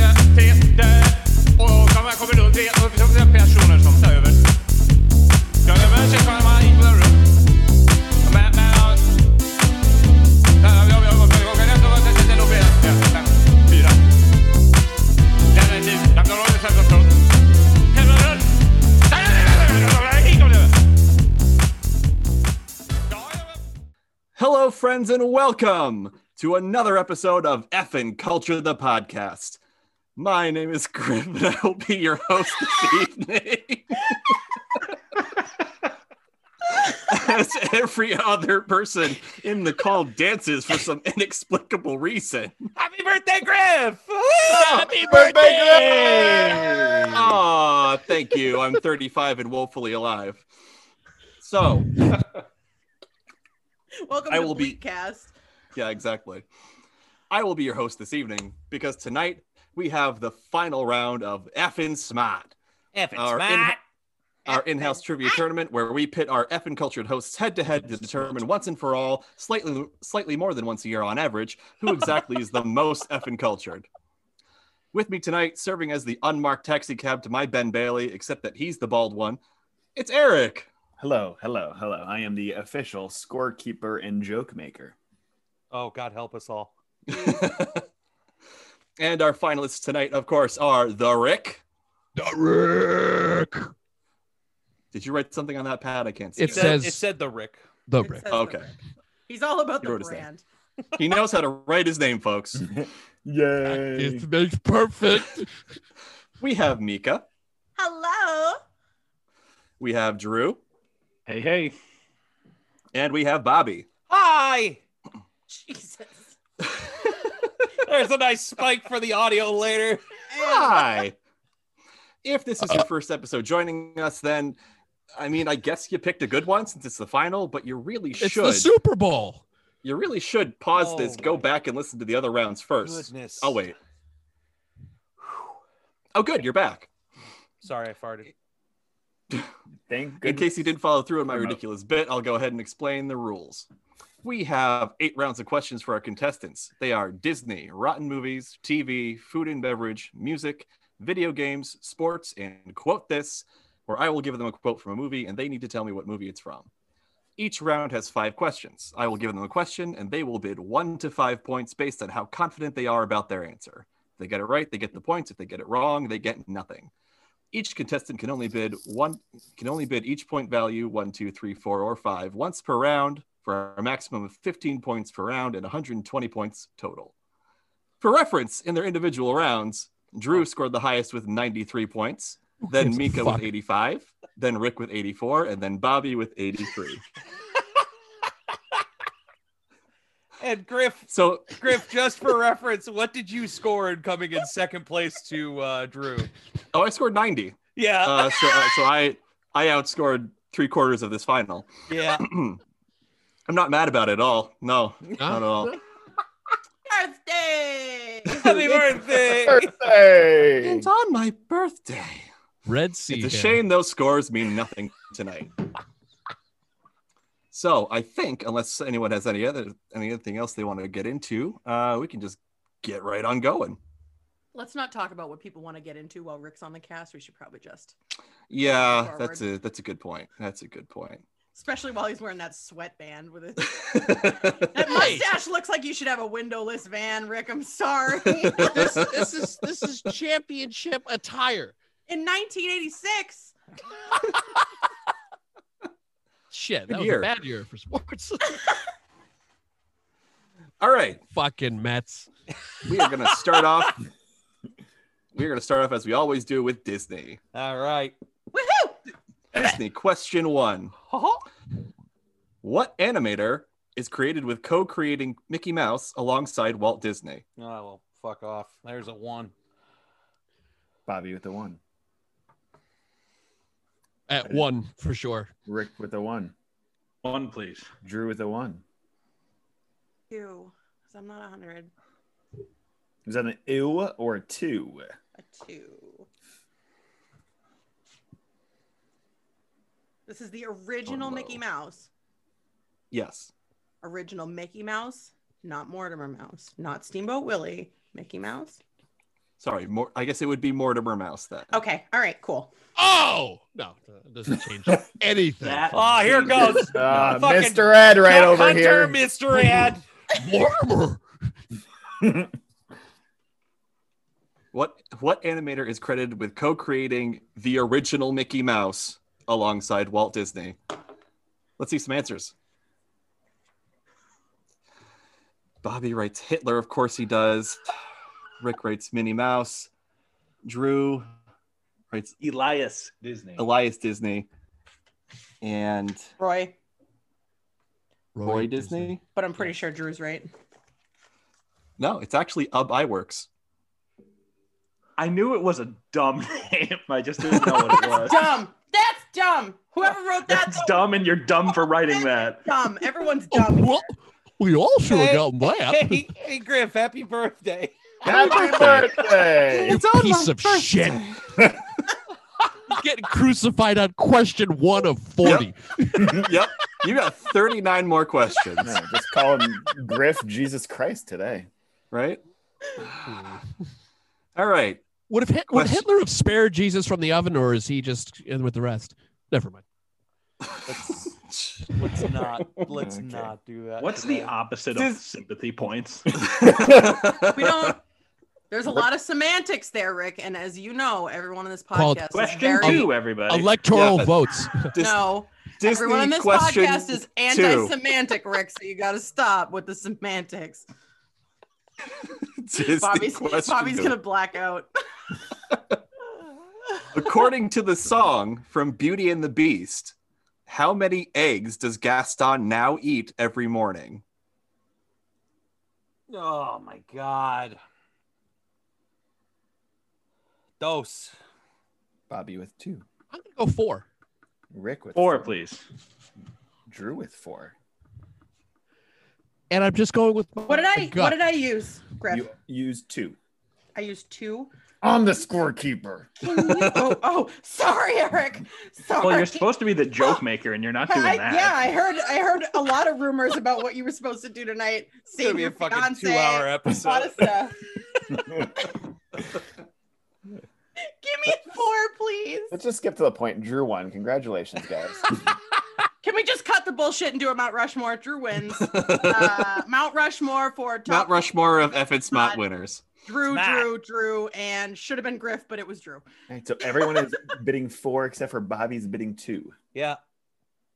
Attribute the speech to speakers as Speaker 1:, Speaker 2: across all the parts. Speaker 1: universiteter och man kommer runt till personer som tar över. Jag över sig själv, man gick väl runt. Men, men, ja. Ja, jag- jag- jag- jag åker hem, då var det- det låg redan fem, fem, fyra. Den är typ, tid. Jag klarar av det själv, jag tror. Helvete! Nej, nej, nej, nej, nej, nej, hit om det. Ja, ja, men-
Speaker 2: Hello, friends, and welcome to another episode of Effin' Culture the Podcast. My name is Griff, and I will be your host this evening. As every other person in the call dances for some inexplicable reason.
Speaker 1: Happy birthday, Griff! Happy
Speaker 2: Aw, thank you. I'm 35 and woefully alive. So,
Speaker 3: Welcome
Speaker 2: I
Speaker 3: to
Speaker 2: will be-
Speaker 3: Bleakcast.
Speaker 2: Yeah, exactly. I will be your host this evening because tonight we have the final round of effin' smart,
Speaker 1: If it's
Speaker 2: Our
Speaker 1: Matt.
Speaker 2: our in-house trivia tournament where we pit our effin' cultured hosts head to head to determine once and for all, slightly slightly more than once a year on average, who exactly is the most effin' cultured. With me tonight, serving as the unmarked taxi cab to my Ben Bailey, except that he's the bald one. It's Eric.
Speaker 4: Hello, hello, hello. I am the official scorekeeper and joke maker.
Speaker 1: Oh, God help us all.
Speaker 2: and our finalists tonight, of course, are the Rick.
Speaker 5: Rick.
Speaker 2: Did you write something on that pad? I can't see.
Speaker 5: It
Speaker 2: it.
Speaker 5: says
Speaker 1: It said the Rick.
Speaker 5: the
Speaker 3: It
Speaker 5: Rick.
Speaker 3: says
Speaker 2: Okay.
Speaker 3: the brand. He's all about
Speaker 2: He
Speaker 3: the
Speaker 2: wrote his name.
Speaker 3: brand.
Speaker 2: he knows how to write his name, folks.
Speaker 4: Yay.
Speaker 5: It makes perfect.
Speaker 2: We have Mika.
Speaker 3: Hello.
Speaker 2: We have Drew.
Speaker 4: Hey, hey.
Speaker 2: And we have Bobby.
Speaker 1: Hi!
Speaker 3: Jesus.
Speaker 1: There's a nice spike for the audio later.
Speaker 2: Hi. If this is your first episode joining us, then I mean, I guess you picked a good one since it's the final, but you really
Speaker 5: It's
Speaker 2: should.
Speaker 5: the Super Bowl.
Speaker 2: you really should pause
Speaker 1: Oh
Speaker 2: this, go
Speaker 1: my
Speaker 2: back and listen to the other rounds first.
Speaker 1: Goodness.
Speaker 2: I'll wait. Oh, good. You're back.
Speaker 1: Sorry, I farted.
Speaker 4: Thank
Speaker 2: In case you didn't follow through on my
Speaker 4: Remote.
Speaker 2: ridiculous bit, I'll go ahead and explain the rules. We have eight rounds of questions for our contestants. They are Disney, rotten movies, TV, food and beverage, music, video games, sports, and quote this, where I will give them a quote from a movie and they need to tell me what movie it's from. Each round has five questions. I will give them a question and they will bid one to five points based on how confident they are about their answer. If they get it right, they get the points. If they get it wrong, they get nothing. Each contestant can only bid one can only bid each point value one, two, three, four, or five once per round for a maximum of 15 points per round and 120 points total. For reference, in their individual rounds, Drew scored the highest with 93 points,
Speaker 5: Who
Speaker 2: then
Speaker 5: gives a
Speaker 2: Mika
Speaker 5: fuck?
Speaker 2: with 85, then Rick with 84, and then Bobby with 83.
Speaker 1: And Griff,
Speaker 2: So
Speaker 1: Griff, just for reference, what did you score in coming in second place to uh, Drew?
Speaker 2: Oh, I scored 90.
Speaker 1: Yeah,
Speaker 2: Uh, so, uh, so I I outscored three quarters of this final.
Speaker 1: yeah.
Speaker 2: I'm not mad about it at all. No, not at all.
Speaker 3: Birthday.
Speaker 1: Happy birthday!
Speaker 4: birthday.
Speaker 2: It's on my birthday.
Speaker 5: Red Sea.
Speaker 2: It's a
Speaker 5: Hill.
Speaker 2: shame those scores mean nothing tonight. So I think, unless anyone has any other anything else they want to get into, uh, we can just get right on going.
Speaker 3: Let's not talk about what people want to get into while Rick's on the cast. We should probably just,
Speaker 2: Yeah,
Speaker 3: Forward.
Speaker 2: that's a that's a good point. That's a good point.
Speaker 3: especially while he's wearing that sweatband with it. That mustache looks like you should have a windowless van, Rick. I'm sorry.
Speaker 5: This, this is this is championship attire.
Speaker 3: In 1986.
Speaker 2: Good
Speaker 5: Shit, that was
Speaker 2: year.
Speaker 5: a bad year for sports.
Speaker 2: all right.
Speaker 5: Fucking Mets.
Speaker 2: we are going to start off. We are going to start off as we always do with Disney.
Speaker 1: All right. Oh,
Speaker 3: Woohoo!
Speaker 2: Disney question one: What animator is created with co-creating Mickey Mouse alongside Walt Disney?
Speaker 1: Oh, well, fuck off. There's a one.
Speaker 4: Bobby with the one.
Speaker 5: At one for sure.
Speaker 4: Rick with the one.
Speaker 6: One, please.
Speaker 4: Drew with the one.
Speaker 3: Two. Because I'm not 100.
Speaker 4: Is that an ew or a two?
Speaker 3: A two. This is the original Mickey
Speaker 4: low.
Speaker 3: Mouse.
Speaker 2: Yes.
Speaker 3: Original Mickey Mouse, not Mortimer Mouse, not Steamboat Willie. Mickey Mouse.
Speaker 2: Sorry, more. I guess it would be Mortimer Mouse then.
Speaker 3: Okay. All right. Cool.
Speaker 5: Oh no, it doesn't change anything.
Speaker 6: That-
Speaker 1: Ah,
Speaker 7: Oh, here it goes.
Speaker 4: Uh,
Speaker 7: Fucking
Speaker 4: Mr. Ed right
Speaker 7: Duck
Speaker 4: over
Speaker 7: Hunter,
Speaker 4: here.
Speaker 7: Mr. Ed.
Speaker 5: Mortimer.
Speaker 2: What what animator is credited with co-creating the original Mickey Mouse alongside Walt Disney? Let's see some answers. Bobby writes Hitler, of course he does. Rick writes Minnie Mouse. Drew writes
Speaker 6: Elias Disney.
Speaker 2: Elias Disney. And
Speaker 3: Roy,
Speaker 5: Roy,
Speaker 2: Roy Disney?
Speaker 3: but I'm pretty sure Drew's right.
Speaker 2: No, it's actually Ub Iwerks.
Speaker 6: I knew it was a dumb name. I just didn't know what it was.
Speaker 3: Dumb. That's dumb. Whoever wrote that.
Speaker 6: That's dumb, and you're dumb for writing that.
Speaker 3: Dumb. Everyone's
Speaker 5: Oh,
Speaker 3: dumb.
Speaker 5: well, we all should
Speaker 7: Hey,
Speaker 5: have gotten that.
Speaker 7: Hey, hey, Griff, happy birthday.
Speaker 4: Happy birthday.
Speaker 5: You piece of shit. He's getting crucified on question one of 40.
Speaker 2: yep. You got 39 more questions,
Speaker 4: No, just call him Griff Jesus Christ today.
Speaker 2: right? All right.
Speaker 5: Would, have, Hit- would
Speaker 2: Question-
Speaker 5: Hitler have spared Jesus from the oven, or is he just in with the rest? Never mind.
Speaker 6: That's-
Speaker 7: Let's not. Let's
Speaker 4: Okay.
Speaker 7: not do
Speaker 3: uh,
Speaker 7: that.
Speaker 6: What's the
Speaker 7: today.
Speaker 6: opposite of
Speaker 2: This-
Speaker 6: sympathy points?
Speaker 3: We don't. There's a lot of semantics there, Rick. And as you know, everyone on this
Speaker 5: Called-
Speaker 3: podcast is
Speaker 6: Question
Speaker 3: very.
Speaker 6: two, everybody.
Speaker 5: Electoral
Speaker 2: Yeah.
Speaker 5: votes.
Speaker 2: Dis-
Speaker 3: no,
Speaker 2: Disney
Speaker 3: everyone on this
Speaker 2: question
Speaker 3: podcast is anti-Semantic, Rick. So you got to stop with the semantics.
Speaker 2: Disney
Speaker 3: Bobby's
Speaker 2: question
Speaker 3: Bobby's
Speaker 2: two.
Speaker 3: gonna black out.
Speaker 2: According to the song from Beauty and the Beast, how many eggs does Gaston now eat every morning?
Speaker 7: Oh my god. Dose.
Speaker 4: Bobby with two.
Speaker 5: I'm going to go four.
Speaker 4: Rick with
Speaker 6: Four,
Speaker 4: four.
Speaker 6: please.
Speaker 4: Drew with four.
Speaker 5: And I'm just going with.
Speaker 3: What did I?
Speaker 5: gut.
Speaker 3: What did I use, Griff?
Speaker 4: You use two.
Speaker 3: I used two.
Speaker 4: I'm the scorekeeper.
Speaker 3: Can you- oh, oh, sorry, Eric. Sorry.
Speaker 6: Well, you're supposed to be the joke maker, and you're not doing
Speaker 3: I,
Speaker 6: that.
Speaker 3: yeah, I heard. I heard a lot of rumors about what you were supposed to do tonight.
Speaker 7: It's gonna
Speaker 3: Save
Speaker 7: be
Speaker 3: your
Speaker 7: a fucking
Speaker 3: fiance.
Speaker 7: two-hour
Speaker 3: a lot
Speaker 7: episode.
Speaker 3: of stuff. Give me four, please.
Speaker 4: Let's just skip to the point. Drew won. Congratulations, guys.
Speaker 3: Can we just cut the bullshit and do a Mount Rushmore? Drew wins. Uh, Mount Rushmore for top
Speaker 2: Mount Rushmore of F and Smot winners.
Speaker 3: Drew,
Speaker 7: Matt.
Speaker 3: Drew, Drew, and should have been Griff, but it was Drew.
Speaker 4: All right, so everyone is bidding four except for Bobby's bidding two.
Speaker 7: Yeah.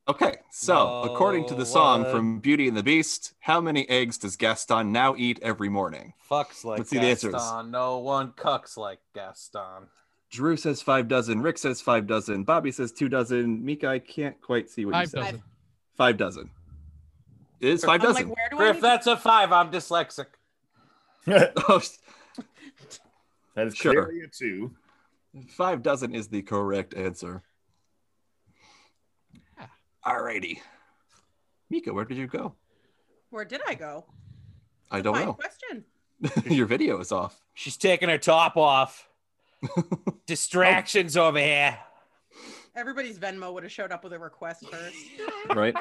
Speaker 2: Okay, so
Speaker 7: Whoa,
Speaker 2: according to the song
Speaker 7: what?
Speaker 2: from Beauty and the Beast, how many eggs does Gaston now eat every morning?
Speaker 7: Fucks like
Speaker 2: Let's see the
Speaker 7: Gaston.
Speaker 2: answers.
Speaker 7: no one cucks like Gaston.
Speaker 2: Drew says five dozen. Rick says five dozen. Bobby says two dozen. Mika, I can't quite see what you
Speaker 5: Five
Speaker 2: said.
Speaker 5: dozen.
Speaker 2: Five dozen. It is five
Speaker 3: I'm
Speaker 2: dozen.
Speaker 3: like, where do I?
Speaker 7: Griff,
Speaker 3: need-
Speaker 7: that's a five. I'm dyslexic.
Speaker 4: that
Speaker 2: Oh,
Speaker 4: is
Speaker 2: Sure.
Speaker 4: clearly a two.
Speaker 2: Five dozen is the correct answer. Alrighty. Mika, where did you go?
Speaker 3: Where did I go?
Speaker 2: I don't
Speaker 3: My
Speaker 2: know.
Speaker 3: question.
Speaker 2: Your video is off.
Speaker 7: She's taking her top off. Distractions over here.
Speaker 3: Everybody's Venmo would have showed up with a request first.
Speaker 2: Right?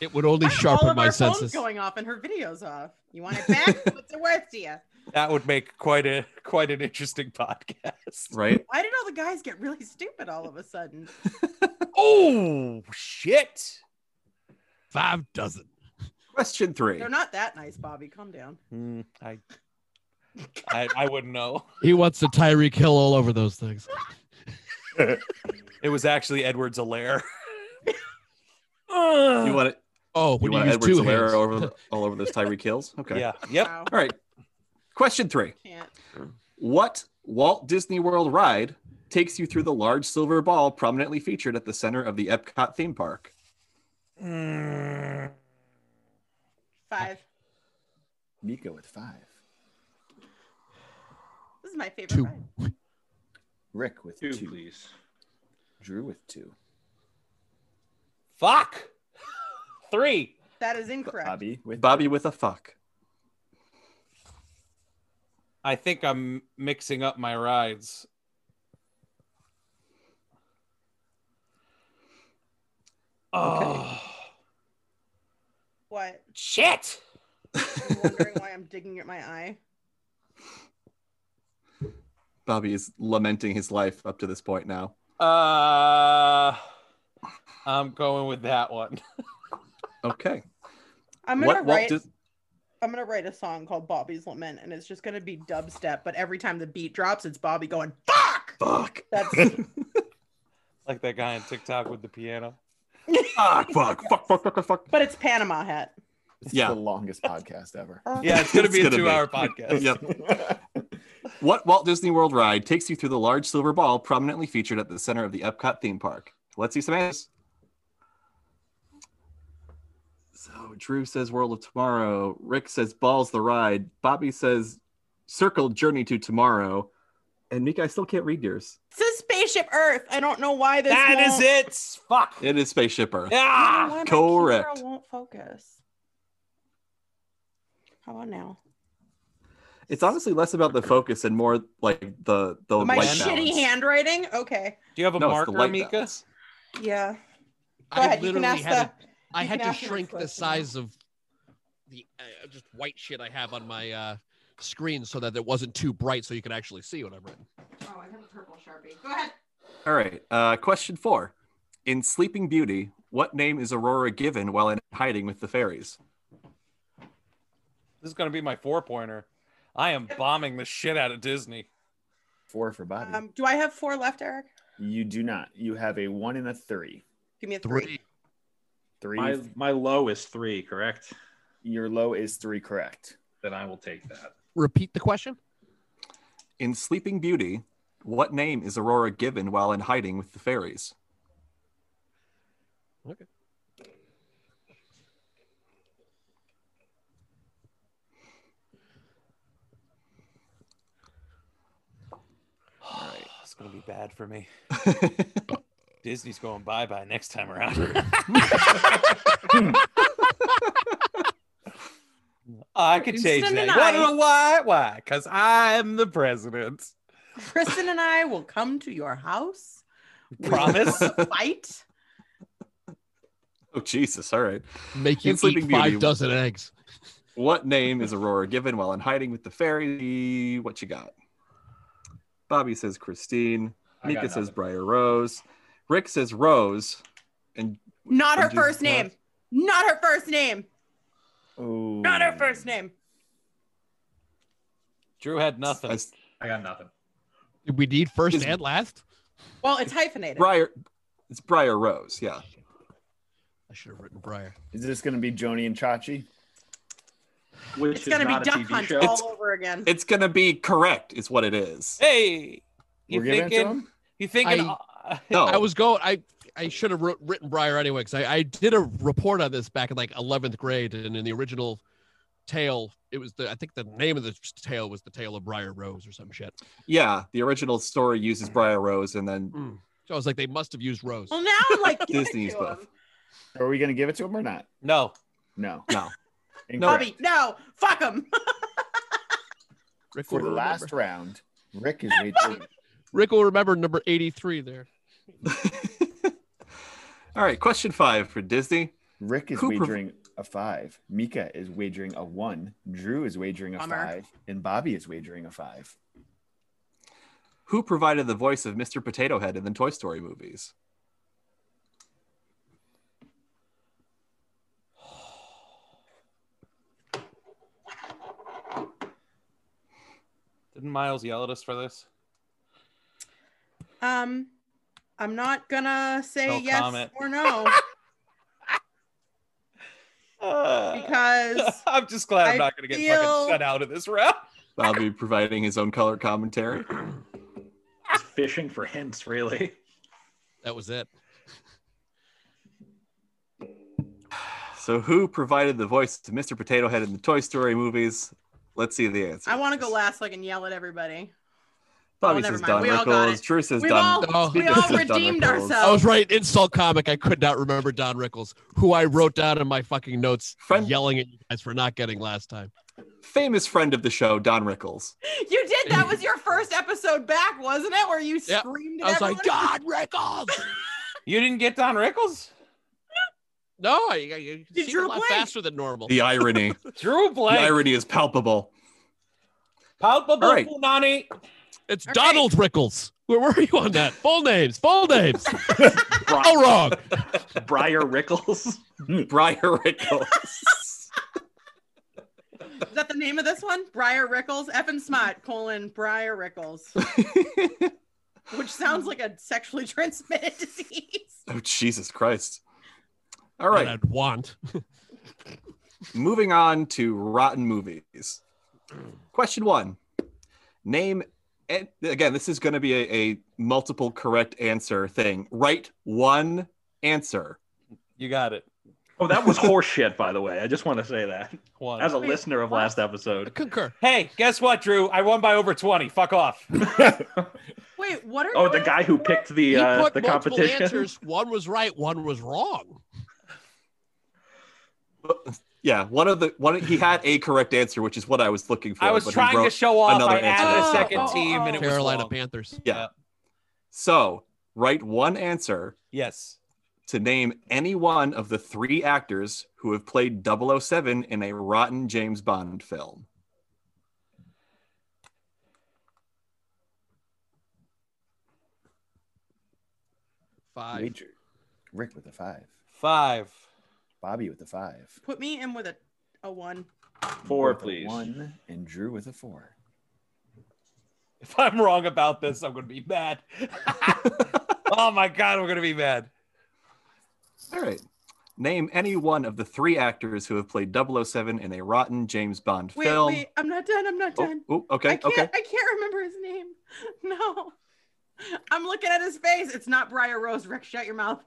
Speaker 5: It would only
Speaker 3: All
Speaker 5: sharpen
Speaker 3: of
Speaker 5: my
Speaker 3: our phones
Speaker 5: senses.
Speaker 3: going off and her videos off. You want it back? What's it worth to you?
Speaker 7: That would make quite a quite an interesting podcast.
Speaker 2: right?
Speaker 3: Why did all the guys get really stupid all of a sudden?
Speaker 7: Oh shit.
Speaker 5: Five dozen.
Speaker 2: Question three.
Speaker 3: They're not that nice, Bobby. Calm down.
Speaker 7: Hmm, I, I I wouldn't know.
Speaker 5: He wants to Tyreek Hill all over those things.
Speaker 7: It was actually Edward Alaire.
Speaker 2: You want it?
Speaker 5: Oh,
Speaker 2: You
Speaker 5: when you,
Speaker 2: want
Speaker 5: use
Speaker 2: Edward
Speaker 5: two
Speaker 2: Solera
Speaker 5: hands.
Speaker 2: over the- all over those Tyree kills? Okay.
Speaker 7: Yeah. Yep.
Speaker 3: Wow.
Speaker 2: All right. Question three.
Speaker 3: Can't.
Speaker 2: What Walt Disney World ride takes you through the large silver ball prominently featured at the center of the Epcot theme park?
Speaker 7: Mm,
Speaker 3: Five.
Speaker 4: Mika with five.
Speaker 3: This is my favorite
Speaker 5: Two.
Speaker 3: ride.
Speaker 4: Rick with
Speaker 6: Two,
Speaker 4: two.
Speaker 6: please.
Speaker 4: Drew with two.
Speaker 7: fuck. Three.
Speaker 3: That is incorrect.
Speaker 4: Bobby with
Speaker 2: Bobby with a fuck.
Speaker 7: I think I'm mixing up my rides. Oh
Speaker 3: What?
Speaker 7: shit!
Speaker 3: I'm wondering why I'm digging at my eye.
Speaker 2: Bobby is lamenting his life up to this point now.
Speaker 7: Uh, I'm going with that one.
Speaker 2: Okay.
Speaker 3: I'm gonna
Speaker 2: Walt
Speaker 3: write.
Speaker 2: Dis-
Speaker 3: I'm gonna write a song called Bobby's Lament, and it's just gonna be dubstep. But every time the beat drops, it's Bobby going fuck.
Speaker 2: Fuck.
Speaker 3: That's
Speaker 7: Like that guy on TikTok with the piano.
Speaker 2: Fuck. Fuck. Fuck. Fuck. Fuck. Fuck. fuck.
Speaker 3: but it's Panama hat.
Speaker 4: It's
Speaker 2: Yeah.
Speaker 4: the longest podcast ever.
Speaker 7: Yeah, it's gonna
Speaker 2: It's
Speaker 7: be
Speaker 2: gonna
Speaker 7: a
Speaker 2: be.
Speaker 7: two-hour podcast.
Speaker 2: Yep. What Walt Disney World ride takes you through the large silver ball prominently featured at the center of the Epcot theme park? Let's see some answers. So Drew says World of Tomorrow. Rick says Balls the Ride. Bobby says Circle Journey to Tomorrow. And Mika, I still can't read yours.
Speaker 3: It says Spaceship Earth. I don't know why this.
Speaker 7: That is
Speaker 3: won't-
Speaker 7: it. Fuck.
Speaker 2: It is Spaceship Earth.
Speaker 3: I
Speaker 7: Yeah.
Speaker 3: don't know why my
Speaker 2: correct.
Speaker 3: camera won't focus. How about now?
Speaker 2: It's honestly less about the focus and more like the the
Speaker 3: my
Speaker 2: light
Speaker 3: shitty
Speaker 2: Oh, balance.
Speaker 3: handwriting. Okay.
Speaker 7: Do you have a
Speaker 2: No, it's the
Speaker 7: marker,
Speaker 2: light
Speaker 7: Mika?
Speaker 2: balance.
Speaker 3: Yeah. Go
Speaker 5: I
Speaker 3: ahead. You can
Speaker 5: literally
Speaker 3: ask
Speaker 5: had
Speaker 3: the.
Speaker 5: to, I
Speaker 3: you
Speaker 5: had
Speaker 3: can
Speaker 5: to
Speaker 3: ask your
Speaker 5: shrink the
Speaker 3: question.
Speaker 5: size of the uh, just white shit I have on my uh, screen so that it wasn't too bright, so you could actually see what I'm writing.
Speaker 3: Oh, I have a purple sharpie. Go ahead.
Speaker 2: All right. Uh, question four. In Sleeping Beauty, what name is Aurora given while in hiding with the fairies?
Speaker 7: This is gonna be my four-pointer. I am bombing the shit out of Disney.
Speaker 4: Four for Bobby.
Speaker 3: Um, do I have four left, Eric?
Speaker 4: you do not. You have a one and a three.
Speaker 3: Give me a three.
Speaker 5: Three.
Speaker 4: Three.
Speaker 6: My my low is three, correct?
Speaker 4: your low is three, correct?
Speaker 6: Then I will take that.
Speaker 5: Repeat the question.
Speaker 2: In Sleeping Beauty, what name is Aurora given while in hiding with the fairies?
Speaker 7: It's gonna be bad for me. Disney's going bye bye next time around. I could change
Speaker 3: Kristen
Speaker 7: that.
Speaker 3: and
Speaker 7: You wanna
Speaker 3: I-
Speaker 7: know why? Why? Because I'm the president.
Speaker 3: Kristen and I will come to your house. We will
Speaker 7: Promise?
Speaker 3: Fight.
Speaker 2: oh, Jesus. All right.
Speaker 5: Make you
Speaker 2: In Sleeping
Speaker 5: eat five
Speaker 2: Beauty.
Speaker 5: dozen eggs.
Speaker 2: What name is Aurora given while in hiding with the fairies? What you got? Bobby says Christine.
Speaker 6: I got
Speaker 2: Mika says
Speaker 6: nothing.
Speaker 2: Briar Rose. Rick says Rose. And
Speaker 3: Not her
Speaker 2: Would you
Speaker 3: first
Speaker 2: not-
Speaker 3: name. Not her first name.
Speaker 4: Oh,
Speaker 3: Not her first name.
Speaker 7: Drew had nothing.
Speaker 2: I s-
Speaker 6: I got nothing.
Speaker 5: Did we need first
Speaker 2: Is-
Speaker 5: and last?
Speaker 3: Well, it's hyphenated.
Speaker 2: Briar. It's Briar Rose. Yeah.
Speaker 5: I should have written Briar.
Speaker 4: Is this going to be Joni and Chachi?
Speaker 6: Which
Speaker 3: It's
Speaker 6: is
Speaker 3: gonna
Speaker 6: not
Speaker 3: be
Speaker 6: a
Speaker 3: Duck
Speaker 6: TV
Speaker 3: Hunt
Speaker 6: show.
Speaker 2: It's-
Speaker 3: all over again.
Speaker 2: It's going to be correct, is what it is.
Speaker 7: hey, you
Speaker 4: We're giving it to
Speaker 7: thinking?
Speaker 4: him?
Speaker 7: You thinking?
Speaker 2: No.
Speaker 5: I was going. I I should have wrote, written Briar anyway because I, I did a report on this back in like eleventh grade, and in the original tale, it was the I think the name of the tale was the tale of Briar Rose or some shit.
Speaker 2: Yeah, the original story uses Briar Rose, and then
Speaker 5: So I was like, they must have used Rose.
Speaker 3: well, now I'm like give it
Speaker 2: Disney's
Speaker 3: to
Speaker 2: buff.
Speaker 3: him.
Speaker 4: Are we going to give it to him or not?
Speaker 7: no.
Speaker 4: No.
Speaker 2: No.
Speaker 4: Incorrect.
Speaker 3: Bobby, no, fuck him.
Speaker 5: Rick
Speaker 4: For the
Speaker 5: will
Speaker 4: last
Speaker 5: remember.
Speaker 4: round, Rick is reaching.
Speaker 5: Rick will remember number eighty-three there.
Speaker 2: All right, question five for Disney.
Speaker 4: Rick is
Speaker 2: Who prov-
Speaker 4: wagering a five. Mika is wagering a one. Drew is wagering a
Speaker 3: Bummer.
Speaker 4: five, and Bobby is wagering a five.
Speaker 2: Who provided the voice of Mr. Potato Head in the Toy Story movies?
Speaker 7: Didn't Miles yell at us for this?
Speaker 3: Um, I'm not gonna say
Speaker 7: No
Speaker 3: yes
Speaker 7: comment.
Speaker 3: or no
Speaker 7: Uh,
Speaker 3: because
Speaker 7: I'm just glad I'm
Speaker 3: I
Speaker 7: not gonna get
Speaker 3: feel-
Speaker 7: fucking shut out of this round.
Speaker 2: Bobby providing his own color commentary.
Speaker 6: It's fishing for hints, really.
Speaker 5: That was it.
Speaker 2: So, who provided the voice to Mr. Potato Head in the Toy Story movies? Let's see the answer.
Speaker 3: I want to go last so I can yell at everybody.
Speaker 2: Bobby
Speaker 3: Oh, never
Speaker 2: says
Speaker 3: mind.
Speaker 2: Don
Speaker 3: We all got
Speaker 2: Rickles.
Speaker 3: it.
Speaker 2: Drew says
Speaker 3: We've
Speaker 2: Don.
Speaker 5: all-
Speaker 2: Mika
Speaker 3: we all
Speaker 2: says Don
Speaker 3: redeemed
Speaker 2: Rickles.
Speaker 5: I
Speaker 3: ourselves.
Speaker 5: was right. Insult comic. I could not remember Don Rickles, who I wrote down in my fucking notes,
Speaker 2: Friend-
Speaker 5: yelling at you guys for not getting last time.
Speaker 2: Famous friend of the show, Don Rickles.
Speaker 5: Oh,
Speaker 3: You did that was your first episode back, wasn't it? Where you
Speaker 5: Yeah.
Speaker 3: screamed
Speaker 5: I
Speaker 3: at
Speaker 5: was
Speaker 3: everyone?
Speaker 5: like, Don Rickles.
Speaker 7: You didn't get Don Rickles?
Speaker 5: no, I, I- I
Speaker 3: Did
Speaker 5: seemed
Speaker 3: you
Speaker 5: a lot
Speaker 3: replace-
Speaker 5: faster than normal.
Speaker 2: The irony.
Speaker 7: Drew
Speaker 2: the
Speaker 7: Blake.
Speaker 2: irony is palpable.
Speaker 7: Palpable
Speaker 2: All right.
Speaker 7: Punani.
Speaker 5: It's
Speaker 3: All right.
Speaker 5: Donald Rickles. Where were you on that? Full names, full names. All wrong.
Speaker 6: Briar Rickles.
Speaker 2: Briar Rickles.
Speaker 3: Is that the name of this one? Briar Rickles, Evan Smott, colon, Briar Rickles. Which sounds like a sexually transmitted disease.
Speaker 2: oh, Jesus Christ. All
Speaker 5: That
Speaker 2: right,
Speaker 5: I'd want.
Speaker 2: moving on to rotten movies. Question one Name, and again, this is going to be a, a multiple correct answer thing. Write one answer.
Speaker 7: You got it.
Speaker 6: Oh, that was horseshit, by the way. I just want to say that.
Speaker 7: One.
Speaker 6: As a
Speaker 3: Wait,
Speaker 6: listener of
Speaker 3: what?
Speaker 6: last
Speaker 5: I
Speaker 6: episode,
Speaker 5: concur.
Speaker 7: hey, guess what, Drew? I won by over 20. Fuck off.
Speaker 3: Wait, what are
Speaker 6: oh,
Speaker 3: you
Speaker 6: the
Speaker 3: at?
Speaker 6: guy who picked the
Speaker 5: You
Speaker 6: uh,
Speaker 5: put
Speaker 6: the
Speaker 5: multiple
Speaker 6: competition.
Speaker 5: answers. One was right, one was wrong.
Speaker 2: Yeah, one of the one he had a correct answer, which is what I was looking for.
Speaker 7: I was
Speaker 2: but he
Speaker 7: trying to
Speaker 2: wrote-
Speaker 7: show off.
Speaker 2: another
Speaker 7: I added
Speaker 3: answer.
Speaker 7: a second
Speaker 3: Oh, oh,
Speaker 7: team, and it was
Speaker 5: Carolina
Speaker 7: wrong.
Speaker 5: Panthers.
Speaker 2: Yeah. So write one answer
Speaker 7: Yes.
Speaker 2: to name any one of the three actors who have played 007 in a rotten James Bond film.
Speaker 5: Five.
Speaker 4: Wager. Rick with a five.
Speaker 7: Five.
Speaker 4: Bobby with a five.
Speaker 3: Put me in with a, a one.
Speaker 6: Four,
Speaker 4: with a
Speaker 6: please.
Speaker 4: One and Drew with a four.
Speaker 7: If I'm wrong about this, I'm gonna be mad. oh my god, I'm gonna be mad.
Speaker 2: All right. Name any one of the three actors who have played 007 in a rotten James Bond
Speaker 3: Wait,
Speaker 2: film.
Speaker 3: wait, I'm not done. I'm not
Speaker 2: Oh,
Speaker 3: done.
Speaker 2: oh,
Speaker 3: I
Speaker 2: okay,
Speaker 3: can't
Speaker 2: okay.
Speaker 3: I can't remember his name. No. I'm looking at his face. It's not Briar Rose. Rick, shut your mouth.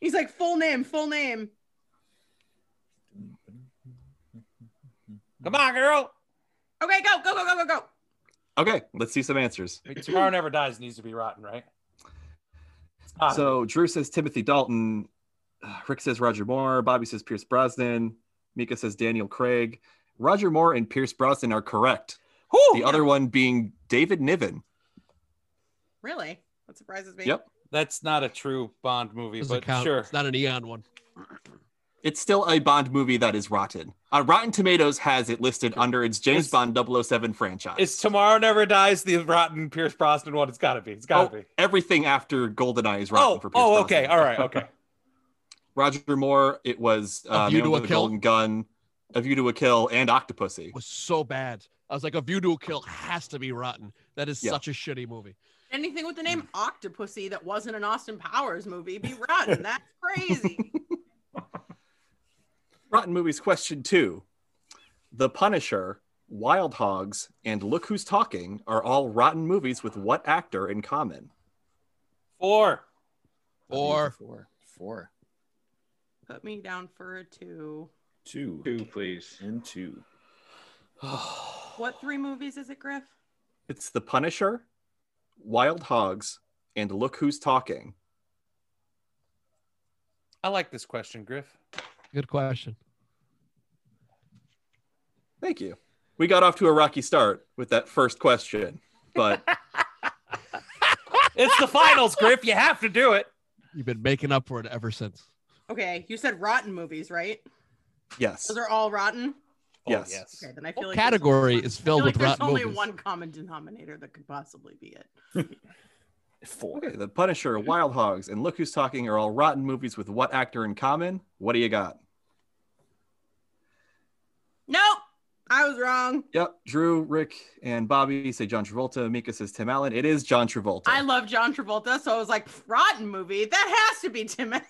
Speaker 3: He's like, full name, full name.
Speaker 7: Come on, girl.
Speaker 3: Okay, go, go, go, go, go, go.
Speaker 2: Okay, let's see some answers.
Speaker 7: I mean, Tomorrow Never Dies needs to be rotten, right? It's not.
Speaker 2: So Drew says Timothy Dalton, uh, Rick says Roger Moore, Bobby says Pierce Brosnan, Mika says Daniel Craig. Roger Moore and Pierce Brosnan are correct.
Speaker 7: Whew!
Speaker 3: Oh,
Speaker 2: The other one being David Niven.
Speaker 3: Really? That surprises me.
Speaker 2: Yep.
Speaker 7: That's not a true Bond movie,
Speaker 5: Doesn't
Speaker 7: but
Speaker 5: count.
Speaker 7: sure.
Speaker 5: It's not an Eon one.
Speaker 2: It's still a Bond movie that is rotten. Uh, Rotten Tomatoes has it listed under its James
Speaker 7: It's-
Speaker 2: Bond 007 franchise.
Speaker 7: It's Tomorrow Never Dies, the rotten Pierce Brosnan one. It's gotta be. It's gotta
Speaker 2: Oh,
Speaker 7: be.
Speaker 2: everything after GoldenEye is rotten
Speaker 7: Oh,
Speaker 2: for Pierce
Speaker 7: oh,
Speaker 2: Brosnan.
Speaker 7: okay. All right, okay.
Speaker 2: Roger Moore, it was uh,
Speaker 5: View
Speaker 2: Man
Speaker 5: to
Speaker 2: with
Speaker 5: a
Speaker 2: the
Speaker 5: Kill.
Speaker 2: Golden Gun, A View to a Kill, and Octopussy.
Speaker 5: It was so bad. I was like, a view to a kill has to be rotten. That is
Speaker 2: Yeah.
Speaker 5: such a shitty movie.
Speaker 3: Anything with the name Octopussy that wasn't an Austin Powers movie be rotten. That's crazy.
Speaker 2: Rotten Movies question two. The Punisher, Wild Hogs, and Look Who's Talking are all rotten movies with what actor in common?
Speaker 7: Four.
Speaker 4: Bobby with a
Speaker 5: Or
Speaker 4: four. Four.
Speaker 3: Put me down for a two.
Speaker 4: Two.
Speaker 6: Two, please.
Speaker 4: And two.
Speaker 3: What three movies is it, Griff?
Speaker 2: It's The Punisher, Wild Hogs, and Look Who's Talking.
Speaker 7: I like this question, Griff.
Speaker 5: good question.
Speaker 2: Thank you. We got off to a rocky start with that first question, but
Speaker 7: It's the finals, Griff. You have to do it.
Speaker 5: You've been making up for it ever since.
Speaker 3: Okay, you said rotten movies, right?
Speaker 2: yes.
Speaker 3: Those are all rotten.
Speaker 2: Yes.
Speaker 7: Oh, yes.
Speaker 3: Okay, then I feel
Speaker 5: Whole
Speaker 3: like there's
Speaker 5: category
Speaker 3: only-
Speaker 5: is
Speaker 3: I feel
Speaker 5: filled
Speaker 3: like
Speaker 5: with
Speaker 3: there's
Speaker 5: rotten
Speaker 3: only
Speaker 5: movies.
Speaker 3: one common denominator that could possibly be it.
Speaker 4: Four.
Speaker 2: Okay, The Punisher, Wild Hogs, and Look Who's Talking are all rotten movies with what actor in common? What do you got?
Speaker 3: Nope, I was wrong.
Speaker 2: Yep, Drew, Rick, and Bobby say John Travolta. Mika says Tim Allen. It is John Travolta.
Speaker 3: I love John Travolta, so I was like, rotten movie. That has to be Tim. Allen."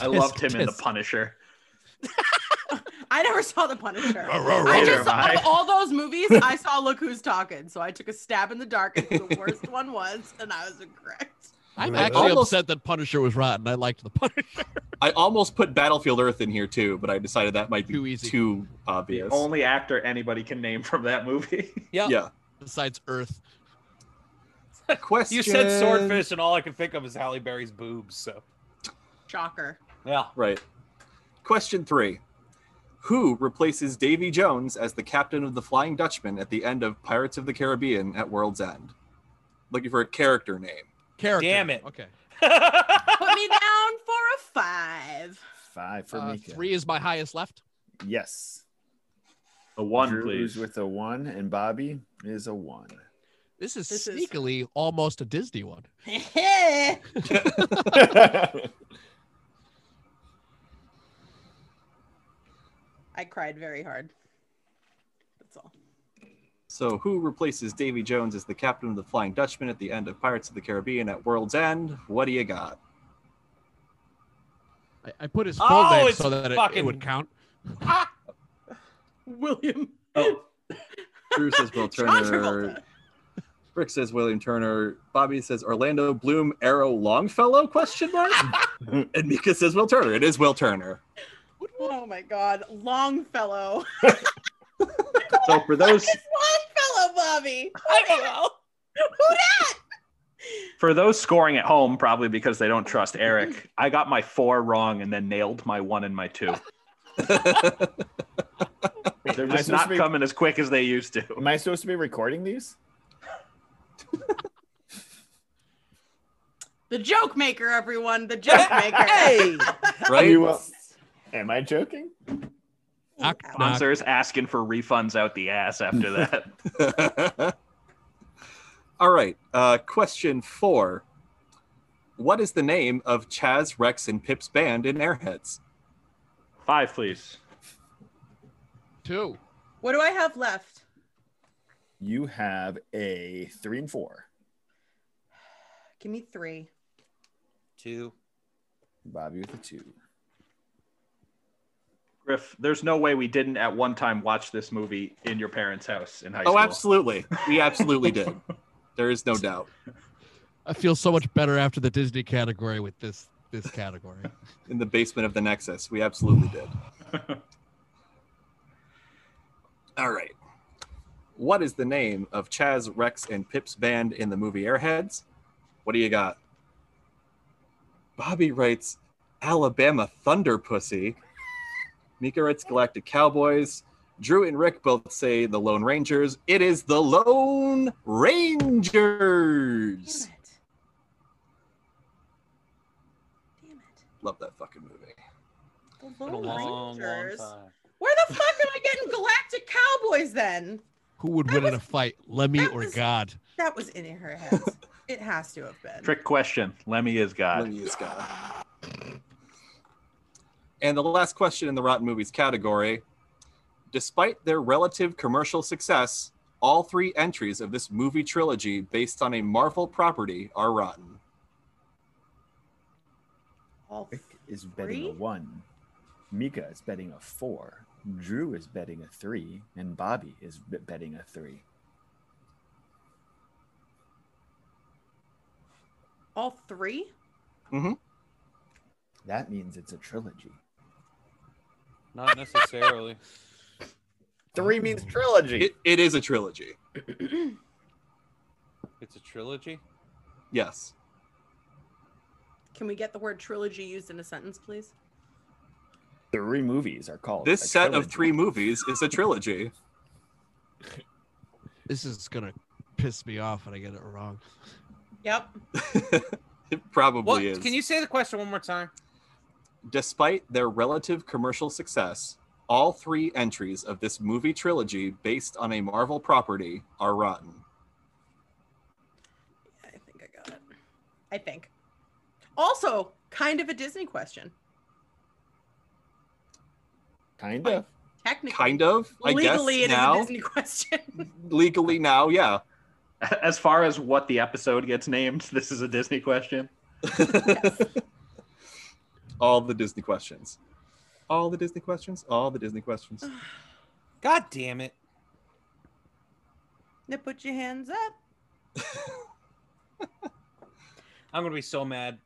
Speaker 6: I loved him
Speaker 5: Tisk,
Speaker 6: in The
Speaker 5: tisk.
Speaker 6: Punisher.
Speaker 3: I never saw The Punisher. I
Speaker 6: Neither
Speaker 3: just saw
Speaker 6: have
Speaker 3: out
Speaker 6: I.
Speaker 3: of all those movies. I saw Look Who's Talking, so I took a stab in the dark at who the worst one was, and I was incorrect.
Speaker 5: I'm
Speaker 7: Uh,
Speaker 5: actually
Speaker 2: almost-
Speaker 5: upset that Punisher was rotten. I liked the Punisher.
Speaker 2: I almost put Battlefield Earth in here too, but I decided that might be
Speaker 5: Too easy.
Speaker 2: too
Speaker 6: The
Speaker 2: obvious.
Speaker 6: only actor anybody can name from that movie.
Speaker 2: Yeah.
Speaker 5: Besides Earth,
Speaker 2: Question.
Speaker 7: You said swordfish, and all I can think of is Halle Berry's boobs. So,
Speaker 3: Shocker.
Speaker 7: yeah.
Speaker 2: Right. Question three. Who replaces Davy Jones as the captain of the Flying Dutchman at the end of Pirates of the Caribbean at World's End? Looking for a character name.
Speaker 5: character.
Speaker 7: Damn it.
Speaker 5: Okay.
Speaker 3: Put me down for a five.
Speaker 4: Five for
Speaker 5: Uh,
Speaker 4: Mika.
Speaker 5: three is my highest left.
Speaker 4: Yes.
Speaker 6: A one,
Speaker 4: Drew's
Speaker 6: please.
Speaker 4: with a one, and Bobby is a one.
Speaker 5: This is
Speaker 3: This is-
Speaker 5: sneakily almost a Disney one.
Speaker 3: I cried very hard. That's all.
Speaker 2: So, who replaces Davy Jones as the captain of the Flying Dutchman at the end of Pirates of the Caribbean at World's End? What do you got?
Speaker 5: I, I put his full
Speaker 7: Oh,
Speaker 5: name
Speaker 7: it's
Speaker 5: so that it, it
Speaker 7: fucking-
Speaker 5: would count.
Speaker 3: William
Speaker 6: Oh,
Speaker 2: Drew says Will
Speaker 3: John
Speaker 2: Turner.
Speaker 3: Travolta.
Speaker 2: Rick says William Turner. Bobby says Orlando Bloom Arrow Longfellow question mark. and Mika says Will Turner. It is Will Turner.
Speaker 3: Oh my God, Longfellow.
Speaker 6: so for those
Speaker 3: It's Longfellow, Bobby. Oh
Speaker 7: I don't know.
Speaker 6: for those scoring at home, probably because they don't trust Eric, I got my four wrong and then nailed my one and my two. They're
Speaker 4: Am I
Speaker 6: just
Speaker 4: supposed
Speaker 6: not
Speaker 4: to be-
Speaker 6: coming as quick as they used to.
Speaker 4: Am I supposed to be recording these?
Speaker 3: The joke maker, everyone. The joke maker.
Speaker 7: Hey,
Speaker 2: Right?
Speaker 4: You will- Am I joking?
Speaker 5: Knock, knock.
Speaker 6: Sponsors asking for refunds out the ass after that.
Speaker 2: All right. Uh, question four. What is the name of Chaz, Rex, and Pip's band in Airheads?
Speaker 6: Five, please.
Speaker 5: Two.
Speaker 3: What do I have left?
Speaker 4: You have a three and four.
Speaker 3: Give me three.
Speaker 7: two.
Speaker 4: Bobby with a two.
Speaker 6: Griff, there's no way we didn't at one time watch this movie in your parents' house in high school.
Speaker 2: Oh, absolutely. We absolutely did. There is no doubt.
Speaker 5: I feel so much better after the Disney category with this this category.
Speaker 2: In the basement of the Nexus, we absolutely did. All right. What is the name of Chaz, Rex, and Pip's band in the movie Airheads? What do you got? Bobby writes Alabama Thunder Pussy. Mika writes Galactic Cowboys. Drew and Rick both say the Lone Rangers. It is the Lone
Speaker 3: Damn
Speaker 2: Rangers.
Speaker 3: it. Damn it.
Speaker 2: Love that fucking movie.
Speaker 3: The
Speaker 7: Been a
Speaker 3: Lone
Speaker 7: long, long
Speaker 3: Rangers.
Speaker 7: time.
Speaker 3: Where the fuck am I getting Galactic Cowboys then?
Speaker 5: Who would
Speaker 3: That
Speaker 5: win in a
Speaker 3: was-
Speaker 5: fight, Lemmy
Speaker 3: that
Speaker 5: or
Speaker 3: was-
Speaker 5: God?
Speaker 3: That was in her head. it has to have been.
Speaker 6: Trick question. Lemmy is God.
Speaker 2: Lemmy is God. And the last question in the Rotten Movies category. Despite their relative commercial success, all three entries of this movie trilogy based on a Marvel property are rotten.
Speaker 3: All
Speaker 4: Rick is betting
Speaker 3: Three?
Speaker 4: a one. Mika is betting a four. Drew is betting a three, and Bobby is b- betting a three.
Speaker 3: All three?
Speaker 4: That means it's a trilogy.
Speaker 7: Not necessarily.
Speaker 4: Three means trilogy.
Speaker 2: It, it is a trilogy.
Speaker 7: it's a trilogy.
Speaker 2: Yes.
Speaker 3: Can we get the word trilogy used in a sentence, please?
Speaker 4: three movies are called.
Speaker 2: This
Speaker 4: a
Speaker 2: set of
Speaker 4: trilogy.
Speaker 2: three movies is a trilogy.
Speaker 5: This is gonna piss me off when I get it wrong.
Speaker 3: Yep.
Speaker 2: It probably
Speaker 7: What?
Speaker 2: is.
Speaker 7: Can you say the question one more time?
Speaker 2: Despite their relative commercial success, all three entries of this movie trilogy based on a Marvel property are rotten.
Speaker 3: I think I got it. I think. Also, kind of a Disney question.
Speaker 4: Kind of.
Speaker 3: Technically.
Speaker 2: Kind of, I
Speaker 3: Legally,
Speaker 2: guess
Speaker 3: it is
Speaker 2: now.
Speaker 3: a Disney question.
Speaker 2: legally now, yeah.
Speaker 6: As far as what the episode gets named, this is a Disney question.
Speaker 2: all the Disney questions. All the Disney questions. All the Disney questions.
Speaker 7: God damn it!
Speaker 3: now put your hands up.
Speaker 7: I'm gonna be so mad.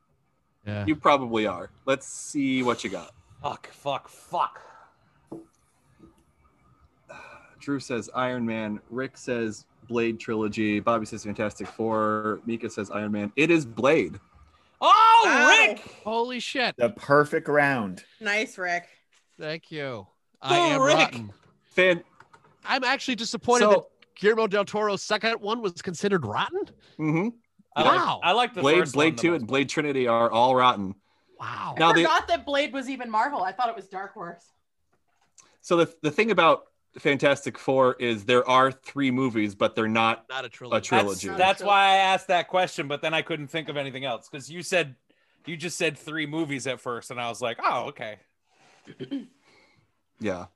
Speaker 5: Yeah.
Speaker 2: You probably are. Let's see what you got.
Speaker 7: Fuck! Fuck! Fuck!
Speaker 2: Drew says Iron Man. Rick says Blade trilogy. Bobby says Fantastic Four. Mika says Iron Man. It is Blade.
Speaker 7: Oh,
Speaker 3: Wow.
Speaker 7: Rick!
Speaker 5: Holy shit!
Speaker 4: The perfect round.
Speaker 3: Nice, Rick.
Speaker 5: Thank you. I am
Speaker 7: Rick.
Speaker 5: rotten.
Speaker 2: Fan.
Speaker 5: I'm actually disappointed that
Speaker 2: So,
Speaker 5: Guillermo del Toro's second one was considered rotten.
Speaker 2: hmm
Speaker 7: I like,
Speaker 5: Wow.
Speaker 7: I like the
Speaker 2: Blade,
Speaker 7: first one
Speaker 2: Blade
Speaker 7: the
Speaker 2: Two,
Speaker 7: most.
Speaker 2: and Blade Trinity are all rotten.
Speaker 5: Wow.
Speaker 2: Now
Speaker 3: I
Speaker 2: the
Speaker 3: forgot that Blade was even Marvel. I thought it was Dark Horse.
Speaker 2: so the the thing about Fantastic Four is there are three movies, but they're not.
Speaker 5: Not a trilogy.
Speaker 7: That's,
Speaker 2: trilogy.
Speaker 7: that's why I asked that question, but then I couldn't think of anything else because you said you just said three movies at first, and I was like, oh, okay.
Speaker 2: Yeah,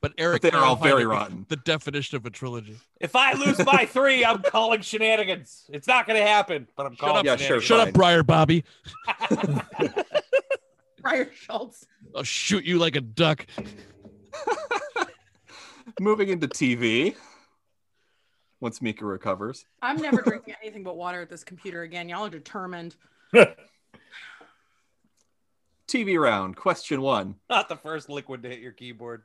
Speaker 5: but Eric,
Speaker 2: they are all
Speaker 5: clarified
Speaker 2: very
Speaker 5: the-
Speaker 2: rotten.
Speaker 5: The definition of a trilogy.
Speaker 7: If I lose by three, I'm calling shenanigans. It's not going to happen, but I'm
Speaker 5: Shut
Speaker 7: calling.
Speaker 5: up.
Speaker 2: Yeah, sure.
Speaker 7: shenanigans.
Speaker 5: Shut up,
Speaker 2: Fine.
Speaker 5: Briar Bobby.
Speaker 3: Briar Schultz.
Speaker 5: I'll shoot you like a duck.
Speaker 2: Moving into TV. Once Mika recovers,
Speaker 3: I'm never drinking anything but water at this computer again. Y'all are determined.
Speaker 2: TV round. Question one.
Speaker 7: Not the first liquid to hit your keyboard.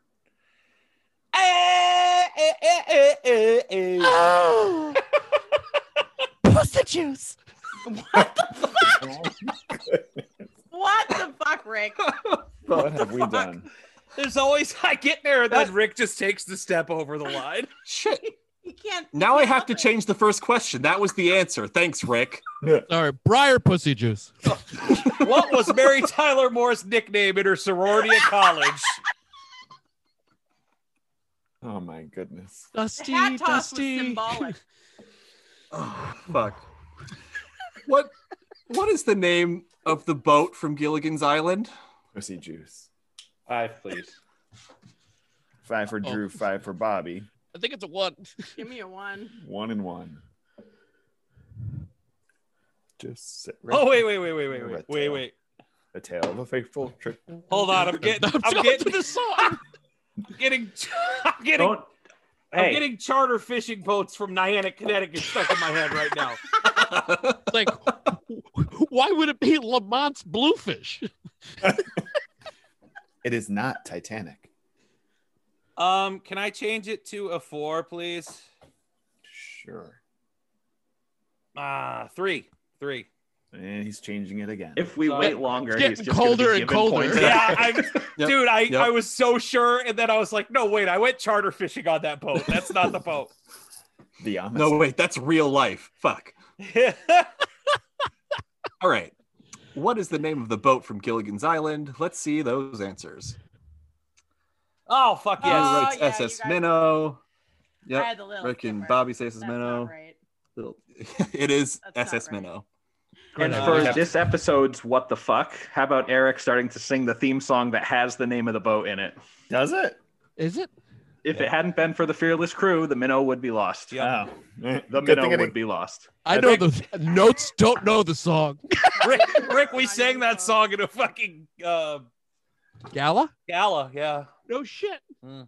Speaker 7: Eh, eh, eh, eh, eh, eh.
Speaker 5: Pussy juice.
Speaker 3: What the fuck, Rick?
Speaker 4: what have we
Speaker 7: fuck?
Speaker 4: done?
Speaker 7: There's always I get there, and then Rick just takes the step over the line.
Speaker 2: Shit.
Speaker 3: You can't.
Speaker 2: Now I have to change the first question. That was the answer. Thanks, Rick.
Speaker 5: All right, Briar Pussy Juice.
Speaker 7: what was Mary Tyler Moore's nickname in her sorority at college?
Speaker 4: Oh my goodness.
Speaker 3: The
Speaker 5: Dusty,
Speaker 3: hat toss
Speaker 5: Dusty.
Speaker 3: was symbolic.
Speaker 2: Oh, fuck. What what is the name of the boat from Gilligan's Island?
Speaker 4: Pussy juice.
Speaker 6: Five, please.
Speaker 4: Five
Speaker 2: Oh.
Speaker 4: for Drew, five for Bobby.
Speaker 5: I think it's a one.
Speaker 3: Give me a one.
Speaker 4: One and one. Just sit right
Speaker 7: Oh wait, wait, wait, wait, wait, wait, wait, wait.
Speaker 4: the tale of a faithful trick.
Speaker 7: Hold on, I'm getting,
Speaker 5: I'm
Speaker 7: I'm
Speaker 5: going
Speaker 7: getting,
Speaker 5: to the song.
Speaker 7: I'm getting, I'm getting,
Speaker 6: Don't.
Speaker 7: I'm
Speaker 6: Hey,
Speaker 7: getting charter fishing boats from Nyannick, Connecticut stuck in my head right now.
Speaker 5: It's like, why would it be Lamont's Bluefish?
Speaker 4: It is not Titanic.
Speaker 7: Um, can I change it to a four, please?
Speaker 4: Sure.
Speaker 7: Ah, three, three.
Speaker 4: And he's changing it again.
Speaker 6: if we
Speaker 7: Sorry.
Speaker 6: wait longer,
Speaker 5: It's
Speaker 6: he's
Speaker 5: getting
Speaker 6: just gonna be
Speaker 5: colder and
Speaker 6: given
Speaker 5: colder.
Speaker 6: points.
Speaker 7: Yeah, I'm,
Speaker 2: Yep,
Speaker 7: dude, I,
Speaker 2: yep.
Speaker 7: I was so sure, and then I was like, no, wait, I went charter fishing on that boat. That's not the boat.
Speaker 4: the Amish.
Speaker 2: No, wait, that's real life. Fuck. All right. What is the name of the boat from Gilligan's Island? Let's see those answers.
Speaker 7: oh fuck
Speaker 2: Ian
Speaker 7: yes.
Speaker 3: Uh,
Speaker 2: writes
Speaker 3: yeah, you
Speaker 2: SS
Speaker 3: guys-
Speaker 2: Minnow.
Speaker 3: I
Speaker 2: Yep.
Speaker 3: had the little.
Speaker 2: Rick and
Speaker 3: skipper.
Speaker 2: Bobby say SS
Speaker 3: That's
Speaker 2: Minnow.
Speaker 3: not right.
Speaker 2: Little- It is
Speaker 3: That's not
Speaker 2: SS
Speaker 3: right.
Speaker 2: Minnow.
Speaker 6: And
Speaker 7: Uh,
Speaker 6: for
Speaker 7: yeah.
Speaker 6: this episode's What the Fuck, how about Eric starting to sing the theme song that has the name of the boat in it?
Speaker 4: Does it?
Speaker 5: Is it?
Speaker 6: If it hadn't been for the fearless crew, the minnow would be lost.
Speaker 7: Yep.
Speaker 4: Oh.
Speaker 6: The
Speaker 4: Good thing
Speaker 6: minnow
Speaker 4: it
Speaker 6: would be lost.
Speaker 5: I,
Speaker 4: I
Speaker 5: know the notes. Don't know the song.
Speaker 7: Rick, Rick, we sang that song at a fucking uh,
Speaker 5: Gala?
Speaker 7: gala. Yeah.
Speaker 5: No shit.
Speaker 3: Who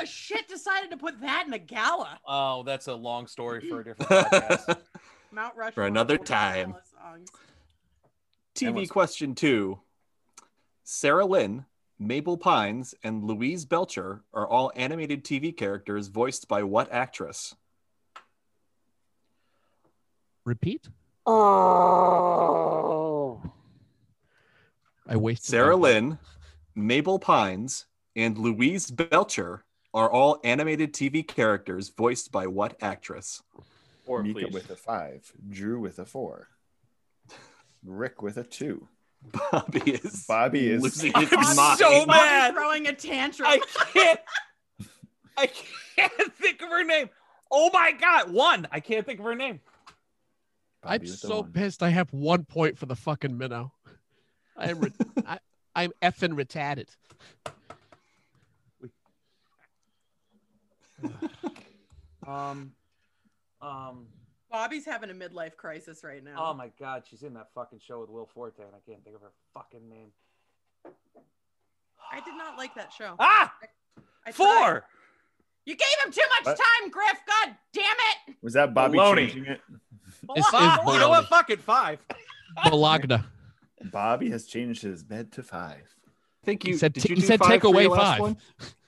Speaker 3: the shit decided to put that in a gala?
Speaker 7: Oh, that's a long story for a different podcast.
Speaker 3: Mount Rushmore.
Speaker 2: For another
Speaker 3: of gala
Speaker 2: time.
Speaker 3: songs.
Speaker 2: TV
Speaker 4: was-
Speaker 2: question two. Sarah Lynn, Mabel Pines, and Louise Belcher are all animated TV characters voiced by what actress?
Speaker 5: Repeat.
Speaker 8: Oh.
Speaker 5: I wasted.
Speaker 2: Sarah
Speaker 5: that one.
Speaker 2: Lynn, Mabel Pines, and Louise Belcher are all animated TV characters voiced by what actress?
Speaker 6: Or
Speaker 4: Mika
Speaker 6: please.
Speaker 4: with a five, Drew with a four, Rick with a two.
Speaker 2: Bobby is
Speaker 4: Bobby is
Speaker 2: losing
Speaker 7: I'm
Speaker 2: his mind.
Speaker 7: so
Speaker 3: Bobby's
Speaker 7: mad.
Speaker 3: throwing a tantrum.
Speaker 7: I can't. I can't think of her name. Oh my god, one. I can't think of her name.
Speaker 4: Bobby
Speaker 5: I'm
Speaker 4: with a
Speaker 5: so
Speaker 4: one.
Speaker 5: pissed. I have one point for the fucking minnow. I am. Re- I, I'm effing retarded.
Speaker 7: Um, um.
Speaker 3: Bobby's having a midlife crisis right now.
Speaker 7: Oh my god, she's in that fucking show with Will Forte, and I can't think of her fucking name.
Speaker 3: I did not like that show.
Speaker 7: Ah,
Speaker 3: I tried.
Speaker 7: four.
Speaker 3: You gave him too much
Speaker 4: What?
Speaker 3: time, Griff. God damn it.
Speaker 4: Was that Bobby
Speaker 6: Baloney.
Speaker 4: changing it?
Speaker 5: This is
Speaker 7: Ah, you know what?
Speaker 5: baloney.
Speaker 7: Fucking five.
Speaker 5: Bologna.
Speaker 4: Bobby has changed his bed to five.
Speaker 2: I think you
Speaker 5: He said
Speaker 2: did.
Speaker 5: t-
Speaker 2: you
Speaker 5: he
Speaker 2: do
Speaker 5: said
Speaker 2: five
Speaker 5: take
Speaker 2: for
Speaker 5: away
Speaker 2: your last
Speaker 5: five.
Speaker 2: one?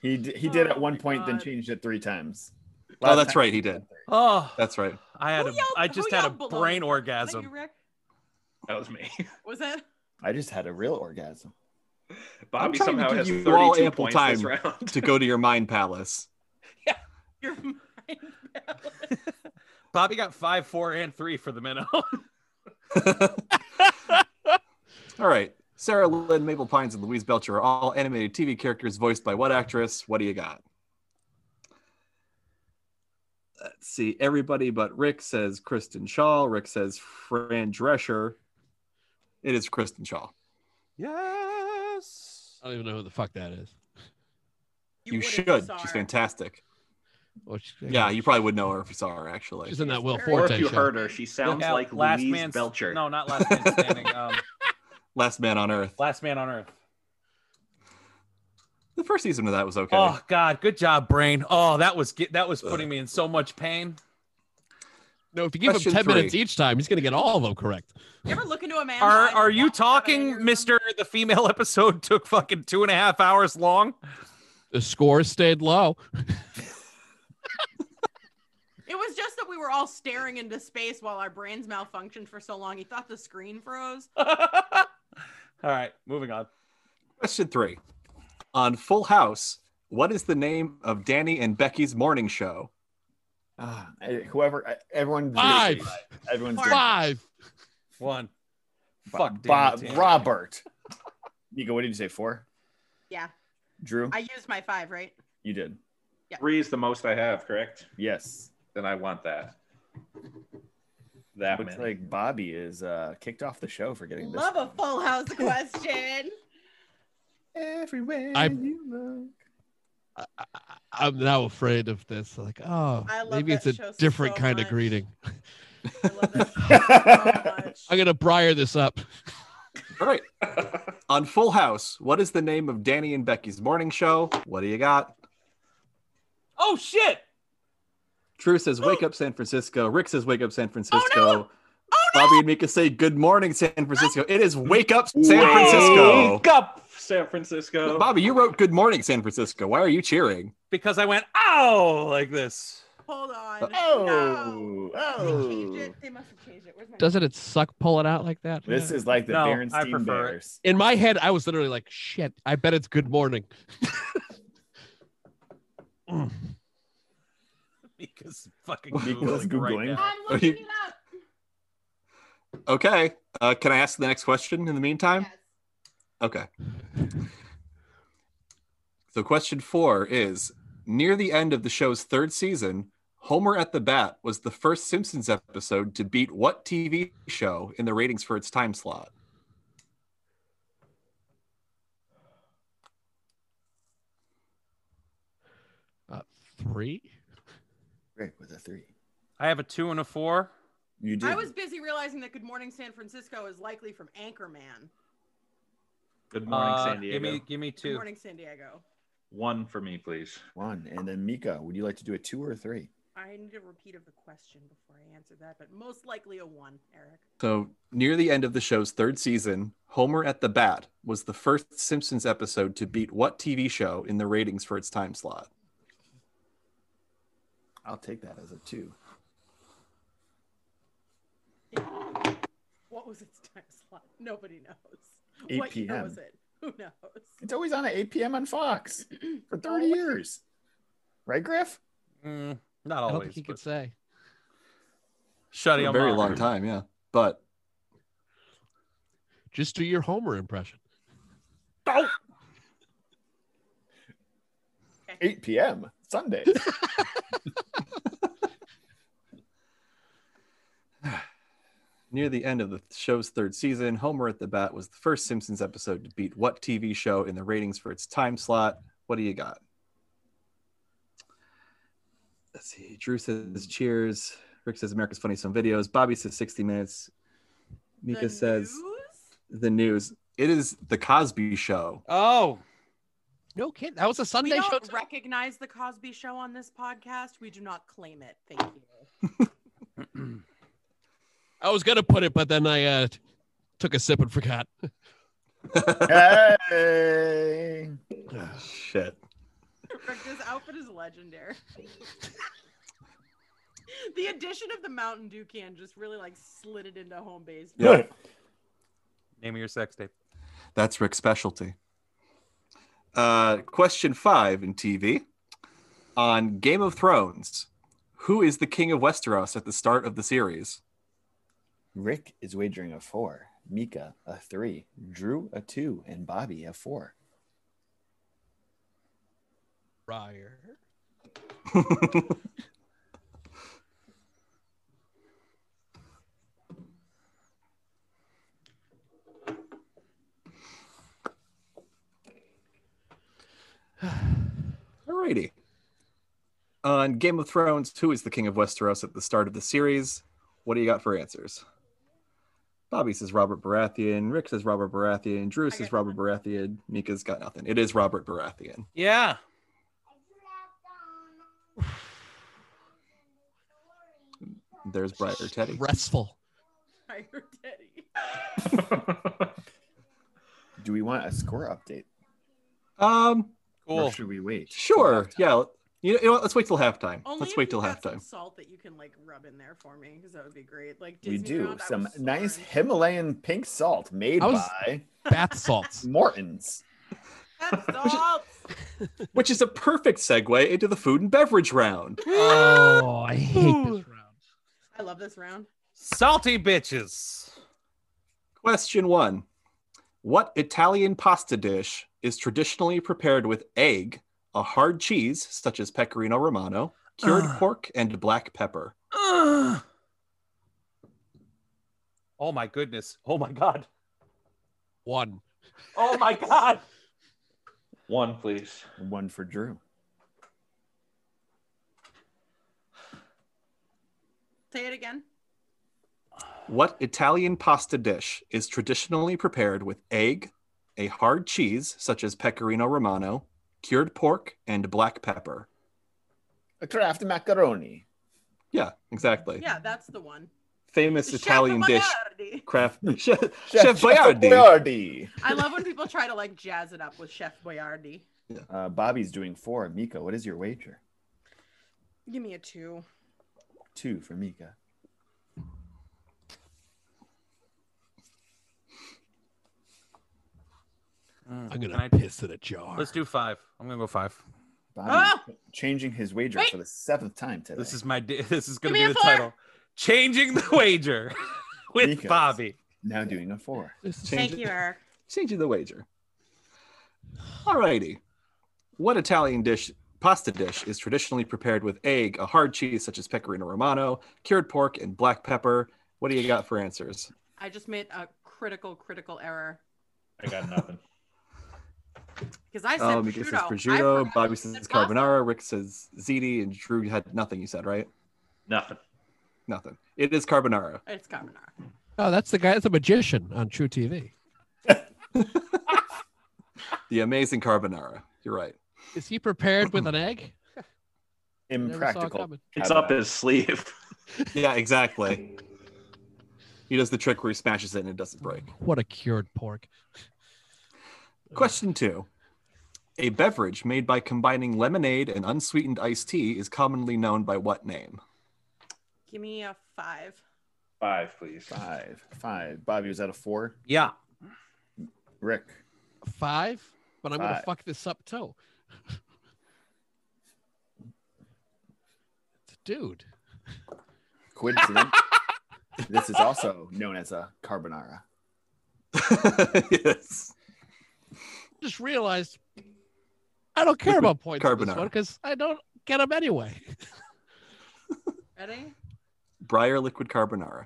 Speaker 4: He d- he did
Speaker 3: Oh
Speaker 4: at one
Speaker 3: my
Speaker 4: point, then
Speaker 3: God.
Speaker 4: changed it three times.
Speaker 2: Oh,
Speaker 4: Last
Speaker 2: that's
Speaker 4: time-
Speaker 2: right. He did.
Speaker 7: Oh,
Speaker 2: That's right.
Speaker 7: I had
Speaker 3: Who
Speaker 7: a,
Speaker 3: yelled-
Speaker 7: I just
Speaker 3: who
Speaker 7: had a
Speaker 3: yelled baloney?
Speaker 7: brain
Speaker 3: Was that you,
Speaker 7: orgasm.
Speaker 3: Rick?
Speaker 6: That was me.
Speaker 3: Was that?
Speaker 4: I just had a real orgasm.
Speaker 6: Bobby
Speaker 2: trying to
Speaker 6: somehow
Speaker 2: give
Speaker 6: has
Speaker 2: you all
Speaker 6: 32
Speaker 2: ample
Speaker 6: points this
Speaker 2: time
Speaker 6: round.
Speaker 2: To go to your mind palace.
Speaker 3: Your mind palace.
Speaker 7: Bobby got five, four, and three for the minnow.
Speaker 2: All right. Sarah Lynn, Mabel Pines, and Louise Belcher are all animated TV characters voiced by what actress? What do you got? let's see, everybody but Rick says Kristen Shaw. Rick says Fran Drescher. It is Kristen Shaw.
Speaker 7: Yes.
Speaker 5: I don't even know who the fuck that is.
Speaker 2: You,
Speaker 3: would've
Speaker 2: should.
Speaker 3: saw
Speaker 2: She's
Speaker 3: her.
Speaker 2: fantastic.
Speaker 5: Well, she-
Speaker 2: Yeah, you probably would know her if you saw her, actually.
Speaker 5: She's in that Will
Speaker 3: Or
Speaker 6: Or
Speaker 5: Forte
Speaker 6: if you
Speaker 5: show.
Speaker 6: heard her, she sounds
Speaker 7: Yeah,
Speaker 6: like
Speaker 7: last
Speaker 6: Louise
Speaker 7: man,
Speaker 6: Belcher.
Speaker 7: No, not last man standing. Um,
Speaker 2: Last Man on Earth.
Speaker 7: last man on earth.
Speaker 2: The first season of that was okay.
Speaker 7: Oh God, good job, brain. Oh, that was ge- that was putting me in so much pain.
Speaker 5: No, if you give
Speaker 2: Question
Speaker 5: him ten
Speaker 2: three.
Speaker 5: minutes each time, he's gonna get all of them correct.
Speaker 3: You ever look into a man?
Speaker 7: Are are you talking, Mister? The female episode took fucking two and a half hours long.
Speaker 5: The score stayed low.
Speaker 3: It was just that we were all staring into space while our brains malfunctioned for so long. He thought the screen froze.
Speaker 7: All right, moving on.
Speaker 2: Question three. On Full House, what is the name of Danny and Becky's morning show?
Speaker 4: Ah, I- whoever, I- everyone.
Speaker 5: Five.
Speaker 4: Everyone's
Speaker 5: Five.
Speaker 7: One.
Speaker 4: Fuck.
Speaker 7: Fuck,
Speaker 4: Bob,
Speaker 7: damn it.
Speaker 4: Robert. Nico, what did you say? Four.
Speaker 3: Yeah,
Speaker 4: Drew,
Speaker 3: I used my five, right?
Speaker 4: you did.
Speaker 6: Three is the most I have, correct?
Speaker 4: Yes.
Speaker 6: Then I want that. That
Speaker 4: Looks
Speaker 6: many.
Speaker 4: like Bobby is uh, kicked off the show for getting this.
Speaker 3: Love a Full House question.
Speaker 4: Everywhere
Speaker 5: I-
Speaker 4: you look.
Speaker 5: I, I, I'm now afraid of this. Like, oh,
Speaker 3: I love
Speaker 5: maybe
Speaker 3: that
Speaker 5: it's a
Speaker 3: show
Speaker 5: different
Speaker 3: so
Speaker 5: kind
Speaker 3: much.
Speaker 5: of greeting.
Speaker 3: I love that so much.
Speaker 5: I'm gonna briar this up.
Speaker 2: All right. On Full House, what is the name of Danny and Becky's morning show? What do you got?
Speaker 7: Oh shit!
Speaker 2: Drew says, Wake up San Francisco. Rick says, Wake up San Francisco.
Speaker 3: Oh no!
Speaker 2: Bobby and Mika say, Good morning, San Francisco. It is Wake up San
Speaker 6: Wake
Speaker 2: Francisco.
Speaker 7: Up
Speaker 6: San Francisco.
Speaker 2: Bobby, you wrote Good morning, San Francisco. Why are you cheering?
Speaker 7: because I went ow like this.
Speaker 3: Hold on. No.
Speaker 4: Oh,
Speaker 3: They changed
Speaker 4: oh.
Speaker 3: it. They must have changed it. Where's my
Speaker 5: Doesn't it suck? Pull it out like that.
Speaker 4: This is like the
Speaker 7: No,
Speaker 4: Baron
Speaker 7: I
Speaker 4: Berenstein
Speaker 7: prefer it.
Speaker 4: Bears.
Speaker 5: In my head, I was literally like, "Shit! I bet it's good morning."
Speaker 7: Because fucking
Speaker 4: Mika's
Speaker 7: Googling, right
Speaker 4: Googling.
Speaker 7: now.
Speaker 3: I'm looking it up.
Speaker 2: Okay. Uh, can I ask the next question in the meantime?
Speaker 3: Yes.
Speaker 2: Okay. So, question four is Near the end of the show's third season, Homer at the Bat was the first Simpsons episode to beat what TV show in the ratings for its time slot?
Speaker 5: Uh, three.
Speaker 4: Rick with a three.
Speaker 7: I have a two and a four.
Speaker 4: You did.
Speaker 3: I was busy realizing that Good Morning San Francisco is likely from Anchorman.
Speaker 6: Good morning,
Speaker 7: Uh,
Speaker 6: San Diego.
Speaker 7: Give me, give me
Speaker 3: Good
Speaker 7: two.
Speaker 3: Morning San Diego.
Speaker 6: One for me, please.
Speaker 4: one. And then Mika, would you like to do a two or a three?
Speaker 3: I need a repeat of the question before I answer that, but most likely a one, Eric.
Speaker 2: So, near the end of the show's third season, Homer at the Bat was the first Simpsons episode to beat what TV show in the ratings for its time slot?
Speaker 4: I'll take that as a two.
Speaker 3: What was its time slot? Nobody knows.
Speaker 4: 8
Speaker 3: what year
Speaker 4: PM.
Speaker 3: was it? Who knows?
Speaker 4: It's always on at 8 p.m. on Fox for 30
Speaker 3: Always.
Speaker 4: years. Right, Griff?
Speaker 7: Mm, not
Speaker 5: I don't think
Speaker 7: always.
Speaker 5: he could
Speaker 7: but-
Speaker 5: say.
Speaker 7: Shuddy,
Speaker 2: For a
Speaker 7: I'm
Speaker 2: very
Speaker 7: on.
Speaker 2: long time, yeah. But
Speaker 5: Just do your Homer impression.
Speaker 4: 8 p.m. Sunday.
Speaker 2: near the end of the show's third season, Homer at the Bat was the first Simpsons episode to beat what TV show in the ratings for its time slot? What do you got? Let's see. Drew says cheers. Rick says America's Funniest Home Videos. Bobby says 60 Minutes.
Speaker 3: The
Speaker 2: Mika says
Speaker 3: news?
Speaker 2: the news. It is the Cosby Show.
Speaker 7: Oh,
Speaker 5: No kid. That was a
Speaker 3: We
Speaker 5: Sunday show.
Speaker 3: don't
Speaker 5: too.
Speaker 3: recognize the Cosby Show on this podcast. We do not claim it. Thank you.
Speaker 5: I was gonna put it, but then I uh, t- took a sip and forgot.
Speaker 4: hey.
Speaker 2: Shit.
Speaker 3: Rick, this outfit is legendary. the addition of the Mountain Dew can just really like slid it into home base.
Speaker 2: Yeah.
Speaker 7: name of your sex tape.
Speaker 2: That's Rick's specialty. Uh, question five in TV on Game of Thrones: Who is the king of Westeros at the start of the series?
Speaker 4: Rick is wagering a four, Mika a three, Drew a two, and Bobby a four.
Speaker 5: Briar.
Speaker 2: Alrighty. On Game of Thrones, who is the king of Westeros at the start of the series? What do you got for answers? Bobby says Robert Baratheon. Rick says Robert Baratheon. Drew
Speaker 3: got
Speaker 2: says Robert Baratheon. Mika's got nothing. It is Robert Baratheon.
Speaker 7: Yeah.
Speaker 2: There's Briar Teddy.
Speaker 5: Restful.
Speaker 3: Tiger Teddy.
Speaker 4: Do we want a score update?
Speaker 2: Um,
Speaker 4: Or
Speaker 7: Cool.
Speaker 4: should we wait?
Speaker 2: sure. Yeah. You know, you know what? Let's wait till halftime.
Speaker 3: Only
Speaker 2: Let's
Speaker 3: if
Speaker 2: wait till
Speaker 3: you got some
Speaker 2: halftime.
Speaker 3: Salt that you can like rub in there for me because that would be great. Like
Speaker 4: We
Speaker 3: Disney
Speaker 4: do
Speaker 3: World, I
Speaker 4: some
Speaker 3: was so
Speaker 4: nice
Speaker 3: orange.
Speaker 4: Himalayan pink salt made
Speaker 5: I was-
Speaker 4: by
Speaker 5: Bath salts.
Speaker 4: Morton's.
Speaker 3: That's salt.
Speaker 2: Which is a perfect segue into the food and beverage round.
Speaker 5: oh, I hate this round.
Speaker 3: I love this round.
Speaker 7: Salty bitches.
Speaker 2: Question one What Italian pasta dish is traditionally prepared with egg, a hard cheese, such as pecorino romano, cured
Speaker 3: Ah.
Speaker 7: Ugh.
Speaker 2: pork, and black pepper?
Speaker 7: Ugh. Oh my goodness. Oh my god.
Speaker 5: One.
Speaker 7: Oh my god.
Speaker 6: One, please.
Speaker 4: One for Drew.
Speaker 3: Say it again.
Speaker 2: What Italian pasta dish is traditionally prepared with egg, a hard cheese, such as pecorino romano, cured pork, and black pepper?
Speaker 4: A Kraft macaroni.
Speaker 2: Yeah, exactly.
Speaker 3: Yeah, that's the one.
Speaker 2: Famous
Speaker 3: Chef
Speaker 2: Italian dish.
Speaker 3: Boyardee.
Speaker 2: Craft Hmm. Chef, Chef Boyardee.
Speaker 4: Boyardee.
Speaker 3: I love when people try to like jazz it up with Chef Boyardee.
Speaker 4: Uh, Bobby's doing four. Mika, what is your wager?
Speaker 3: Give me a two.
Speaker 4: Two for Mika.
Speaker 5: I'm
Speaker 7: Hmm, Can
Speaker 5: gonna
Speaker 7: I-
Speaker 5: piss in a jar.
Speaker 7: Let's do five. I'm gonna go five.
Speaker 4: Bobby changing his wager
Speaker 3: Wait.
Speaker 4: for the seventh time today.
Speaker 7: This is my. di- This is gonna
Speaker 3: Give
Speaker 7: be
Speaker 3: me
Speaker 7: the
Speaker 3: a four.
Speaker 7: title. Changing the wager with
Speaker 4: Mika.
Speaker 7: Bobby.
Speaker 4: now doing a four.
Speaker 5: This is-
Speaker 2: Change
Speaker 3: Thank
Speaker 2: it.
Speaker 3: you, Eric.
Speaker 2: changing the wager. Alrighty. What Italian dish pasta dish is traditionally prepared with egg, a hard cheese such as pecorino romano, cured pork, and black pepper? What do you got for answers?
Speaker 3: I just made a critical, critical error
Speaker 6: I got nothing.
Speaker 3: because I said
Speaker 2: Oh, Mika says
Speaker 3: prosciutto. I
Speaker 2: prosciutto,
Speaker 3: forgot
Speaker 2: Bobby
Speaker 3: you
Speaker 2: says
Speaker 3: said pasta.
Speaker 2: carbonara, Rick says ziti, and Drew had nothing. You said right?
Speaker 6: nothing.
Speaker 2: Nothing. It is carbonara.
Speaker 3: It's carbonara.
Speaker 5: Oh, that's the guy. That's a magician on True TV.
Speaker 2: The amazing carbonara. You're right.
Speaker 5: Is he prepared with an egg?
Speaker 7: Hmm,
Speaker 5: Never saw it
Speaker 4: Impractical.
Speaker 5: coming.
Speaker 6: It's up his sleeve.
Speaker 2: Yeah, exactly. He does the trick where he smashes it and it doesn't break.
Speaker 5: What a cured pork.
Speaker 2: Question two. A beverage made by combining lemonade and unsweetened iced tea is commonly known by what name?
Speaker 3: Give me a five.
Speaker 6: Five, please.
Speaker 4: Five. Five. Bobby was at a four.
Speaker 7: Yeah.
Speaker 4: Rick.
Speaker 5: Five, but I'm going
Speaker 4: Five.
Speaker 5: to fuck this up too. Dude,
Speaker 4: Coincidence. this is also known as a carbonara.
Speaker 2: yes.
Speaker 5: just realized I don't care about points on this
Speaker 2: carbonara.
Speaker 5: one because I don't get them anyway.
Speaker 3: Ready?
Speaker 2: Briar liquid carbonara.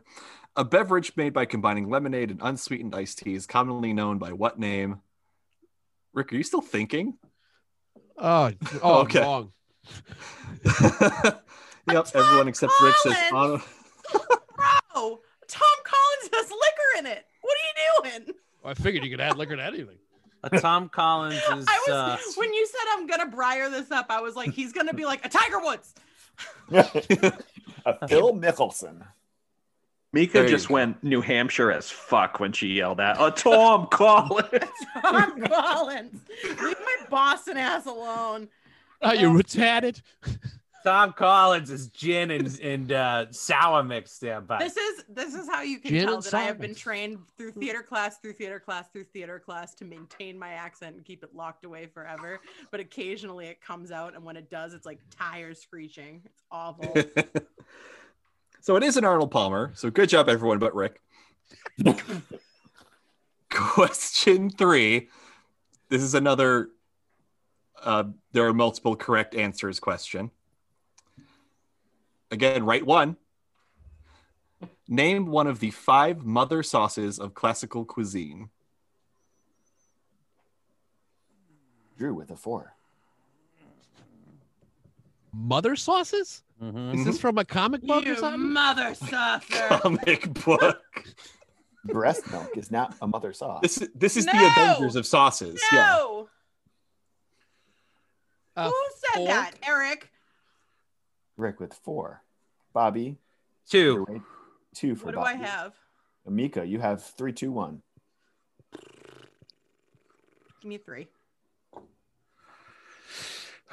Speaker 2: A beverage made by combining lemonade and unsweetened iced tea is commonly known by what name? Rick, are you still thinking?
Speaker 5: Oh, oh,
Speaker 2: Okay.
Speaker 5: I'm wrong.
Speaker 2: yep, everyone except Rick says
Speaker 3: Collins. Bro, Oh, Tom Collins has liquor in it. What are you doing?
Speaker 5: I figured you could add liquor to anything.
Speaker 7: A Tom Collins is.
Speaker 3: I was
Speaker 7: uh,
Speaker 3: when you said I'm gonna briar this up, I was like, he's gonna be like a Tiger Woods.
Speaker 4: a Phil Mickelson.
Speaker 6: Mika
Speaker 2: There you
Speaker 6: just
Speaker 2: go.
Speaker 6: went New Hampshire as fuck when she yelled out, "A Tom Collins."
Speaker 3: Tom Collins. Leave my Boston ass alone.
Speaker 5: Oh, you retarded.
Speaker 7: Tom Collins is gin and, and uh, sour mix there, but
Speaker 3: This is this is how you can
Speaker 5: Gin
Speaker 3: tell
Speaker 5: and
Speaker 3: that I have been
Speaker 5: Simons.
Speaker 3: trained through theater class, through theater class, through theater class to maintain my accent and keep it locked away forever. But occasionally it comes out, and when it does, it's like tires screeching. It's awful.
Speaker 2: Connor. so it is an Arnold Palmer. So good job, everyone but Rick. Question three. This is another, uh, there are multiple correct answers question. Again, right one. Name one of the five mother sauces of classical cuisine.
Speaker 4: Drew with a four.
Speaker 5: mother sauces?
Speaker 7: Mhm.
Speaker 5: Is
Speaker 2: Mm-hmm.
Speaker 5: this from a comic book or
Speaker 3: Mm-hmm. You
Speaker 5: something?
Speaker 3: mother sucker.
Speaker 2: Comic book.
Speaker 9: Breast milk is not a mother sauce.
Speaker 2: This is this is the
Speaker 3: No!
Speaker 2: Avengers of sauces. Yeah.
Speaker 3: No.
Speaker 5: Uh,
Speaker 3: Who said
Speaker 5: fork?
Speaker 3: that, Eric?
Speaker 9: Rick with four. Bobby, you're
Speaker 7: Two.
Speaker 9: right. Two for
Speaker 3: What do I
Speaker 9: Bobby.
Speaker 3: have?
Speaker 9: Amika, you have three, two, one.
Speaker 3: Give me three.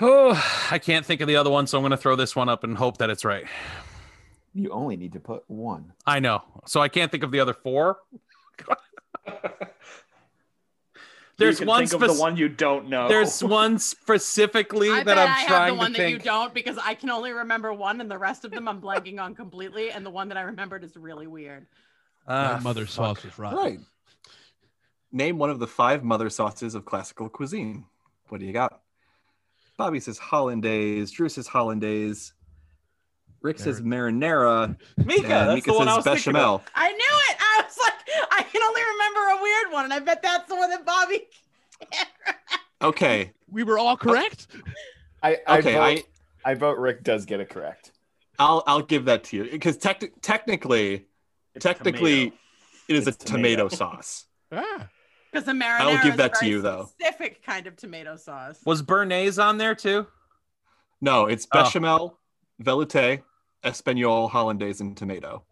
Speaker 7: Oh, I can't think of the other one, so I'm going to throw this one up and hope that it's right.
Speaker 9: You only need to put one.
Speaker 7: I know. So I can't think of the other four. There's
Speaker 6: you can
Speaker 7: one
Speaker 6: think of
Speaker 7: spec-
Speaker 6: the one you don't
Speaker 10: Oh.
Speaker 6: know.
Speaker 7: There's one specifically
Speaker 3: I
Speaker 7: that
Speaker 3: bet
Speaker 7: I'm
Speaker 3: I have
Speaker 7: trying
Speaker 3: the one
Speaker 7: to
Speaker 3: that you
Speaker 7: think.
Speaker 3: don't because I can only remember one and the rest of them I'm blanking on completely. And the one that I remembered is really weird.
Speaker 7: Ah,
Speaker 5: that mother sauce was rotten.
Speaker 2: Right. Name one of the five mother sauces of classical cuisine. What do you got? Bobby says hollandaise. Drew says hollandaise. Rick says marinara.
Speaker 10: Mika,
Speaker 2: and
Speaker 10: that's
Speaker 2: Mika
Speaker 10: the one I
Speaker 2: says
Speaker 10: was thinking of.
Speaker 2: bechamel.
Speaker 3: I knew it. I was like, I can only remember a weird one. And I bet that's the one that Bobby.
Speaker 2: Okay.
Speaker 5: We were all correct.
Speaker 9: I, I
Speaker 2: Okay.
Speaker 9: vote,
Speaker 2: I,
Speaker 9: I, vote Rick does get it correct.
Speaker 2: I'll I'll give that to you because tec- technically,
Speaker 6: It's
Speaker 2: technically,
Speaker 6: tomato.
Speaker 2: it is
Speaker 9: It's
Speaker 2: a tomato,
Speaker 9: tomato.
Speaker 2: sauce.
Speaker 5: Ah,
Speaker 3: Because the marinara
Speaker 2: will give
Speaker 3: is a
Speaker 2: that to
Speaker 3: very
Speaker 2: you, though.
Speaker 3: Specific kind of tomato sauce.
Speaker 7: Was Bernays on there too?
Speaker 2: No, it's
Speaker 7: Oh.
Speaker 2: bechamel, velouté, espagnole, hollandaise, and tomato.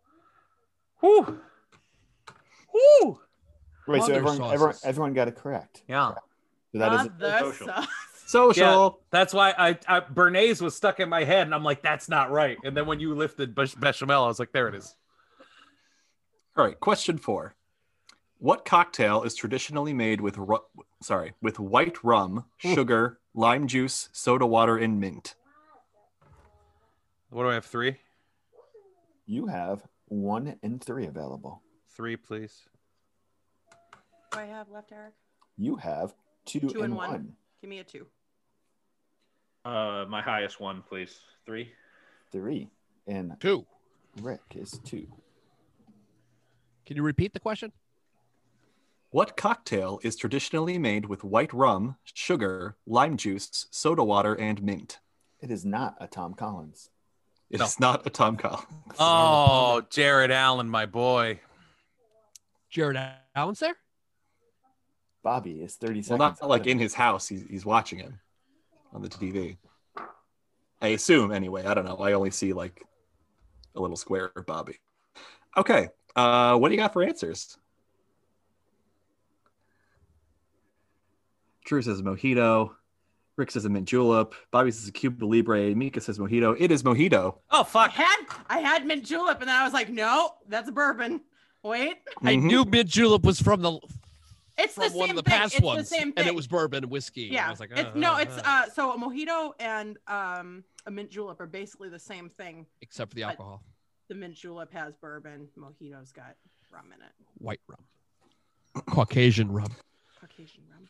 Speaker 7: Whew. Whew.
Speaker 9: Wait, so
Speaker 5: Mother
Speaker 9: everyone, everyone,
Speaker 5: sauces.
Speaker 9: everyone got it correct.
Speaker 7: Yeah.
Speaker 9: So that is
Speaker 3: Mother
Speaker 6: social.
Speaker 3: sauce.
Speaker 2: Social.
Speaker 7: That's why I, I Bernays was stuck in my head, and I'm like, that's not right. And then when you lifted bech- bechamel, I was like, there it is.
Speaker 2: All right. Question four: What cocktail is traditionally made with ru- sorry with white rum,
Speaker 9: Hmm.
Speaker 2: sugar, lime juice, soda water, and mint?
Speaker 7: What do I have? Three,
Speaker 9: you have one and three available.
Speaker 7: three, please.
Speaker 3: Do I have left, Eric?
Speaker 9: You have two,
Speaker 3: Two
Speaker 9: and,
Speaker 3: and one.
Speaker 9: one.
Speaker 3: Give me a two.
Speaker 6: Uh, my highest one, please. Three.
Speaker 9: Three. And
Speaker 5: two.
Speaker 9: Rick is two.
Speaker 5: Can you repeat the question?
Speaker 2: What cocktail is traditionally made with white rum, sugar, lime juice, soda water, and mint?
Speaker 9: It is not a Tom Collins.
Speaker 2: It's
Speaker 7: No.
Speaker 2: not a Tom Collins.
Speaker 7: Oh, Jared Allen, my boy.
Speaker 5: Jared Allen's there?
Speaker 9: Bobby is 30
Speaker 2: Well,
Speaker 9: seconds.
Speaker 2: not like in his house. He's, he's watching him on the TV. I assume, anyway. I don't know. I only see like a little square of Bobby. Okay. Uh, what do you got for answers? Drew says mojito. Rick says a mint julep. Bobby says a Cuba Libre. Mika says mojito. It is mojito.
Speaker 7: Oh
Speaker 3: I
Speaker 7: fuck.
Speaker 3: had I had mint julep and then I was like, no, that's bourbon. Wait,
Speaker 5: I
Speaker 2: Mhm.
Speaker 5: knew mid julep was from the
Speaker 3: it's
Speaker 5: from
Speaker 3: the
Speaker 5: one
Speaker 3: same
Speaker 5: of the
Speaker 3: thing.
Speaker 5: past
Speaker 3: it's
Speaker 5: ones,
Speaker 3: the same thing.
Speaker 5: and it was bourbon and whiskey. and
Speaker 3: yeah.
Speaker 5: I was like,
Speaker 3: it's,
Speaker 5: uh,
Speaker 3: no,
Speaker 5: uh,
Speaker 3: it's uh, so a mojito and um a mint julep are basically the same thing.
Speaker 5: except for the
Speaker 3: but-
Speaker 5: alcohol,
Speaker 3: The mint julep has bourbon. Mojito's got rum in it.
Speaker 5: white rum, Caucasian rum.
Speaker 3: Caucasian rum.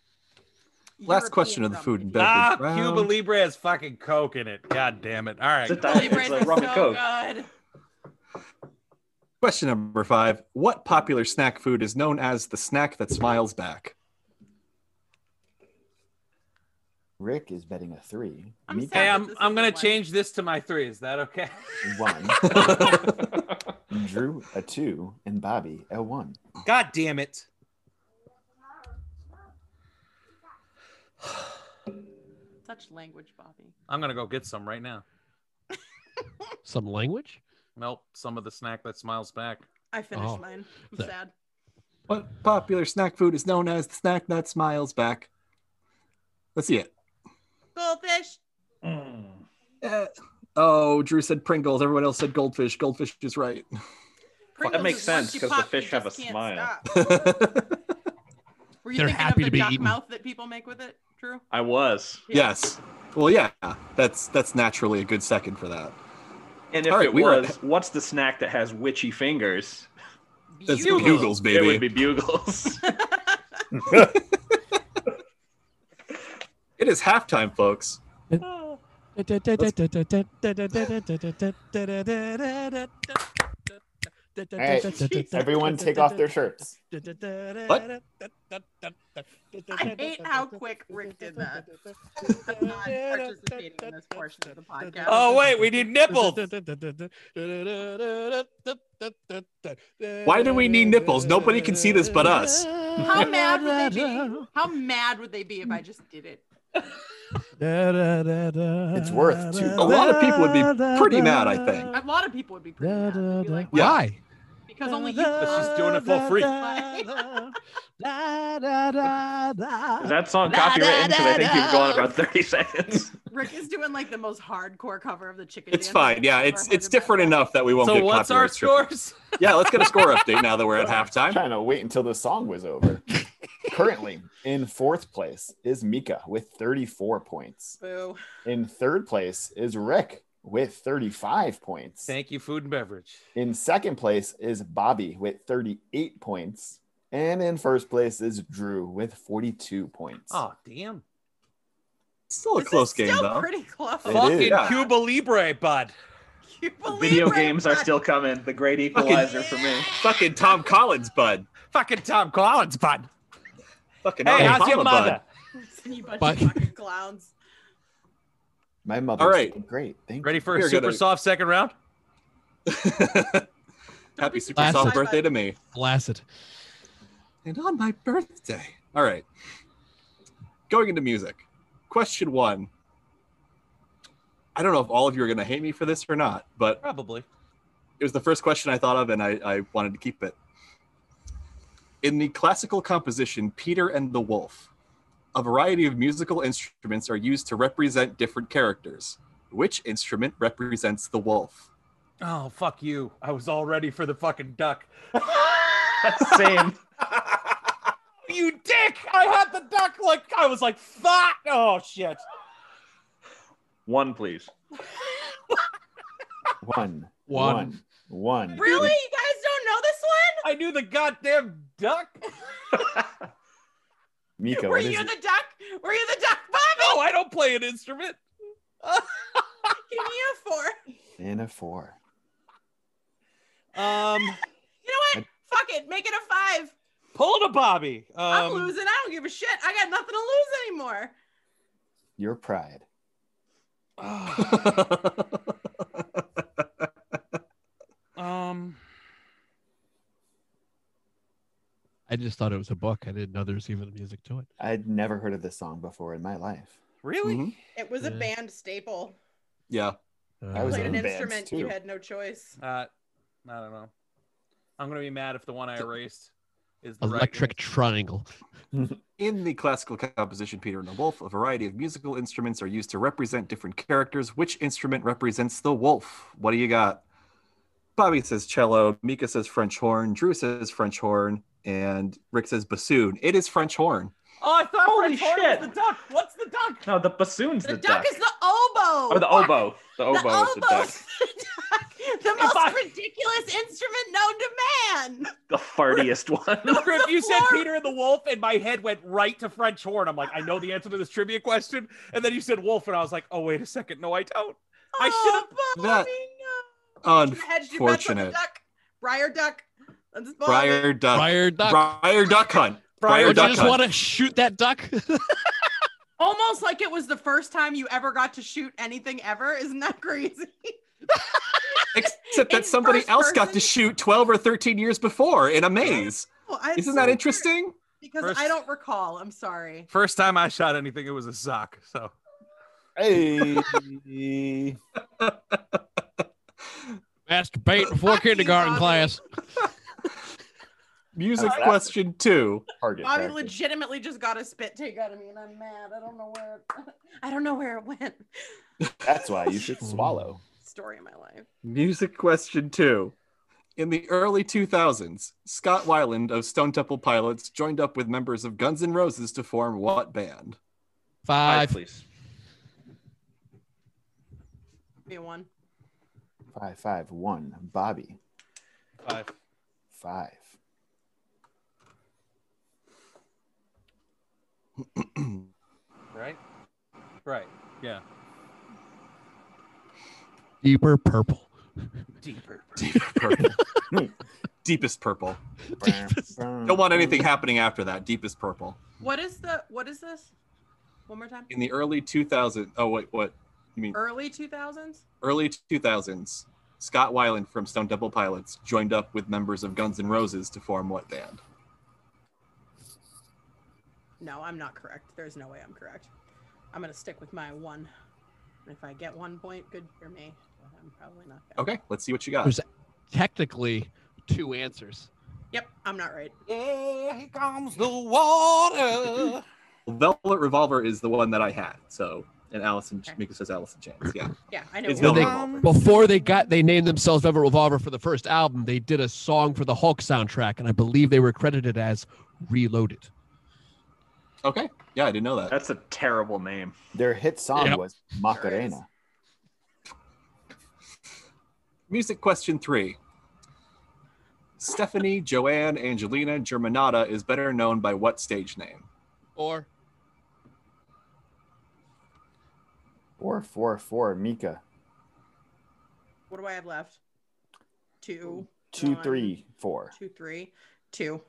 Speaker 2: Last question of the
Speaker 3: rum,
Speaker 2: food
Speaker 3: if
Speaker 2: and
Speaker 3: you-
Speaker 2: beverage.
Speaker 7: Ah,
Speaker 2: round.
Speaker 7: Cuba Libre has fucking coke in it. God damn it. All right.
Speaker 6: It's a,
Speaker 3: Holy
Speaker 6: diet. it's
Speaker 3: Grail
Speaker 6: a
Speaker 3: is
Speaker 6: rum and
Speaker 3: so
Speaker 6: coke.
Speaker 3: good.
Speaker 2: Question number five. What popular snack food is known as the snack that smiles back?
Speaker 9: Rick is betting a three.
Speaker 3: I'm
Speaker 9: Mika,
Speaker 7: Hey,
Speaker 3: sad.
Speaker 7: I'm
Speaker 3: This is
Speaker 7: I'm
Speaker 3: the
Speaker 7: gonna
Speaker 3: one.
Speaker 7: change this to my three. Is that okay?
Speaker 9: one. Drew, a two. And Bobby, a one.
Speaker 7: God damn it.
Speaker 3: Such language, Bobby.
Speaker 7: I'm gonna go get some right now.
Speaker 5: Some language.
Speaker 7: Melt some of the snack that smiles back.
Speaker 3: I finished
Speaker 5: Oh.
Speaker 3: mine. I'm
Speaker 5: The-
Speaker 3: sad.
Speaker 2: What popular snack food is known as the snack that smiles back? Let's see it.
Speaker 3: Goldfish.
Speaker 6: Mm.
Speaker 3: Uh,
Speaker 2: Eh. oh, Drew said Pringles. Everyone else said goldfish. Goldfish is right.
Speaker 3: Pringles
Speaker 6: makes
Speaker 3: is once
Speaker 6: sense
Speaker 3: you
Speaker 6: 'cause the
Speaker 3: pop, you
Speaker 6: fish have
Speaker 3: just
Speaker 6: a
Speaker 3: can't
Speaker 6: smile.
Speaker 3: stop. Were you
Speaker 5: They're
Speaker 3: thinking
Speaker 5: happy
Speaker 3: of the
Speaker 5: to be
Speaker 3: duck
Speaker 5: eaten.
Speaker 3: mouth that people make with it, Drew?
Speaker 6: I was.
Speaker 2: yes. Well, yeah. That's that's naturally a good second for that.
Speaker 6: And if
Speaker 2: All right,
Speaker 6: it
Speaker 2: we are-
Speaker 6: was, what's the snack that has witchy fingers?
Speaker 2: That's bugles,
Speaker 3: Bugles.
Speaker 6: It
Speaker 2: baby.
Speaker 6: would be bugles.
Speaker 2: it is halftime, folks.
Speaker 9: right, Everyone take off their shirts.
Speaker 5: What?
Speaker 3: I hate how quick Rick did that. I'm not participating in this portion of the podcast.
Speaker 7: Oh wait, we need nipples.
Speaker 5: Why
Speaker 2: Why do we need nipples? Nobody can see this but us.
Speaker 3: How mad would they be? How mad would they be if I just did it?
Speaker 9: It's worth two.
Speaker 2: A lot of people would be pretty mad, I think.
Speaker 3: A lot of people would be pretty mad. They'd be like,
Speaker 2: Yeah.
Speaker 5: Why?
Speaker 3: because only you.
Speaker 7: That's just doing it for free.
Speaker 6: That song copyrighted because I think you've gone about 30 seconds.
Speaker 3: Rick is doing like the most hardcore cover of the chicken.
Speaker 2: It's
Speaker 3: dance
Speaker 2: fine.
Speaker 3: I've
Speaker 2: Yeah,
Speaker 3: ever
Speaker 2: it's
Speaker 3: heard
Speaker 2: it's
Speaker 3: in my
Speaker 2: different
Speaker 3: life.
Speaker 2: enough that we won't
Speaker 7: So
Speaker 2: get
Speaker 7: what's our
Speaker 2: copyright stricken.
Speaker 7: scores?
Speaker 2: Yeah, let's get a score update now that we're at
Speaker 9: I'm
Speaker 2: halftime.
Speaker 9: trying to wait until the song was over. Currently, in fourth place is Mika with 34 points.
Speaker 3: Boo.
Speaker 9: In third place is Rick with 35 points.
Speaker 7: Thank you, food and beverage.
Speaker 9: In second place is Bobby with 38 points. And in first place is Drew with 42 points.
Speaker 3: Ah.
Speaker 7: Oh damn!
Speaker 2: Still a
Speaker 3: This is
Speaker 2: close game
Speaker 3: still
Speaker 2: though.
Speaker 3: Pretty close.
Speaker 9: It
Speaker 7: Fucking
Speaker 9: is.
Speaker 2: Yeah.
Speaker 7: Cuba Libre, bud.
Speaker 3: Can you believe
Speaker 6: Video
Speaker 3: it?
Speaker 6: games are still coming. The great equalizer for me.
Speaker 2: Fucking Tom Collins, bud.
Speaker 7: Fucking Tom Collins, bud.
Speaker 2: Fucking
Speaker 7: Hey,
Speaker 2: Obama,
Speaker 7: how's your mother?
Speaker 2: bud.
Speaker 3: You bunch
Speaker 5: But-
Speaker 3: of fucking clowns.
Speaker 9: My mother's
Speaker 2: All right.
Speaker 9: doing great. Thank
Speaker 7: Ready for a
Speaker 2: We're
Speaker 7: super
Speaker 2: gonna-
Speaker 7: soft second round?
Speaker 2: Happy super
Speaker 5: Last
Speaker 2: soft
Speaker 3: time.
Speaker 2: birthday to me.
Speaker 5: Blasted.
Speaker 2: And on my birthday. All right. Going into music. Question one. I don't know if all of you are going to hate me for this or not, but
Speaker 7: Probably.
Speaker 2: it was the first question I thought of and I, I wanted to keep it. In the classical composition Peter and the Wolf, a variety of musical instruments are used to represent different characters. Which instrument represents the wolf?
Speaker 7: Oh fuck you! I was all ready for the fucking duck.
Speaker 6: Same.
Speaker 7: you dick! I had the duck. Like I was like, fuck! Oh shit!
Speaker 6: One, please.
Speaker 9: you. One.
Speaker 5: One.
Speaker 9: One. One.
Speaker 3: Really? You guys don't know this one?
Speaker 7: I knew the goddamn duck.
Speaker 9: Mika,
Speaker 3: Were
Speaker 9: what is
Speaker 3: you
Speaker 9: it?
Speaker 3: the duck? Were you the duck, Bobby?
Speaker 7: No, I don't play an instrument.
Speaker 3: Give me a four.
Speaker 9: in a four?
Speaker 7: Um,
Speaker 3: You know what? Fuck it. Make it a five.
Speaker 7: pull it a Bobby.
Speaker 3: I'm
Speaker 7: Um,
Speaker 3: losing. I don't give a shit. I got nothing to lose anymore.
Speaker 9: Your pride.
Speaker 7: um,
Speaker 5: I just thought it was a book. I didn't know there was even music to it.
Speaker 9: I'd never heard of this song before in my life.
Speaker 7: really?
Speaker 2: Mhm.
Speaker 3: It was a
Speaker 5: Yeah.
Speaker 3: band staple.
Speaker 2: Yeah.
Speaker 5: Uh,
Speaker 9: I was
Speaker 3: Played
Speaker 9: in
Speaker 3: an
Speaker 9: bands,
Speaker 3: instrument. You
Speaker 9: too.
Speaker 3: had no choice.
Speaker 7: Uh, I don't know. I'm gonna be mad if the one I erased is the
Speaker 5: Electric Triangle.
Speaker 2: In the classical composition Peter and the Wolf, a variety of musical instruments are used to represent different characters. Which instrument represents the wolf? What do you got? Bobby says cello, Mika says French horn, Drew says French horn, and Rick says bassoon. It is French horn.
Speaker 7: Right. Oh, I thought
Speaker 6: Holy
Speaker 7: French horn
Speaker 6: shit.
Speaker 7: was the duck. What's the duck?
Speaker 6: No, the bassoon's the,
Speaker 3: The duck is the oboe.
Speaker 6: Or the
Speaker 3: Fuck.
Speaker 6: oboe. The oboe is the duck.
Speaker 3: oboe's the duck. The most
Speaker 7: I-
Speaker 3: ridiculous instrument known to man.
Speaker 6: The fartiest one.
Speaker 7: Drew, if
Speaker 3: the
Speaker 7: you said
Speaker 3: floor.
Speaker 7: Peter and the Wolf, and my head went right to French horn. I'm like, I know the answer to this trivia question. And then you said wolf, and I was like, oh wait a second, no, I don't. I should've-
Speaker 3: Oh,
Speaker 2: That-
Speaker 3: Bobby, no. You hedged your bets on the
Speaker 2: Unfortunate.
Speaker 3: duck. Briar duck. That's Bobby.
Speaker 2: Briar duck.
Speaker 5: Briar Duck.
Speaker 2: Uh, Briar duck hunt.
Speaker 5: Briar,
Speaker 2: Briar
Speaker 5: Would you
Speaker 2: duck
Speaker 5: just
Speaker 2: hunt.
Speaker 5: want to shoot that duck?
Speaker 3: Almost like it was the first time you ever got to shoot anything ever. Isn't that crazy?
Speaker 2: Except
Speaker 3: In
Speaker 2: that somebody
Speaker 3: first
Speaker 2: else got
Speaker 3: person?
Speaker 2: to shoot 12 or 13 years before in a maze.
Speaker 3: Well, I'm
Speaker 2: Isn't
Speaker 3: so
Speaker 2: that
Speaker 3: weird
Speaker 2: interesting?
Speaker 3: Because
Speaker 7: First-
Speaker 3: I don't recall. I'm sorry.
Speaker 7: First time I shot anything, it was a sock. So
Speaker 9: Hey.
Speaker 5: Masturbate before
Speaker 3: Fuck you,
Speaker 5: kindergarten
Speaker 3: Bobby.
Speaker 5: class.
Speaker 2: Music
Speaker 9: Okay.
Speaker 2: question two.
Speaker 9: Target
Speaker 3: Bobby
Speaker 9: practice.
Speaker 3: legitimately just got a spit take out of me, and I'm mad. I don't know where. It, I don't know where it went.
Speaker 9: That's why you should swallow.
Speaker 3: Story of my life.
Speaker 2: Music question two. In the early 2000s, Scott Weiland of Stone Temple Pilots joined up with members of Guns N' Roses to form what band?
Speaker 6: Five,
Speaker 5: Five.
Speaker 6: please.
Speaker 3: Be one.
Speaker 9: Five, five, one. Bobby.
Speaker 7: five.
Speaker 9: Five.
Speaker 7: Right? Right. Yeah.
Speaker 5: Deeper purple.
Speaker 8: Deeper.
Speaker 2: Deep purple. Deepest purple. Don't want anything happening after that. Deepest purple.
Speaker 3: What is the what is this? One more time.
Speaker 2: In the early 2000s. Oh wait, what? You mean
Speaker 3: Early two thousands.
Speaker 2: early 2000s? Scott Weiland from Stone Temple Pilots joined up with members of Guns N' Roses to form what band?
Speaker 3: No, I'm not correct. There's no way I'm correct. I'm gonna stick with my one. And If I get one point, good for me. But I'm probably not. Gonna.
Speaker 2: Okay, let's see what you got.
Speaker 5: There's technically two answers.
Speaker 3: Yep, I'm not right.
Speaker 8: Yeah, here comes the water.
Speaker 2: Velvet Revolver is the one that I had. So, and Allison,
Speaker 3: Okay.
Speaker 2: Mika says Allison Chance. Yeah.
Speaker 3: Yeah, I know.
Speaker 2: It's
Speaker 3: one.
Speaker 2: Velvet
Speaker 5: they-
Speaker 2: Revolver.
Speaker 5: Before they got they named themselves Velvet Revolver for the first album, they did a song for the Hulk soundtrack, and I believe they were credited as Reloaded.
Speaker 2: Okay. Yeah, I didn't know that.
Speaker 6: That's a terrible name.
Speaker 9: Their hit song
Speaker 5: Yep.
Speaker 9: was Macarena.
Speaker 2: Music question three. Stephanie Joanne Angelina Germanata is better known by what stage name?
Speaker 5: Or
Speaker 9: Four, four, four. Mika.
Speaker 3: What do I have left? Two,
Speaker 9: Two,
Speaker 3: One.
Speaker 9: three, four.
Speaker 3: two, three, two.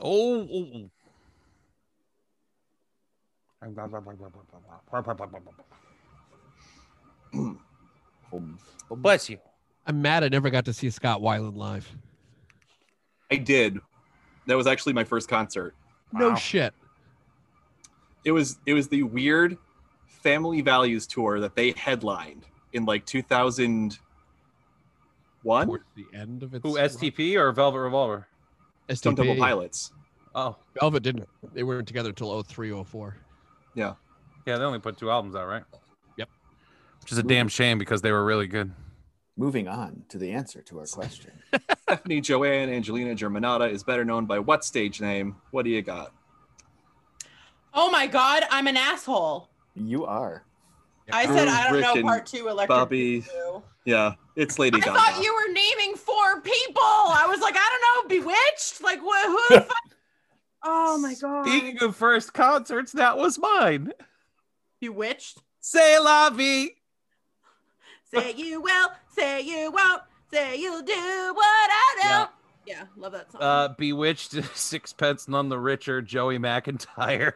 Speaker 8: Oh. oh, oh.
Speaker 9: Boom.
Speaker 8: Bless you.
Speaker 5: I'm mad I never got to see Scott Weiland live.
Speaker 2: I did. That was actually my first concert.
Speaker 5: No shit.
Speaker 2: It was it was the weird Family Values tour that they headlined in like 2001.
Speaker 5: Towards the end of its
Speaker 8: Who STP or Velvet Revolver?
Speaker 5: STP.
Speaker 2: Stone Temple Pilots.
Speaker 8: Oh,
Speaker 5: Velvet didn't. They weren't together oh until 03, 04.
Speaker 8: yeah, they only put two albums out, right?
Speaker 5: Yep.
Speaker 8: Which is a damn shame because they were really good.
Speaker 9: Moving on to the answer to our question.
Speaker 2: Stephanie Joanne Angelina Germanata is better known by what stage name? What do you got?
Speaker 3: Oh my God, I'm an asshole.
Speaker 9: You are.
Speaker 3: I said I don't know
Speaker 2: Frickin'
Speaker 3: part two. Electric
Speaker 2: Bobby.
Speaker 3: Boogaloo.
Speaker 2: Yeah, it's Lady
Speaker 3: I
Speaker 2: Gaga.
Speaker 3: thought you were naming four people. I was like, I don't know, bewitched. Like what? Who? the fu- oh my God.
Speaker 8: Speaking of first concerts, that was mine.
Speaker 3: Bewitched.
Speaker 8: Say la vie.
Speaker 3: Say you will, say you won't, say you'll do what I do. Yeah,
Speaker 8: Yeah.
Speaker 3: love that song.
Speaker 8: Uh, Bewitched, Sixpence None the Richer, Joey McIntyre.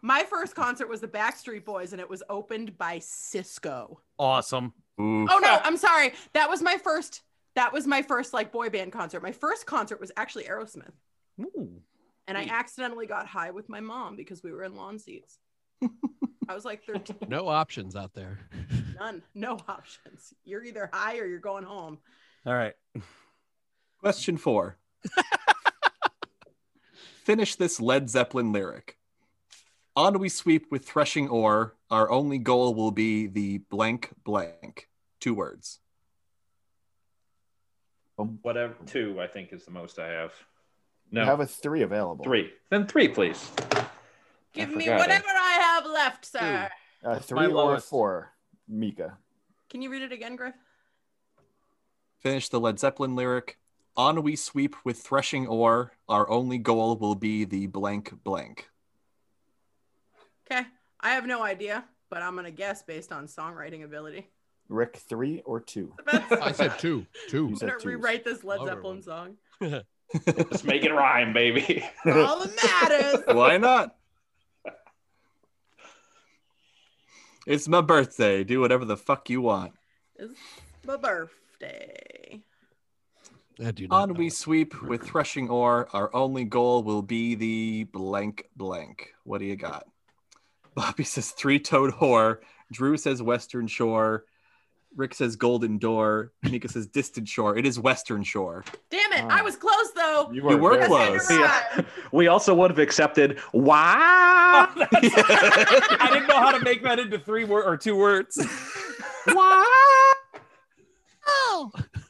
Speaker 3: My first concert was the Backstreet Boys, and it was opened by Cisco.
Speaker 8: Awesome.
Speaker 2: Ooh.
Speaker 3: Oh no, I'm sorry. That was my first. That was my first like boy band concert. My first concert was actually Aerosmith,
Speaker 8: Ooh.
Speaker 3: and I accidentally got high with my mom because we were in lawn seats. I was like 13,
Speaker 5: No options out there.
Speaker 3: none, no options. You're either high or you're going home.
Speaker 8: All right.
Speaker 2: Question four. Finish this Led Zeppelin lyric. On we sweep with threshing oar. Our only goal will be the blank blank. Two words.
Speaker 9: Boom.
Speaker 6: Whatever. Two, I think, is the most I have.
Speaker 9: You
Speaker 6: No,
Speaker 9: have a three available.
Speaker 6: three. Then three, please.
Speaker 3: Give me
Speaker 6: forgot it.
Speaker 3: whatever I have left, sir.
Speaker 9: A
Speaker 8: my
Speaker 9: three or a
Speaker 8: lowest?
Speaker 9: four. Mika.
Speaker 3: Can you read it again, Griff?
Speaker 2: Finish the Led Zeppelin lyric. On we sweep with threshing oar. Our only goal will be the blank blank.
Speaker 3: Okay. I have no idea, but I'm going to guess based on songwriting ability.
Speaker 9: Rick, three or two.
Speaker 5: I said two. Two.
Speaker 9: You
Speaker 3: I'm going
Speaker 9: said
Speaker 3: to
Speaker 9: two.
Speaker 3: rewrite this Led
Speaker 5: Lower
Speaker 3: Zeppelin
Speaker 5: one.
Speaker 3: song.
Speaker 6: Just make it rhyme, baby.
Speaker 3: All that matters.
Speaker 2: Why not? It's my birthday. Do whatever the fuck you want.
Speaker 3: It's my birthday.
Speaker 5: I do not
Speaker 2: On
Speaker 5: know
Speaker 2: we
Speaker 5: it.
Speaker 2: sweep with threshing oar. Our only goal will be the blank blank. What do you got? Bobby says three toed whore. Drew says western shore. Rick says golden door. Mika says distant shore. It is western shore.
Speaker 3: Damn it.
Speaker 9: Oh.
Speaker 3: I was close, though.
Speaker 9: You
Speaker 2: You were
Speaker 9: very
Speaker 2: close.
Speaker 6: Yeah. We also would have accepted. Wow.
Speaker 8: I didn't know how to make that into three word or two words.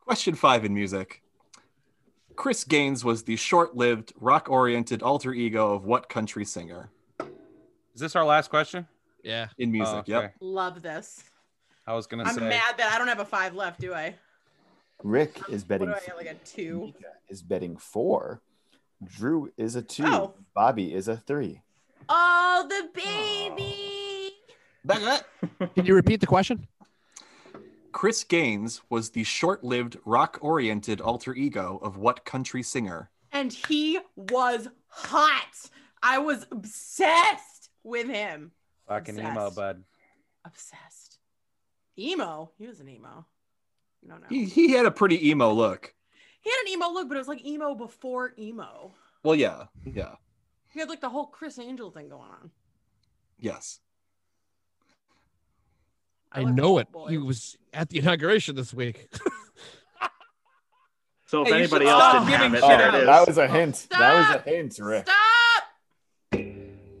Speaker 2: Question five in music. Chris Gaines was the short lived, rock oriented alter ego of what country singer?
Speaker 8: Is this our last question?
Speaker 5: Yeah.
Speaker 2: In music,
Speaker 8: Oh,
Speaker 2: yep.
Speaker 8: okay.
Speaker 3: Love this.
Speaker 8: I was gonna
Speaker 3: I'm
Speaker 8: say
Speaker 3: mad that I don't have a five left, do I?
Speaker 9: Rick is
Speaker 3: What
Speaker 9: betting.
Speaker 3: do I have, like a two?
Speaker 9: Mika is betting four. Drew is a two.
Speaker 3: Oh.
Speaker 9: Bobby is a three.
Speaker 11: Oh, the baby.
Speaker 5: Can you repeat the question?
Speaker 2: Chris Gaines was the short lived rock oriented alter ego of what country singer?
Speaker 3: and he was hot. I was obsessed with him.
Speaker 8: Fucking emo,
Speaker 3: Obsessed.
Speaker 8: bud.
Speaker 3: Obsessed. Emo. He was an emo. You don't know.
Speaker 2: He, he had a pretty emo look.
Speaker 3: He had an emo look, but it was like emo before emo.
Speaker 2: Well, yeah, yeah,
Speaker 3: He had like the whole Chris Angel thing going on.
Speaker 2: yes.
Speaker 5: I
Speaker 3: like
Speaker 5: know
Speaker 3: that
Speaker 5: it.
Speaker 3: boy.
Speaker 5: He was at the inauguration this week.
Speaker 6: So if
Speaker 7: Hey, you should
Speaker 6: anybody else
Speaker 7: stop
Speaker 6: didn't
Speaker 7: giving
Speaker 6: have it,
Speaker 7: shit
Speaker 6: there
Speaker 7: out.
Speaker 6: it is.
Speaker 9: Oh, that was a hint. That was
Speaker 3: Stop!
Speaker 9: a hint, Rick.
Speaker 3: Stop!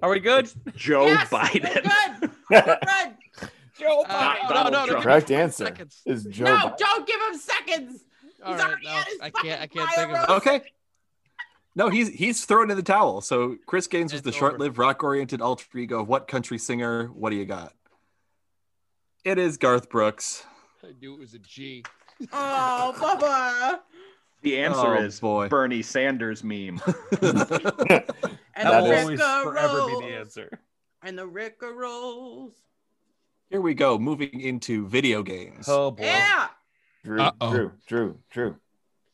Speaker 7: Are we good?
Speaker 6: Joe
Speaker 3: yes,
Speaker 6: Biden.
Speaker 3: We're good. We're good.
Speaker 7: Joe
Speaker 5: Uh,
Speaker 7: Biden.
Speaker 5: no, no, no,
Speaker 6: Donald Trump.
Speaker 5: give me
Speaker 9: Correct
Speaker 5: five
Speaker 9: answer.
Speaker 5: seconds.
Speaker 9: Is Joe
Speaker 3: no,
Speaker 9: Biden.
Speaker 3: don't give him seconds.
Speaker 5: All
Speaker 3: He's
Speaker 5: right,
Speaker 3: already
Speaker 5: no,
Speaker 3: at his
Speaker 5: I can't. I
Speaker 3: fucking
Speaker 5: can't think of it.
Speaker 3: fire
Speaker 2: Okay. No, he's he's thrown in the towel. So Chris Gaines was the
Speaker 5: It's over.
Speaker 2: short-lived rock-oriented alter ego of what country singer? What do you got? It is Garth Brooks.
Speaker 5: I knew it was a G.
Speaker 3: Oh, Bubba.
Speaker 6: The answer
Speaker 2: Oh,
Speaker 6: is
Speaker 2: boy.
Speaker 6: Bernie Sanders meme.
Speaker 3: And
Speaker 9: That
Speaker 3: the
Speaker 9: will
Speaker 8: always forever be the
Speaker 3: Rick
Speaker 8: answer.
Speaker 3: And the Rick rolls.
Speaker 2: Here we go, moving into video games.
Speaker 8: Oh boy.
Speaker 3: Yeah.
Speaker 9: Drew,
Speaker 5: Uh-oh.
Speaker 9: Drew, Drew, Drew.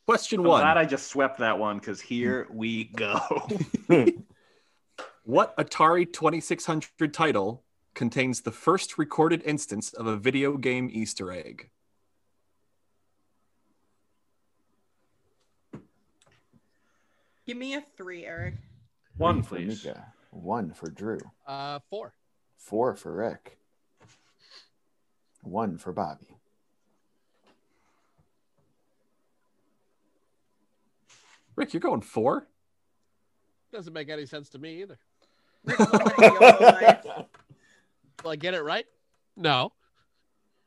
Speaker 2: Question
Speaker 6: I'm
Speaker 2: one.
Speaker 6: glad I just swept that one because here we go.
Speaker 2: What Atari 2600 title contains the first recorded instance of a video game Easter egg?
Speaker 3: Give me a three, Eric.
Speaker 9: Three
Speaker 6: One,
Speaker 9: for
Speaker 6: please.
Speaker 9: Mika. One for Drew.
Speaker 5: Uh, four.
Speaker 9: Four for Rick. One for Bobby.
Speaker 2: Rick, you're going four?
Speaker 5: Doesn't make any sense to me either.
Speaker 3: Rick
Speaker 5: Will I get it right? No.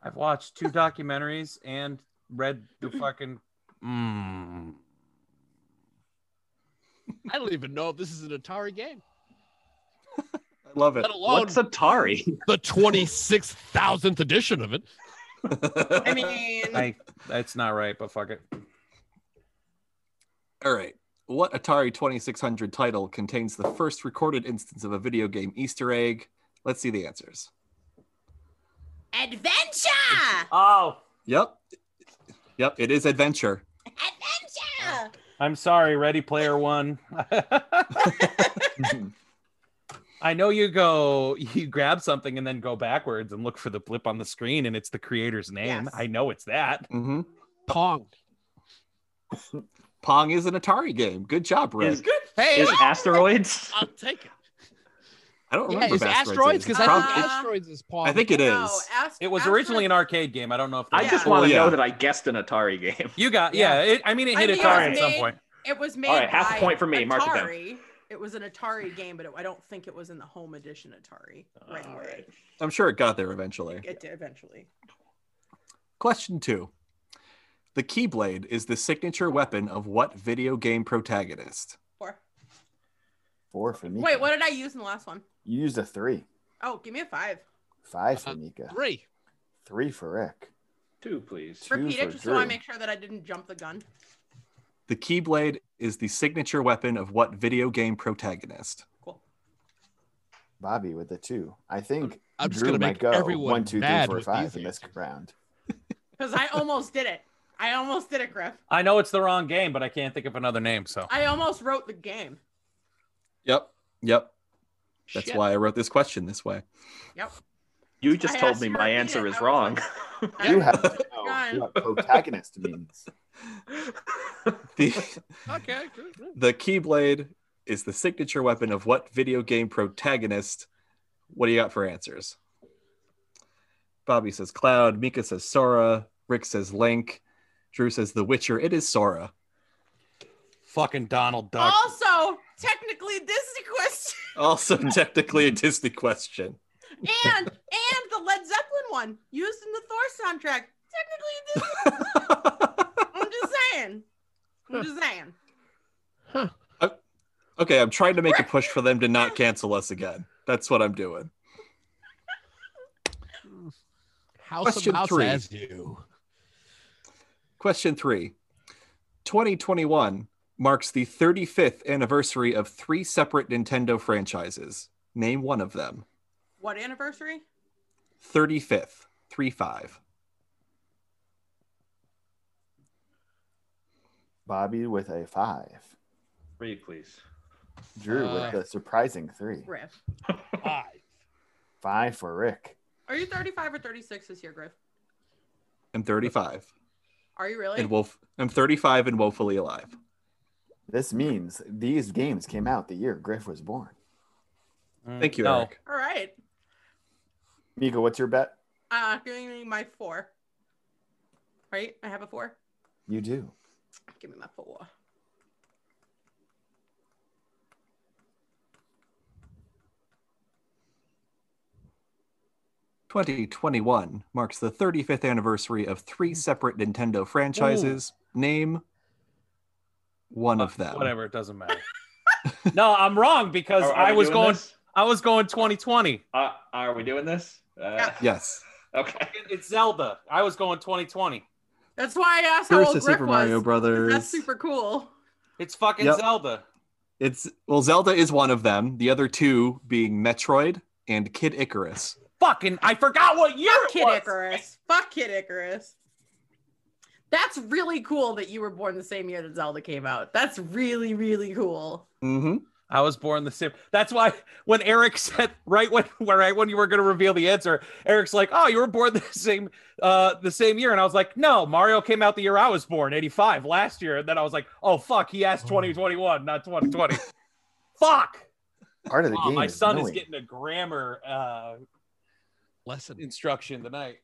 Speaker 8: I've watched two documentaries and read the fucking. Mm.
Speaker 5: I don't even know if this is an Atari game.
Speaker 2: I love it.
Speaker 5: Let alone
Speaker 6: What's Atari?
Speaker 5: the twenty six thousandth edition of it.
Speaker 3: I mean,
Speaker 8: I. That's not right, but fuck it.
Speaker 2: All right. What Atari 2600 title contains the first recorded instance of a video game Easter egg? Let's see the answers.
Speaker 11: Adventure.
Speaker 7: Oh,
Speaker 2: Yep. Yep, it is Adventure.
Speaker 11: Adventure.
Speaker 8: I'm sorry, Ready Player One. I know you go, you grab something and then go backwards and look for the blip on the screen, and it's the creator's name.
Speaker 3: Yes.
Speaker 8: I know it's that.
Speaker 2: hmm
Speaker 5: Pong.
Speaker 2: Pong is an Atari game. Good job, Rick.
Speaker 6: Is,
Speaker 5: Hey,
Speaker 6: is asteroids?
Speaker 5: I'll take it.
Speaker 2: I don't
Speaker 5: Yeah,
Speaker 2: remember
Speaker 5: is
Speaker 2: if
Speaker 5: asteroids because I
Speaker 2: Prob-
Speaker 5: think
Speaker 3: Uh,
Speaker 5: asteroids is Pong.
Speaker 2: I think it
Speaker 3: no,
Speaker 2: is.
Speaker 3: ast-
Speaker 8: It was
Speaker 3: Astro-
Speaker 8: originally an arcade game. I don't know if
Speaker 6: I
Speaker 3: Yeah.
Speaker 6: just want
Speaker 2: Well,
Speaker 6: to
Speaker 2: yeah.
Speaker 6: know that I guessed an Atari game.
Speaker 8: you got. Yeah, it, I mean, it
Speaker 3: I
Speaker 8: hit
Speaker 3: think it
Speaker 8: Atari
Speaker 3: was
Speaker 8: at some
Speaker 3: made-
Speaker 8: point.
Speaker 3: It was made.
Speaker 6: All right, half
Speaker 3: by
Speaker 6: point for me. Mark it down.
Speaker 3: Atari. It was an Atari game, but it, I don't think it was in the home edition Atari. Right,
Speaker 6: All
Speaker 3: away.
Speaker 6: right.
Speaker 2: I'm sure it got there eventually.
Speaker 3: It did eventually.
Speaker 2: Question two The Keyblade is the signature weapon of what video game protagonist?
Speaker 3: Four.
Speaker 9: Four for Mika.
Speaker 3: Wait, what did I use in the last one?
Speaker 9: You used a three.
Speaker 3: Oh, give me a five.
Speaker 9: Five for
Speaker 5: Uh,
Speaker 9: Mika.
Speaker 5: Three.
Speaker 9: Three for Rick.
Speaker 6: Two, please.
Speaker 9: Two
Speaker 3: Repeat
Speaker 9: for
Speaker 3: it just so I
Speaker 9: Drew.
Speaker 3: make sure that I didn't jump the gun.
Speaker 2: The Keyblade is the signature weapon of what video game protagonist?
Speaker 3: Cool.
Speaker 9: Bobby with a two. I think
Speaker 5: I'm just
Speaker 9: Drew
Speaker 5: gonna
Speaker 9: might
Speaker 5: make
Speaker 9: go
Speaker 5: everyone
Speaker 9: one, two, three,
Speaker 5: mad
Speaker 9: four,
Speaker 5: with
Speaker 9: five
Speaker 5: these
Speaker 9: in this
Speaker 5: answers.
Speaker 9: round.
Speaker 3: Because I almost did it. I almost did it, Griff.
Speaker 8: I know it's the wrong game, but I can't think of another name. So
Speaker 3: I almost wrote the game.
Speaker 2: Yep. Yep. That's
Speaker 5: Shit.
Speaker 2: why I wrote this question this way.
Speaker 6: You just
Speaker 3: I
Speaker 6: told
Speaker 3: asked
Speaker 6: me
Speaker 3: you to
Speaker 6: my
Speaker 3: repeat
Speaker 6: answer
Speaker 3: it.
Speaker 6: is
Speaker 3: I was
Speaker 6: wrong.
Speaker 3: I
Speaker 9: You have
Speaker 3: almost
Speaker 9: to
Speaker 3: took the
Speaker 9: know
Speaker 3: gun.
Speaker 9: what protagonist means.
Speaker 2: The,
Speaker 5: Okay. good, good.
Speaker 2: the Keyblade is the signature weapon of what video game protagonist? What do you got for answers? Bobby says Cloud. Mika says Sora. Rick says Link. Drew says The Witcher. It is Sora.
Speaker 8: fucking Donald Duck.
Speaker 3: Also, technically, this is a question.
Speaker 2: Also, technically a Disney question.
Speaker 3: and and the Led Zeppelin one used in the Thor soundtrack. Technically, this, I'm just saying. I'm just saying.
Speaker 2: Okay, I'm trying to make a push for them to not cancel us again. That's what I'm doing.
Speaker 5: House
Speaker 2: Question
Speaker 5: of House
Speaker 2: three.
Speaker 5: has you.
Speaker 2: Question three 2021 marks the 35th anniversary of three separate Nintendo franchises. Name one of them.
Speaker 3: What anniversary?
Speaker 2: 35th, 3 5.
Speaker 9: Bobby with a five.
Speaker 6: Three, please.
Speaker 9: Drew
Speaker 5: Five.
Speaker 9: with a surprising three.
Speaker 3: Griff.
Speaker 5: Five.
Speaker 9: Five for Rick.
Speaker 3: Are you 35 or 36 this year, Griff?
Speaker 2: I'm 35
Speaker 3: Are you really?
Speaker 2: and wof- I'm 35 and woefully alive.
Speaker 9: This means these games came out the year Griff was born.
Speaker 2: Thank you,
Speaker 7: No.
Speaker 2: Eric.
Speaker 3: All right.
Speaker 9: Mika, what's your bet?
Speaker 3: Uh, give me my four. Right? I have a four.
Speaker 9: You do.
Speaker 3: Give me my four.
Speaker 2: Twenty twenty one marks the 35th anniversary of
Speaker 3: Hmm.
Speaker 2: three separate Nintendo franchises. Name one of them.
Speaker 7: Whatever, it doesn't matter. no, I'm wrong because
Speaker 6: Are- are
Speaker 7: I
Speaker 6: we
Speaker 7: was
Speaker 6: doing
Speaker 7: going.
Speaker 6: this?
Speaker 7: I was going 2020.
Speaker 6: Uh, are we doing this? Uh,
Speaker 2: Yes.
Speaker 6: okay.
Speaker 7: It- It's Zelda. I was going 2020.
Speaker 3: That's why I asked how
Speaker 2: Here's
Speaker 3: old
Speaker 2: to
Speaker 3: Griff
Speaker 2: Super
Speaker 3: was.
Speaker 2: Mario
Speaker 3: 'cause
Speaker 2: Brothers.
Speaker 3: That's super cool.
Speaker 7: It's fucking
Speaker 2: Yep.
Speaker 7: Zelda.
Speaker 2: It's well, Zelda is one of them. The other two being Metroid and Kid Icarus.
Speaker 7: Fucking, I forgot what year
Speaker 3: Fuck
Speaker 7: it
Speaker 3: Kid
Speaker 7: was.
Speaker 3: Icarus. Fuck Kid Icarus. That's really cool that you were born the same year that Zelda came out. That's really, really cool.
Speaker 2: Mm-hmm.
Speaker 7: I was born the same. That's why when Eric said right when right when you were going to reveal the answer, Eric's like, "Oh, you were born the same uh the same year," and I was like, "No, Mario came out the year I was born, '85, last year." And then I was like, "Oh fuck, he asked 2021, not 2020." fuck.
Speaker 9: Part of the
Speaker 7: Oh,
Speaker 9: game.
Speaker 7: my
Speaker 9: is
Speaker 7: son is
Speaker 9: knowing.
Speaker 7: getting a grammar uh
Speaker 5: Lesson.
Speaker 7: instruction tonight.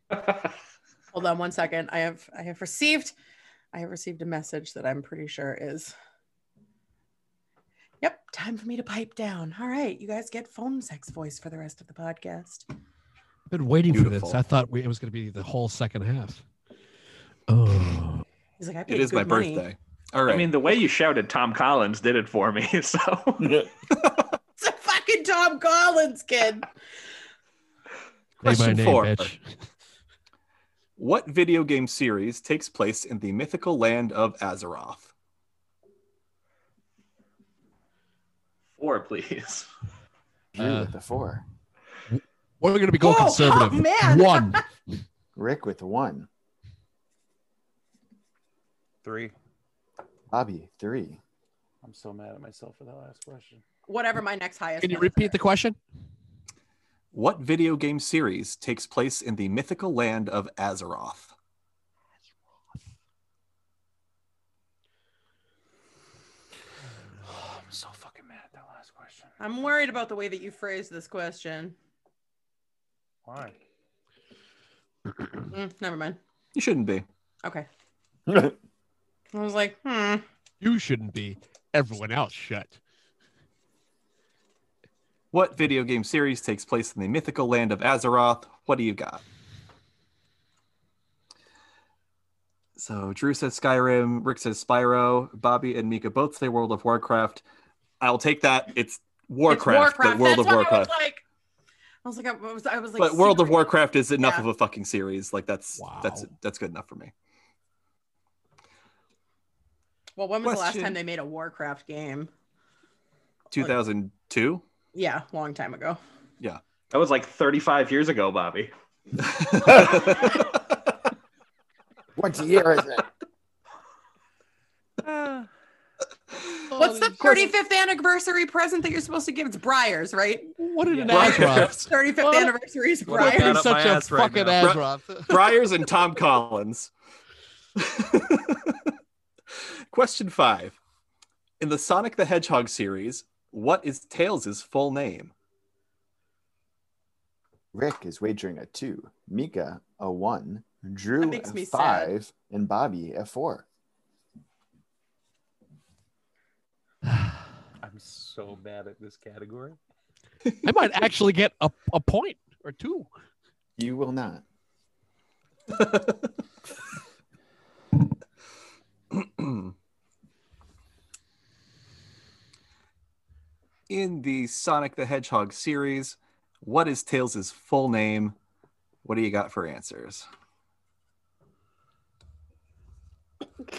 Speaker 3: Hold on one second. I have I have received I have received a message that I'm pretty sure is Yep, time for me to pipe down. All right, you guys get phone sex voice for the rest of the podcast.
Speaker 5: I've been waiting for this.
Speaker 2: Beautiful.
Speaker 5: I thought we, it was going to be the whole second half. Oh.
Speaker 3: He's like, I paid
Speaker 2: It is my
Speaker 3: good money.
Speaker 2: birthday. All right.
Speaker 6: I mean, the way you shouted Tom Collins did it for me. So
Speaker 3: It's a fucking Tom Collins kid.
Speaker 5: Say my
Speaker 2: Question
Speaker 5: name,
Speaker 2: four.
Speaker 5: bitch.
Speaker 2: what video game series takes place in the mythical land of Azeroth?
Speaker 6: four, please.
Speaker 9: Drew
Speaker 5: Uh,
Speaker 9: with a four.
Speaker 5: We're going to be going
Speaker 3: Whoa,
Speaker 5: conservative.
Speaker 3: oh, man.
Speaker 5: One.
Speaker 9: Rick with one.
Speaker 7: Three.
Speaker 9: Bobby, three.
Speaker 7: I'm so mad at myself for that last question.
Speaker 3: Whatever my next highest.
Speaker 5: Can you
Speaker 3: one is.
Speaker 5: repeat the question?
Speaker 2: What video game series takes place in the mythical land of Azeroth?
Speaker 7: I'm so fucking mad at that last question.
Speaker 3: I'm worried about the way that you phrased this question.
Speaker 7: Why?
Speaker 3: Mm, never mind.
Speaker 2: You shouldn't be.
Speaker 3: Okay.
Speaker 9: Drew
Speaker 3: I was like, hmm.
Speaker 5: You shouldn't be. Everyone else shut.
Speaker 2: What video game series takes place in the mythical land of Azeroth? What do you got? So Drew says Skyrim, Rick says Spyro, Bobby and Mika both say World of Warcraft. I'll take that. It's Warcraft,
Speaker 3: It's
Speaker 2: but World
Speaker 3: That's
Speaker 2: of
Speaker 3: what
Speaker 2: Warcraft.
Speaker 3: I was like, I was like, I was, I was like,
Speaker 2: but World of
Speaker 3: secretly-
Speaker 2: Warcraft is enough
Speaker 3: Yeah.
Speaker 2: of a fucking series. Like that's that's
Speaker 5: Wow.
Speaker 2: that's good enough for me.
Speaker 3: Well, when was the last
Speaker 2: Question.
Speaker 3: time they made a Warcraft game?
Speaker 2: 2002.
Speaker 3: Yeah, long time ago.
Speaker 6: That was like 35 years ago, Bobby.
Speaker 9: What year is it?
Speaker 3: What's the 35th anniversary present that you're supposed to give? It's Briars, right?
Speaker 5: What an
Speaker 2: Right.
Speaker 5: Azeroth.
Speaker 3: 35th
Speaker 5: What?
Speaker 3: anniversary is
Speaker 7: What
Speaker 5: You're
Speaker 7: Right
Speaker 3: Briars.
Speaker 7: up
Speaker 5: such
Speaker 7: my
Speaker 5: a
Speaker 7: ass right
Speaker 5: fucking
Speaker 7: now.
Speaker 5: Azeroth.
Speaker 2: Briars and Tom Collins. Question five. In the Sonic the Hedgehog series, what is Tails' full name?
Speaker 9: Rick is wagering a two. Mika, a one. Drew,
Speaker 3: That
Speaker 9: a
Speaker 3: makes me sad.
Speaker 9: five. And Bobby, a four.
Speaker 7: I'm so mad at this category.
Speaker 5: I might actually get a, a point or two.
Speaker 9: You will not.
Speaker 2: In the Sonic the Hedgehog series, what is Tails' full name? What do you got for answers?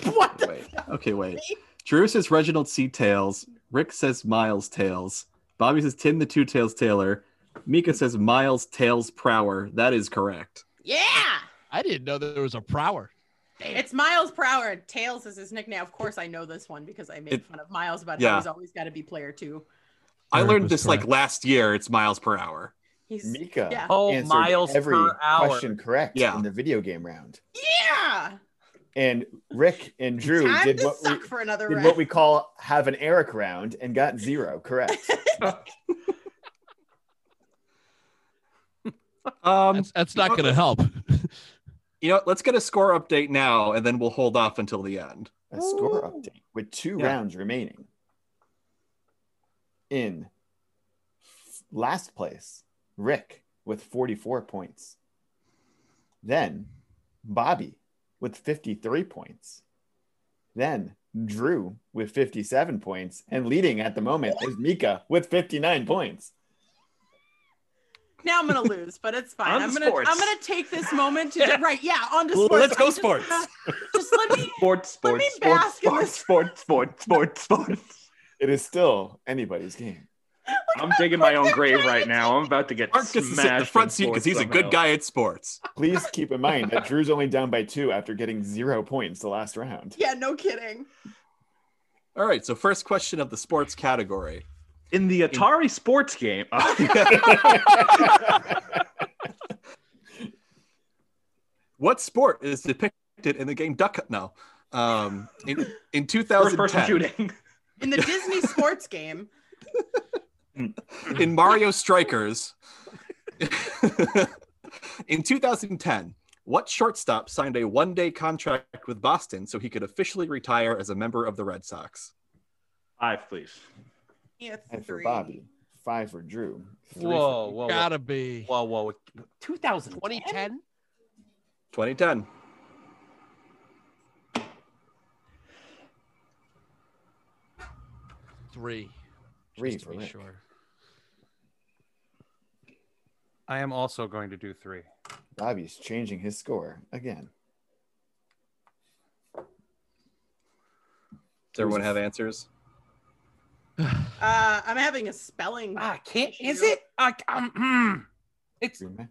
Speaker 3: What the
Speaker 2: Wait. Okay, wait. Drew says Reginald C. Tails. Rick says Miles Tails. Bobby says Tim the Two Tails Taylor. Mika says Miles Tails Prower. That is correct.
Speaker 11: Yeah.
Speaker 5: I didn't know that there was a prower.
Speaker 3: It's Miles Prower. and Tails is his nickname. Of course, I know this one because I made
Speaker 2: It-
Speaker 3: fun of Miles about
Speaker 2: Yeah.
Speaker 3: how he's always got to be player two.
Speaker 2: I
Speaker 8: Eric
Speaker 2: learned
Speaker 8: was
Speaker 2: this like
Speaker 8: correct.
Speaker 2: last year. It's miles per hour.
Speaker 3: He's
Speaker 9: Mika
Speaker 3: Yeah.
Speaker 7: Oh,
Speaker 9: answered
Speaker 7: miles
Speaker 9: every
Speaker 7: per hour.
Speaker 9: question correct
Speaker 2: Yeah.
Speaker 9: in the video game round.
Speaker 3: yeah.
Speaker 9: And Rick and Drew
Speaker 3: Time
Speaker 9: did
Speaker 3: to
Speaker 9: what we
Speaker 3: suck for another
Speaker 9: did
Speaker 3: round.
Speaker 9: what we call have an Eric round and got zero correct.
Speaker 2: Um,
Speaker 5: That's, that's not going to help.
Speaker 2: you know, let's get a score update now, and then we'll hold off until the end.
Speaker 9: A score update with two
Speaker 2: Yeah.
Speaker 9: rounds remaining. In last place, Rick with 44 points. Then Bobby with 53 points. Then Drew with 57 points. And leading at the moment is Mika with 59 points.
Speaker 3: now I'm gonna lose, but it's fine.
Speaker 6: On
Speaker 3: I'm
Speaker 6: to
Speaker 3: gonna
Speaker 6: sports.
Speaker 3: I'm gonna take this moment to
Speaker 7: Yeah.
Speaker 3: right. Yeah, on to
Speaker 7: Well,
Speaker 3: sports.
Speaker 7: let's go
Speaker 3: I just-
Speaker 7: sports.
Speaker 3: just let me
Speaker 6: Sports,
Speaker 3: Let me
Speaker 6: sports, sports,
Speaker 3: bask in
Speaker 6: sports,
Speaker 3: this-
Speaker 6: sports, sports, sports, sports.
Speaker 9: It is still anybody's game.
Speaker 6: I'm digging my own grave right now. I'm about to get
Speaker 2: Marcus is
Speaker 6: smashed
Speaker 2: in the front seat because he's a good guy at sports.
Speaker 9: Please keep in mind that Drew's only down by two after getting zero points the last round.
Speaker 3: Yeah, no kidding.
Speaker 2: All right, so first question of the sports category.
Speaker 6: in the Atari sports game.
Speaker 2: What sport is depicted in the game Duck Hunt? No. Um, in, in
Speaker 6: First person
Speaker 2: 2010,
Speaker 6: shooting.
Speaker 3: In the Disney sports game,
Speaker 2: in Mario Strikers, in 2010, what shortstop signed a one day contract with Boston so he could officially retire as a member of the Red Sox?
Speaker 6: Five, please.
Speaker 3: yeah,
Speaker 9: Five for
Speaker 3: three.
Speaker 9: Bobby, five for Drew. three for-
Speaker 7: Whoa, whoa, whoa,
Speaker 5: Gotta be.
Speaker 7: whoa, whoa! 2000.
Speaker 5: 2010?
Speaker 2: 2010.
Speaker 5: Three.
Speaker 9: Three
Speaker 5: Just to
Speaker 9: for
Speaker 5: be
Speaker 9: Rick.
Speaker 5: sure.
Speaker 7: I am also going to do three.
Speaker 9: Bobby's changing his score again.
Speaker 2: Does everyone have answers?
Speaker 3: Uh, I'm having a spelling.
Speaker 7: Ah, can't. Is
Speaker 3: Sure.
Speaker 7: it? I, I'm. mm. It's.
Speaker 9: Remember?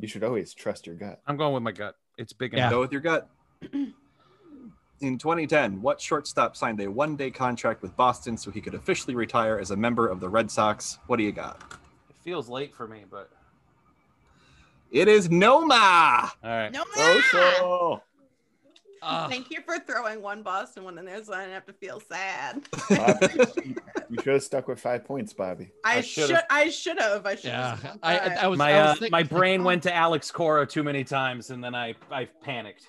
Speaker 9: You should always trust your gut.
Speaker 7: I'm going with my gut. It's big
Speaker 5: Yeah.
Speaker 7: enough.
Speaker 2: Go with your gut. In 2010, what shortstop signed a one day contract with Boston so he could officially retire as a member of the Red Sox? What do you got?
Speaker 7: It feels late for me, but
Speaker 2: It is Noma.
Speaker 7: all right.
Speaker 3: No, ah!
Speaker 9: Social.
Speaker 5: Ah,
Speaker 3: Thank you for throwing one Boston one in there, so I didn't have to feel sad.
Speaker 9: Bobby, you should have stuck with five points, Bobby.
Speaker 3: I,
Speaker 7: I should've-
Speaker 3: should. I should have. I should.
Speaker 5: yeah.
Speaker 3: have just
Speaker 5: I, I,
Speaker 3: gone
Speaker 5: I was,
Speaker 7: My
Speaker 5: I was
Speaker 7: uh,
Speaker 5: thinking-
Speaker 7: my brain went to Alex Cora too many times, and then I I panicked.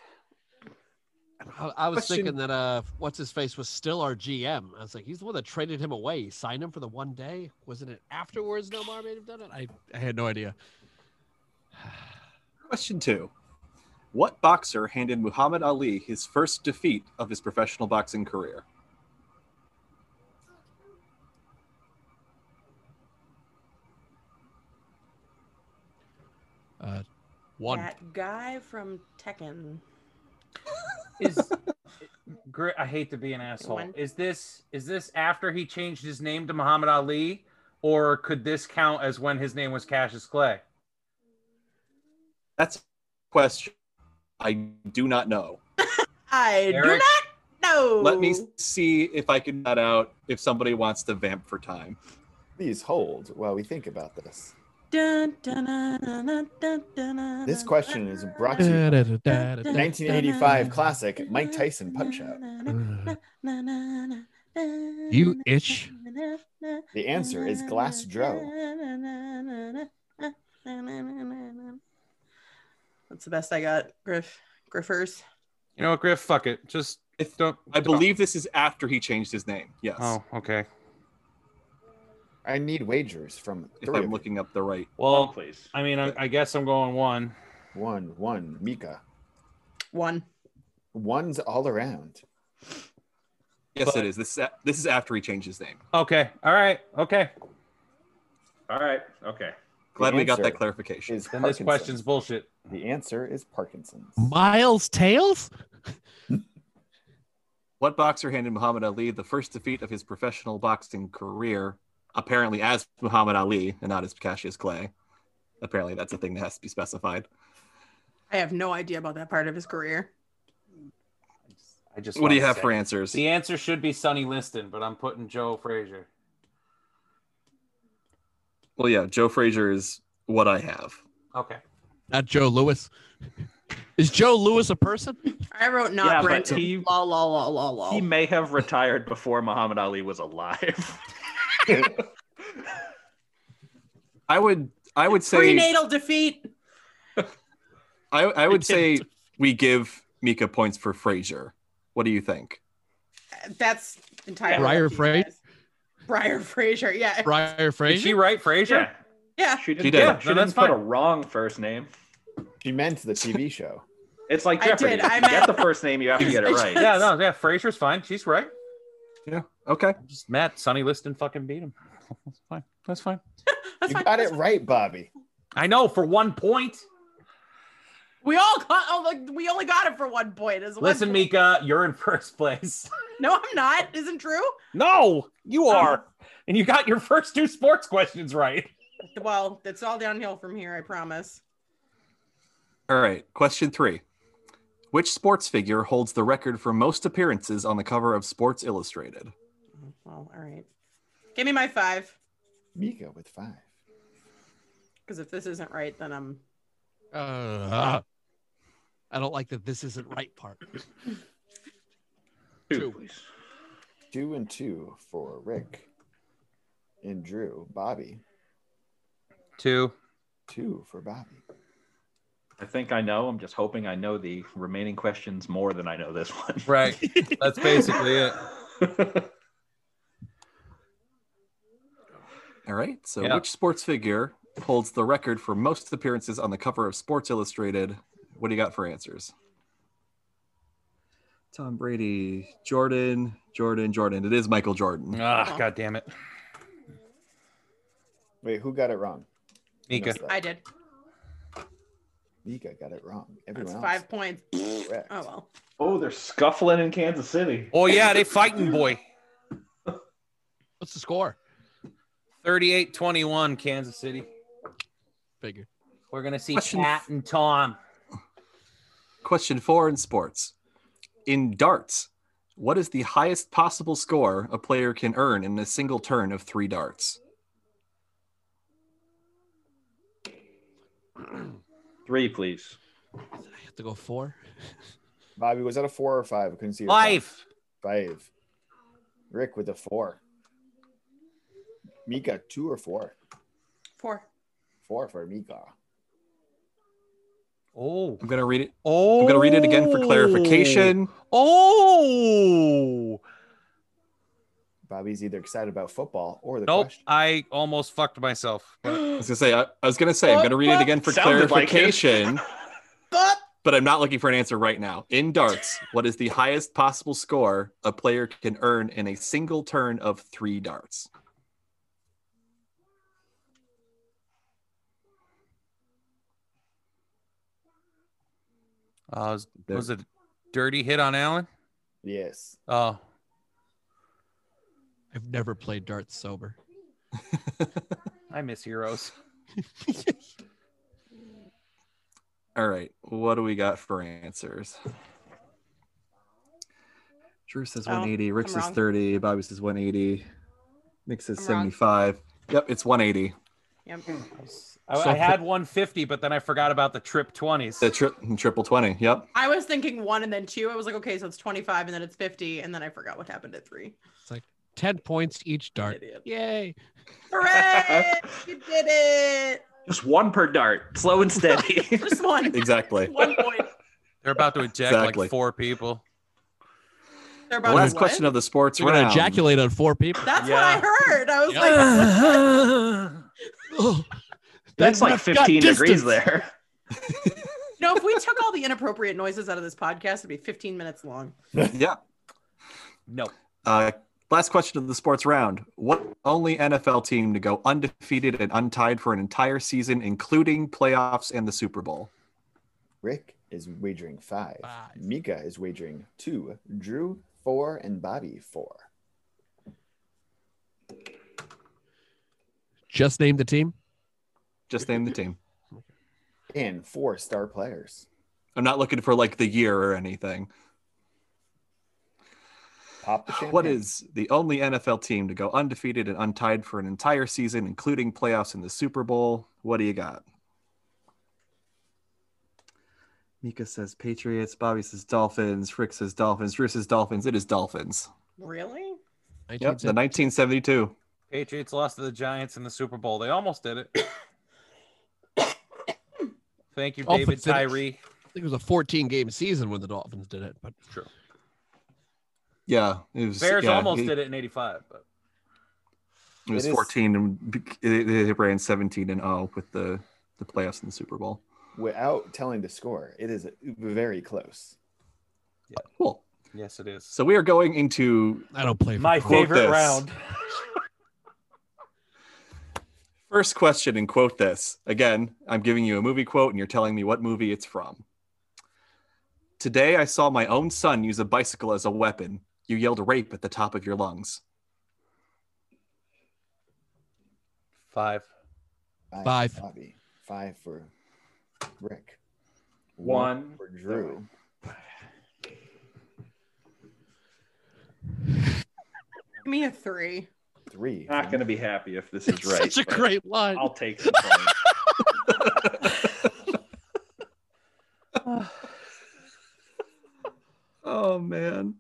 Speaker 5: I, I was
Speaker 2: Question-
Speaker 5: thinking that uh, what's his face was still our GM. I was like, he's the one that traded him away. He signed him for the one day. Wasn't it afterwards? No, may have done it. I, I had no idea.
Speaker 2: Question two What boxer handed Muhammad Ali his first defeat of his professional boxing career?
Speaker 5: Uh, one.
Speaker 3: That guy from Tekken.
Speaker 7: Is Gr- I hate to be an asshole.
Speaker 3: One.
Speaker 7: Is this is this after he changed his name to Muhammad Ali, or could this count as when his name was Cassius Clay?
Speaker 2: That's a question I do not know.
Speaker 3: I do
Speaker 7: Eric?
Speaker 3: not know.
Speaker 2: Let me see if I can cut out if somebody wants to vamp for time.
Speaker 9: Please hold while we think about this.
Speaker 3: Dun, dun, dun, dun, dun, dun, dun,
Speaker 9: This
Speaker 3: dun,
Speaker 9: question
Speaker 3: dun,
Speaker 9: is
Speaker 3: dun,
Speaker 9: brought to
Speaker 3: dun,
Speaker 9: you
Speaker 3: dun,
Speaker 9: 1985
Speaker 3: dun,
Speaker 9: classic
Speaker 3: dun,
Speaker 9: Mike
Speaker 3: dun,
Speaker 9: Tyson punch
Speaker 3: dun, dun,
Speaker 9: out.
Speaker 3: dun,
Speaker 5: Uh,
Speaker 3: dun, dun, dun, dun,
Speaker 5: You
Speaker 3: dun,
Speaker 5: itch.
Speaker 3: dun, dun, dun,
Speaker 9: The answer is Glass Joe.
Speaker 3: That's the best I got, Griff. Griffers.
Speaker 7: You know what, Griff? Fuck it. Just
Speaker 2: If-
Speaker 7: don't.
Speaker 2: I believe this is after he changed his name. Yes.
Speaker 7: Oh, okay.
Speaker 9: I need wagers from
Speaker 2: if
Speaker 9: three.
Speaker 2: I'm
Speaker 9: of you.
Speaker 2: looking up the right.
Speaker 6: One,
Speaker 7: Well,
Speaker 6: please.
Speaker 7: I mean, I, I guess I'm going one.
Speaker 9: One, one, Mika.
Speaker 3: One.
Speaker 9: One's all around.
Speaker 2: Yes,
Speaker 7: But-
Speaker 2: it is. This is a- this is after he changed his name.
Speaker 7: Okay. All right. Okay.
Speaker 6: All right. Okay.
Speaker 2: Glad we got
Speaker 9: answer
Speaker 2: that clarification.
Speaker 9: Is
Speaker 7: Then this
Speaker 9: Parkinson's.
Speaker 7: question's bullshit.
Speaker 9: The answer is Parkinson's.
Speaker 5: Miles Tails?
Speaker 2: What boxer handed Muhammad Ali the first defeat of his professional boxing career, apparently as Muhammad Ali and not as Cassius Clay? Apparently, that's a thing that has to be specified.
Speaker 3: I have no idea about that part of his career.
Speaker 7: I just
Speaker 2: What do you
Speaker 7: wanna
Speaker 2: have
Speaker 7: say-
Speaker 2: for answers?
Speaker 7: The answer should be Sonny Liston, but I'm putting Joe Frazier.
Speaker 2: Well, yeah, Joe Frazier is what I have.
Speaker 7: Okay.
Speaker 5: Not Joe Lewis. Is Joe Lewis a person?
Speaker 3: I wrote not
Speaker 6: Yeah, but
Speaker 3: Brandon.
Speaker 6: he-
Speaker 3: Lol, lol, lol, lol, lol.
Speaker 6: He may have retired before Muhammad Ali was alive.
Speaker 2: I would, I would say,
Speaker 3: Prenatal defeat.
Speaker 2: I, I would say we give Mika points for Frazier. What do you think?
Speaker 3: That's entirely.
Speaker 5: Briar
Speaker 3: up to you
Speaker 5: Fra-
Speaker 3: guys. Briar Frazier. Yeah.
Speaker 5: Briar
Speaker 7: Is she
Speaker 5: Frazier?
Speaker 7: right, Frazier?
Speaker 6: yeah,
Speaker 3: Yeah.
Speaker 6: she didn't,
Speaker 2: did.
Speaker 6: yeah,
Speaker 7: No,
Speaker 6: she didn't
Speaker 7: that's
Speaker 6: put
Speaker 7: fine.
Speaker 6: a wrong first name.
Speaker 9: She meant the TV show.
Speaker 6: It's like
Speaker 3: I
Speaker 6: Jeopardy.
Speaker 3: did, I
Speaker 6: you
Speaker 3: meant-
Speaker 6: get the first name, you have to get it right.
Speaker 7: Yeah, no, yeah, Frazier's fine. She's right.
Speaker 2: Yeah. Okay.
Speaker 7: Just Matt, Sonny Liston fucking beat him. That's fine. That's fine.
Speaker 3: That's
Speaker 9: You
Speaker 3: fine.
Speaker 9: got it right, Bobby.
Speaker 7: I know for one point.
Speaker 3: We all got. Oh, look, we only got it for one point. Is one
Speaker 7: Listen,
Speaker 3: point.
Speaker 7: Mika, you're in first place.
Speaker 3: No, I'm not. Isn't true?
Speaker 7: no, you are. And you got your first two sports questions right.
Speaker 3: Well, it's all downhill from here. I promise.
Speaker 2: All right. Question three. Which sports figure holds the record for most appearances on the cover of Sports Illustrated?
Speaker 3: Well, all right. Give me my five.
Speaker 9: Mika with five.
Speaker 3: Because if this isn't right, then I'm.
Speaker 5: Uh, I don't like that this isn't right part.
Speaker 6: Two, please.
Speaker 9: Two and two for Rick and Drew. Bobby,
Speaker 7: Two.
Speaker 9: two for Bobby.
Speaker 6: I think I know. I'm just hoping I know the remaining questions more than I know this one.
Speaker 7: Right. That's basically it.
Speaker 2: All right. So,
Speaker 7: Yeah.
Speaker 2: which sports figure holds the record for most appearances on the cover of Sports Illustrated? What do you got for answers? Tom Brady, Jordan, Jordan, Jordan. It is Michael Jordan.
Speaker 7: Ah, god damn it.
Speaker 9: Wait, who got it wrong? I
Speaker 7: Mika.
Speaker 9: missed that.
Speaker 3: I did.
Speaker 9: Mika got it wrong.
Speaker 3: That's
Speaker 9: Everyone else.
Speaker 3: five points. oh
Speaker 9: Correct.
Speaker 3: well.
Speaker 6: Oh, they're scuffling in Kansas City.
Speaker 7: Oh yeah, they fighting boy.
Speaker 5: What's the score?
Speaker 7: 38-21 Kansas City.
Speaker 5: Figure.
Speaker 7: We're gonna see
Speaker 2: Question-
Speaker 7: Pat and Tom.
Speaker 2: Question four in sports. In darts, what is the highest possible score a player can earn in a single turn of three darts?
Speaker 6: Three, please.
Speaker 5: I have to go four.
Speaker 9: Bobby, was that a four or five? I couldn't see. your
Speaker 7: Five.
Speaker 9: Five. Rick with a four. Mika, two or four?
Speaker 3: Four.
Speaker 9: Four for Mika.
Speaker 7: Oh.
Speaker 2: I'm going to read it.
Speaker 7: Oh.
Speaker 2: I'm going to read it again for clarification.
Speaker 7: Oh.
Speaker 9: Bobby's either excited about football or the
Speaker 7: Nope.
Speaker 9: question.
Speaker 7: I almost fucked myself.
Speaker 2: I was going to say, I, I was going to say, I'm going to read it again for
Speaker 6: Sounded like it.
Speaker 2: clarification.
Speaker 3: But
Speaker 2: but I'm not looking for an answer right now. In darts, what is the highest possible score a player can earn in a single turn of three darts?
Speaker 7: Uh, was, was it a dirty hit on Allen?
Speaker 9: Yes.
Speaker 7: Oh.
Speaker 5: I've never played darts sober.
Speaker 7: I miss heroes.
Speaker 2: All right, what do we got for answers? Drew says
Speaker 3: Oh,
Speaker 2: 180, Rick
Speaker 3: I'm
Speaker 2: says
Speaker 3: wrong.
Speaker 2: 30, Bobby says 180, Nick says
Speaker 3: I'm wrong.
Speaker 2: 75. Yep, it's 180.
Speaker 3: yep.
Speaker 9: Hmm.
Speaker 7: I, I
Speaker 5: Something-
Speaker 7: had 150, but then I forgot about the trip 20s.
Speaker 2: The tri- triple 20. Yep.
Speaker 3: I was thinking one and then two. I was like, okay, so it's 25 and then it's 50. And then I forgot what happened at three.
Speaker 5: Ten points each dart.
Speaker 3: Idiot.
Speaker 5: Yay.
Speaker 3: Hooray! you did it.
Speaker 6: Just one per dart, slow and steady.
Speaker 3: Just one.
Speaker 2: Exactly.
Speaker 3: One point.
Speaker 7: They're about to eject
Speaker 2: Exactly.
Speaker 7: like four people.
Speaker 3: They're
Speaker 2: The
Speaker 3: about
Speaker 2: last
Speaker 3: to what?
Speaker 2: question of the sports
Speaker 5: You're going
Speaker 2: round.
Speaker 5: to ejaculate on four people.
Speaker 3: That's
Speaker 7: Yeah.
Speaker 3: what I heard. I was
Speaker 5: Yeah.
Speaker 3: like,
Speaker 5: Ugh.
Speaker 6: That's like
Speaker 5: I've got
Speaker 6: 15
Speaker 5: distance.
Speaker 6: degrees there.
Speaker 3: you know, if we took all the inappropriate noises out of this podcast, it'd be 15 minutes long.
Speaker 2: Yeah.
Speaker 7: No.
Speaker 2: Uh, last question of the sports round. What only NFL team to go undefeated and untied for an entire season, including playoffs and the Super Bowl?
Speaker 9: Rick is wagering five.
Speaker 5: Five.
Speaker 9: Mika is wagering two. Drew, four and Bobby four.
Speaker 5: Just name the team.
Speaker 2: Just name the team.
Speaker 9: And four star players.
Speaker 2: I'm not looking for like the year or anything.
Speaker 9: Pop the champagne.
Speaker 2: What is the only NFL team to go undefeated and untied for an entire season, including playoffs and the Super Bowl? What do you got? Mika says Patriots. Bobby says Dolphins. Frick says Dolphins. Drew says Dolphins. It is Dolphins.
Speaker 3: Really?
Speaker 2: Yep, the 1972.
Speaker 7: Patriots lost to the Giants in the Super Bowl. They almost did it. Thank you,
Speaker 5: Dolphins
Speaker 7: David
Speaker 5: did it.
Speaker 7: Tyree.
Speaker 5: I think it was a 14 game season when the Dolphins did it, but
Speaker 7: True.
Speaker 2: Yeah, it was.
Speaker 7: Bears
Speaker 2: yeah,
Speaker 7: almost
Speaker 2: it,
Speaker 7: did it in '85, but
Speaker 2: It was
Speaker 9: It is-
Speaker 2: 14 and be- they they ran 17 and 0 with the the playoffs and the Super Bowl.
Speaker 9: Without telling the score, it is very close.
Speaker 2: Cool.
Speaker 7: yes, it is.
Speaker 2: So we are going into
Speaker 5: I don't play. for
Speaker 7: My
Speaker 2: Quote
Speaker 7: favorite
Speaker 2: this.
Speaker 7: round.
Speaker 2: First question and quote this. Again, I'm giving you a movie quote and you're telling me what movie it's from. Today I saw my own son use a bicycle as a weapon. You yelled rape at the top of your lungs.
Speaker 7: Five.
Speaker 9: Five.
Speaker 5: Five.
Speaker 9: For Bobby. Five for Rick.
Speaker 6: One.
Speaker 9: for Drew.
Speaker 3: Give me a three.
Speaker 9: Three.
Speaker 6: Not
Speaker 9: for
Speaker 6: going to be happy if this is right.
Speaker 5: Such a
Speaker 6: but
Speaker 5: great line.
Speaker 6: I'll take the point.
Speaker 2: Oh man.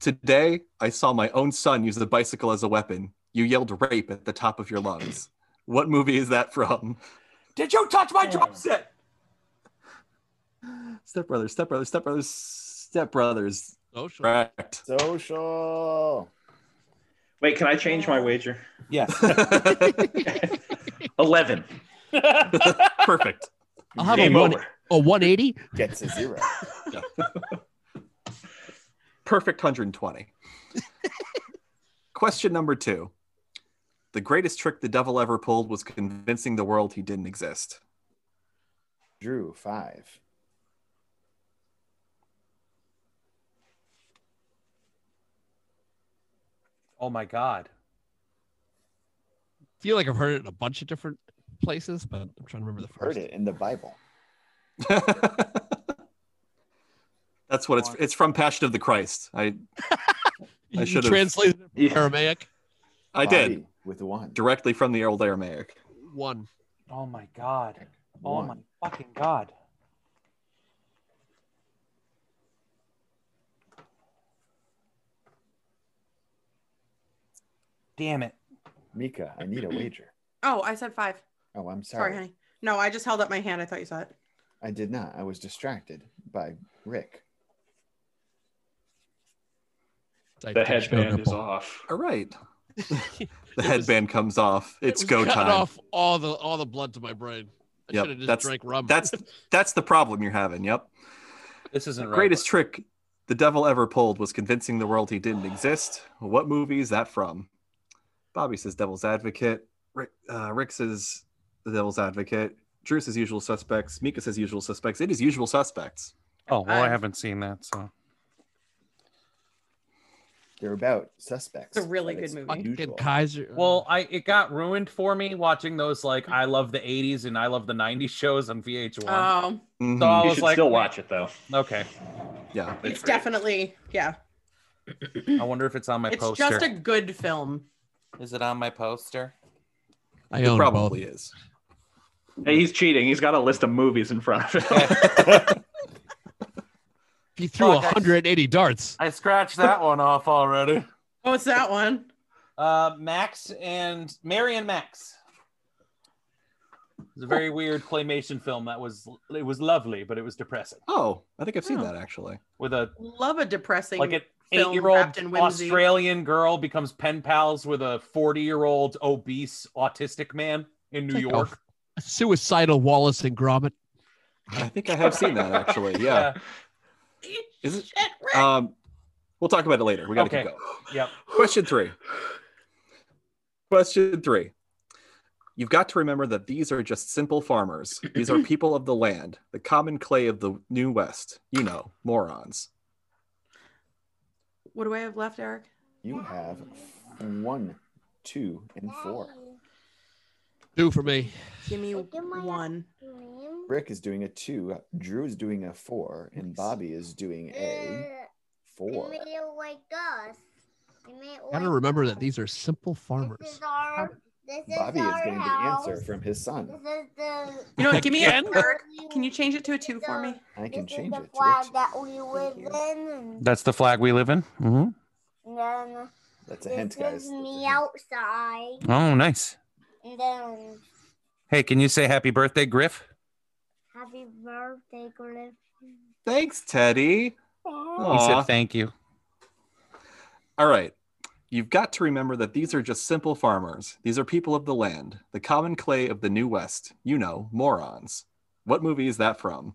Speaker 2: Today I saw my own son use the bicycle as a weapon. You yelled rape at the top of your lungs. What movie is that from?
Speaker 7: Did you touch
Speaker 2: Oh.
Speaker 7: my drum set?
Speaker 2: Step Brothers, Step Brothers, Step Brothers, Step Brothers.
Speaker 5: Oh, sure.
Speaker 2: Correct.
Speaker 9: Social.
Speaker 6: Wait, can I change my wager?
Speaker 7: Yes.
Speaker 6: Eleven.
Speaker 2: Perfect.
Speaker 5: I'll have
Speaker 6: Game
Speaker 5: a one,
Speaker 6: over.
Speaker 5: a 180.
Speaker 9: Gets a zero.
Speaker 2: perfect 120. Question number two. The greatest trick the devil ever pulled was convincing the world he didn't exist.
Speaker 9: Drew, five.
Speaker 7: Oh my God.
Speaker 5: feel like I've heard it in a bunch of different places, but I'm trying to remember the
Speaker 9: Heard
Speaker 5: first.
Speaker 9: it in the Bible.
Speaker 2: That's what it's it's from Passion of the Christ. I I
Speaker 5: You
Speaker 2: should've-
Speaker 5: translated it
Speaker 6: Yeah.
Speaker 5: from Aramaic.
Speaker 2: I did
Speaker 9: Bobby With one.
Speaker 2: directly from the old Aramaic.
Speaker 5: One.
Speaker 7: Oh my God. Oh
Speaker 9: One.
Speaker 7: my fucking God. Damn it.
Speaker 9: Mika, I need a wager.
Speaker 3: Oh, I said five.
Speaker 9: Oh, I'm
Speaker 3: Sorry,
Speaker 9: sorry.
Speaker 3: honey. No, I just held up my hand. I thought you saw it.
Speaker 9: I did not. I was distracted by Rick.
Speaker 5: It's like
Speaker 6: The
Speaker 5: Touch
Speaker 6: headband is
Speaker 5: Notable.
Speaker 6: off.
Speaker 2: All right. The
Speaker 5: was-
Speaker 2: headband comes off. It's
Speaker 5: It was
Speaker 2: go
Speaker 5: cut
Speaker 2: time.
Speaker 5: off all the all the blood to my brain. I
Speaker 2: Yep,
Speaker 5: should have just
Speaker 2: that's-
Speaker 5: drank rum.
Speaker 2: That's that's the problem you're having. Yep.
Speaker 7: This isn't right.
Speaker 2: Greatest trick the devil ever pulled was convincing the world he didn't exist. What movie is that from? Bobby says Devil's Advocate. Rick, uh, Rick says The Devil's Advocate. Drew says Usual Suspects. Mika says Usual Suspects. It is Usual Suspects.
Speaker 7: Oh, well, I
Speaker 3: Five.
Speaker 7: haven't seen that, so.
Speaker 9: They're about suspects.
Speaker 3: It's a really
Speaker 9: but
Speaker 3: good
Speaker 9: it's
Speaker 3: movie.
Speaker 5: fucking
Speaker 9: unusual.
Speaker 5: Kaiser. uh,
Speaker 7: Well, I it got ruined for me watching those like I love the 80s and I love the 90s shows on VH1.
Speaker 3: Um,
Speaker 2: Mhm.
Speaker 7: so I
Speaker 6: You
Speaker 7: was
Speaker 6: should
Speaker 7: like,
Speaker 6: still watch it though.
Speaker 7: okay.
Speaker 2: yeah.
Speaker 3: it's definitely yeah.
Speaker 7: I wonder if it's on my
Speaker 3: It's
Speaker 7: poster.
Speaker 3: just a good film.
Speaker 7: Is it on my poster?
Speaker 5: I
Speaker 2: It
Speaker 5: own
Speaker 2: probably is.
Speaker 6: Hey, he's cheating. He's got a list of movies in front of him.
Speaker 5: both. He threw
Speaker 7: Fuck, I-
Speaker 5: 180 darts.
Speaker 7: I scratched that one off already.
Speaker 3: Oh, it's that one.
Speaker 7: Uh, Max and Mary and Max. It's a very weird claymation film that was it was lovely, but it was depressing.
Speaker 2: Oh, I think I've seen
Speaker 3: Oh.
Speaker 2: that actually.
Speaker 7: With a
Speaker 3: Love a depressing.
Speaker 7: like an
Speaker 3: film
Speaker 7: eight year old
Speaker 3: wrapped in whimsy.
Speaker 7: Australian girl becomes pen pals with a forty year old obese autistic man in New
Speaker 5: Take
Speaker 7: York.
Speaker 5: off. Suicidal Wallace and Gromit.
Speaker 2: I think I have seen that actually. Yeah. Is it?
Speaker 3: Shit, Rick.
Speaker 2: Um, we'll talk about it later. We got to
Speaker 7: Okay.
Speaker 2: keep going.
Speaker 7: Yep.
Speaker 2: Question three. Question three. You've got to remember that these are just simple farmers. These are people of the land, the common clay of the New West. You know, morons.
Speaker 3: What do I have left, Eric?
Speaker 9: You have one, two, and four.
Speaker 5: Do for me.
Speaker 3: Give me one.
Speaker 9: Rick is doing a two. Drew is doing a four, and Bobby is doing a four.
Speaker 12: You made it like us. You made it
Speaker 5: Gotta
Speaker 12: like-
Speaker 5: remember that these are simple
Speaker 12: This
Speaker 5: farmers.
Speaker 12: is our. This is
Speaker 9: Bobby is
Speaker 12: our
Speaker 9: getting the
Speaker 12: house.
Speaker 9: answer from his son.
Speaker 12: This is the.
Speaker 3: You know what? Give me a
Speaker 5: Again?
Speaker 3: Eric. Can you change it to a two for me?
Speaker 9: I can
Speaker 12: this
Speaker 9: change
Speaker 12: is the
Speaker 9: it to a
Speaker 12: flag
Speaker 9: two.
Speaker 12: that we live in. And
Speaker 7: That's the flag we live in. Mm-hmm.
Speaker 12: then
Speaker 9: That's a
Speaker 12: this
Speaker 9: hint, guys.
Speaker 12: is me outside.
Speaker 7: Oh, nice.
Speaker 12: And then
Speaker 7: Hey, can you say happy birthday, Griff?
Speaker 12: happy birthday, Griff.
Speaker 2: Thanks, Teddy.
Speaker 7: He
Speaker 2: Aw.
Speaker 7: said thank you.
Speaker 2: All right. You've got to remember that these are just simple farmers. These are people of the land, the common clay of the New West. You know, morons. What movie is that from?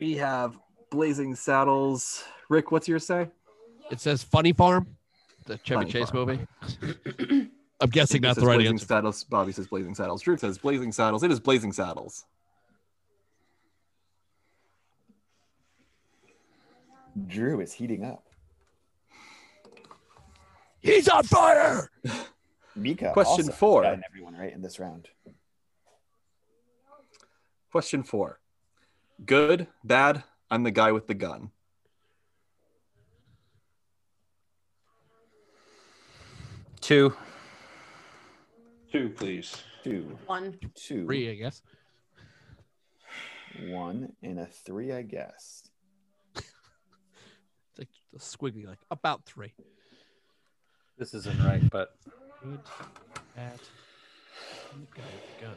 Speaker 2: We have Blazing Saddles. Rick, what's your say?
Speaker 5: It says Funny Farm, the Chevy
Speaker 2: Funny
Speaker 5: Chase
Speaker 2: Farm.
Speaker 5: movie. I'm guessing
Speaker 2: This
Speaker 5: that's
Speaker 2: is
Speaker 5: the right
Speaker 2: Blazing
Speaker 5: answer.
Speaker 2: Saddles. Bobby says Blazing Saddles. Drew says Blazing Saddles. It is Blazing Saddles.
Speaker 9: Drew is heating up.
Speaker 5: He's on fire.
Speaker 9: Mika.
Speaker 2: Question
Speaker 9: also has
Speaker 2: four.
Speaker 9: gotten everyone right in this round.
Speaker 2: Question four. Good, bad, I'm the guy with the gun.
Speaker 7: Two.
Speaker 6: Two, please.
Speaker 9: Two,
Speaker 3: One.
Speaker 9: two,
Speaker 5: Three, I guess.
Speaker 9: one, and a three, I guess.
Speaker 5: It's like the squiggly, like about three.
Speaker 7: This isn't right, but
Speaker 5: Good, bad. and the guy with the gun.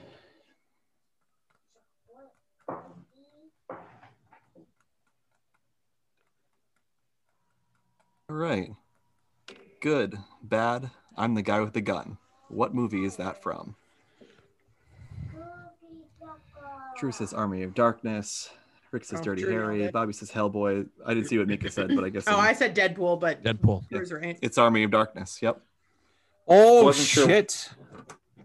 Speaker 2: All right. Good, bad, I'm the guy with the gun. What movie is that from? Drew says Army of Darkness. Rick says
Speaker 3: Oh,
Speaker 2: Dirty
Speaker 3: Drew nailed
Speaker 2: Harry.
Speaker 3: it.
Speaker 2: Bobby says Hellboy. I didn't see what Mika said, but I guess
Speaker 3: Oh,
Speaker 2: I'm-
Speaker 3: I said Deadpool, but
Speaker 5: Deadpool.
Speaker 3: Drew's right.
Speaker 2: it's Army of Darkness. Yep.
Speaker 7: oh
Speaker 6: Wasn't sure.
Speaker 7: shit!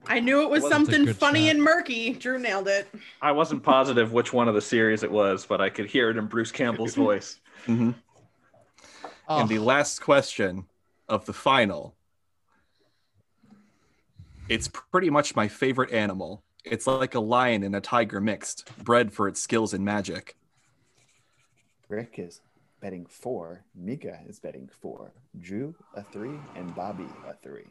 Speaker 3: I knew it was
Speaker 6: Wasn't
Speaker 5: a
Speaker 3: something
Speaker 5: good
Speaker 3: funny
Speaker 5: shot.
Speaker 3: and murky. Drew nailed it.
Speaker 6: I wasn't positive which one of the series it was, but I could hear it in Bruce Campbell's voice.
Speaker 2: hmm
Speaker 5: Oh,
Speaker 2: And the last question of the final. It's pretty much my favorite animal. It's like a lion and a tiger mixed, bred for its skills in magic.
Speaker 9: Rick is betting four. Mika is betting four. Drew a three, and Bobby a three.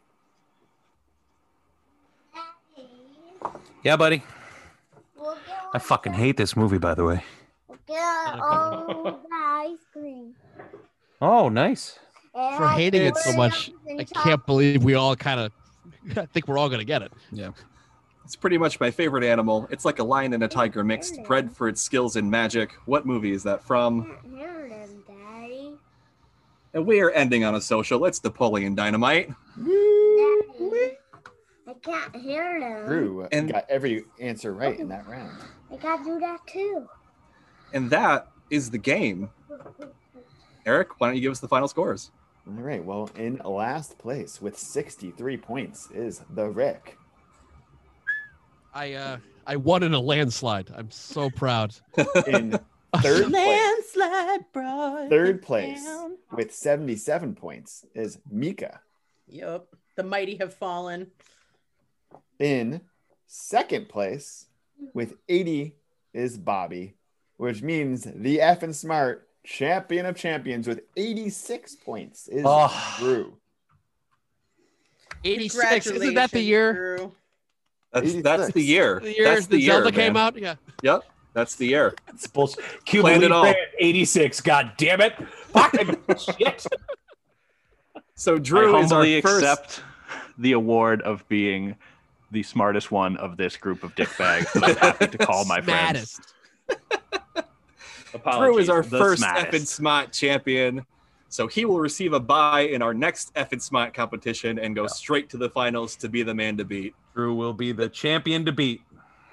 Speaker 7: Yeah, buddy.
Speaker 12: We'll get
Speaker 7: I fucking hate this movie, by the way.
Speaker 12: We'll get all the ice cream.
Speaker 7: Oh, nice.
Speaker 12: And
Speaker 5: For
Speaker 12: I
Speaker 5: hating it
Speaker 12: put
Speaker 5: so
Speaker 12: up
Speaker 5: much,
Speaker 12: in
Speaker 5: I
Speaker 12: chocolate.
Speaker 5: can't believe we all kind of. I think we're all gonna get it.
Speaker 2: It's pretty much my favorite animal. It's like a lion and a tiger mixed, bred for its skills in magic. What movie is that from?
Speaker 12: Can't hear them, Daddy.
Speaker 2: And we are ending on a social. It's Napoleon Dynamite.
Speaker 12: Daddy. I can't hear them.
Speaker 9: Drew
Speaker 2: And-
Speaker 9: got every answer right in that round.
Speaker 12: I gotta do that too.
Speaker 2: And that is the game. Eric, why don't you give us the final scores?
Speaker 9: All right. Well, in last place with 63 points is the Rick.
Speaker 5: I uh, I won in a landslide. I'm so proud.
Speaker 9: In third place,
Speaker 3: Landslide, bro.
Speaker 9: third place with 77 points is Mika.
Speaker 3: Yep. The mighty have fallen.
Speaker 9: In second place with 80 is Bobby, which means the F and Smart champion of champions with 86 points is
Speaker 7: Oh.
Speaker 9: Drew.
Speaker 5: 86. Isn't that the
Speaker 3: Congratulations,
Speaker 5: year?
Speaker 3: Drew.
Speaker 2: That's that's the
Speaker 9: 86.
Speaker 2: year.
Speaker 5: The year
Speaker 2: that's the, year.
Speaker 5: Zelda came
Speaker 2: man.
Speaker 5: out. Yeah.
Speaker 2: Yep. That's the year.
Speaker 7: It's bullshit. Cuba
Speaker 2: Planned it all.
Speaker 7: Libre at 86. God damn it. Fucking shit.
Speaker 2: So Drew
Speaker 6: I
Speaker 2: is our
Speaker 6: humbly
Speaker 2: first
Speaker 6: accept the award of being the smartest one of this group of dickbags that I'm happy to call my friends.
Speaker 5: Maddest.
Speaker 2: Drew is
Speaker 6: Apologies,
Speaker 2: our
Speaker 6: the
Speaker 2: first
Speaker 6: smartest.
Speaker 2: F and Smot champion. So he will receive a bye in our next F and Smot competition and go straight to the finals to be the man to beat.
Speaker 7: Drew will be the champion to beat.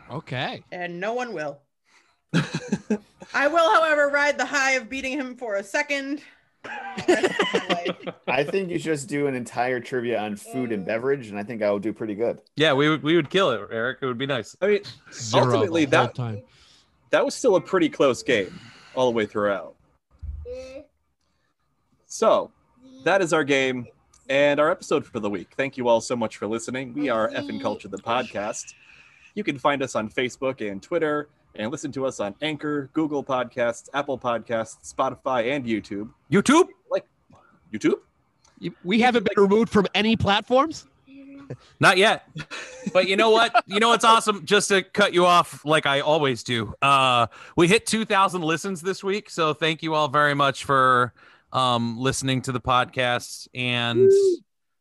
Speaker 5: Okay.
Speaker 3: And no one will. I will, however, ride the high of beating him for a second.
Speaker 9: I think you should just do an entire trivia on food and beverage, and I think I will do pretty good.
Speaker 7: Yeah, we would we would kill it, Eric. It would be nice.
Speaker 2: I mean,
Speaker 5: Zero the
Speaker 2: ultimately
Speaker 5: whole
Speaker 2: that
Speaker 5: time.
Speaker 2: that was still a pretty close game all the way throughout. So that is our game and our episode for the week. Thank you all so much for listening. We are F and Culture the podcast. You can find us on Facebook and Twitter and listen to us on Anchor, Google Podcasts, Apple Podcasts, Spotify, and YouTube.
Speaker 7: YouTube?
Speaker 2: Like YouTube?
Speaker 5: You- We haven't been removed from any platforms.
Speaker 7: Not yet. But you know what? You know what's awesome? Just to cut you off like I always do. Uh we hit 2000 listens this week, so thank you all very much for um listening to the podcast and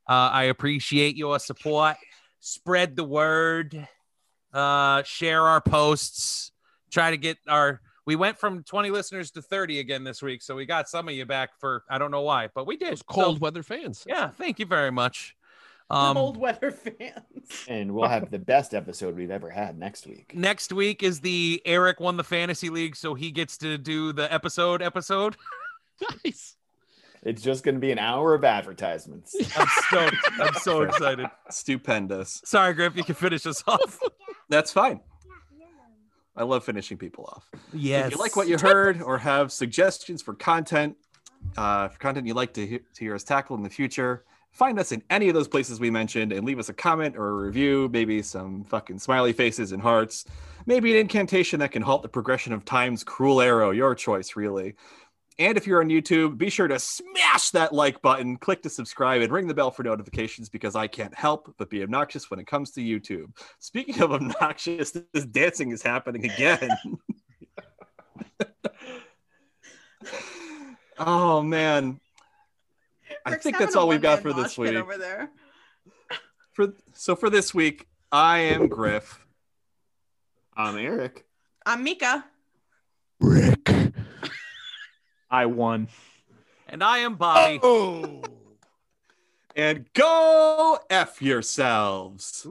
Speaker 7: uh I appreciate your support. Spread the word. Uh share our posts. Try to get our we went from 20 listeners to 30 again this week, so we got some of you back for I don't know why, but we did.
Speaker 5: Those
Speaker 7: So,
Speaker 5: cold weather fans.
Speaker 7: yeah, thank you very much. Um,
Speaker 3: Cold weather fans.
Speaker 9: And we'll have the best episode we've ever had next week.
Speaker 7: next week is the Eric won the fantasy league, so he gets to do the episode episode.
Speaker 5: Nice.
Speaker 9: It's just going to be an hour of advertisements.
Speaker 7: I'm stoked. I'm so excited.
Speaker 2: Stupendous.
Speaker 7: Sorry, Griff, you can finish us off.
Speaker 2: That's fine. I love finishing people off.
Speaker 7: Yes.
Speaker 2: If you like what you heard or have suggestions for content, uh, for content you'd like to, he- to hear us tackle in the future, find us in any of those places we mentioned and leave us a comment or a review, maybe some fucking smiley faces and hearts, maybe an incantation that can halt the progression of time's cruel arrow, your choice, really. And if you're on YouTube, be sure to smash that like button, click to subscribe, and ring the bell for notifications because I can't help but be obnoxious when it comes to YouTube. Speaking of obnoxious, this dancing is happening again. oh man. I
Speaker 3: Rick's
Speaker 2: think
Speaker 3: having
Speaker 2: that's
Speaker 3: a
Speaker 2: all we've got
Speaker 3: one-man
Speaker 2: for this
Speaker 3: mosh pit
Speaker 2: week.
Speaker 3: Over there.
Speaker 2: For so for this week, I am Griff.
Speaker 9: I'm Eric.
Speaker 3: I'm Mika.
Speaker 5: Rick.
Speaker 6: I won.
Speaker 7: And I am Bobby.
Speaker 5: Oh.
Speaker 2: And go F yourselves.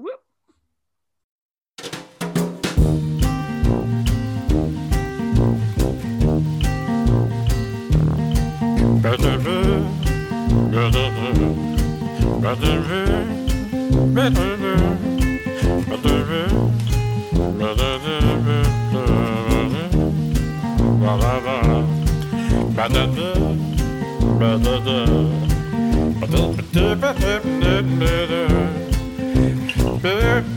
Speaker 1: Ba-da-da.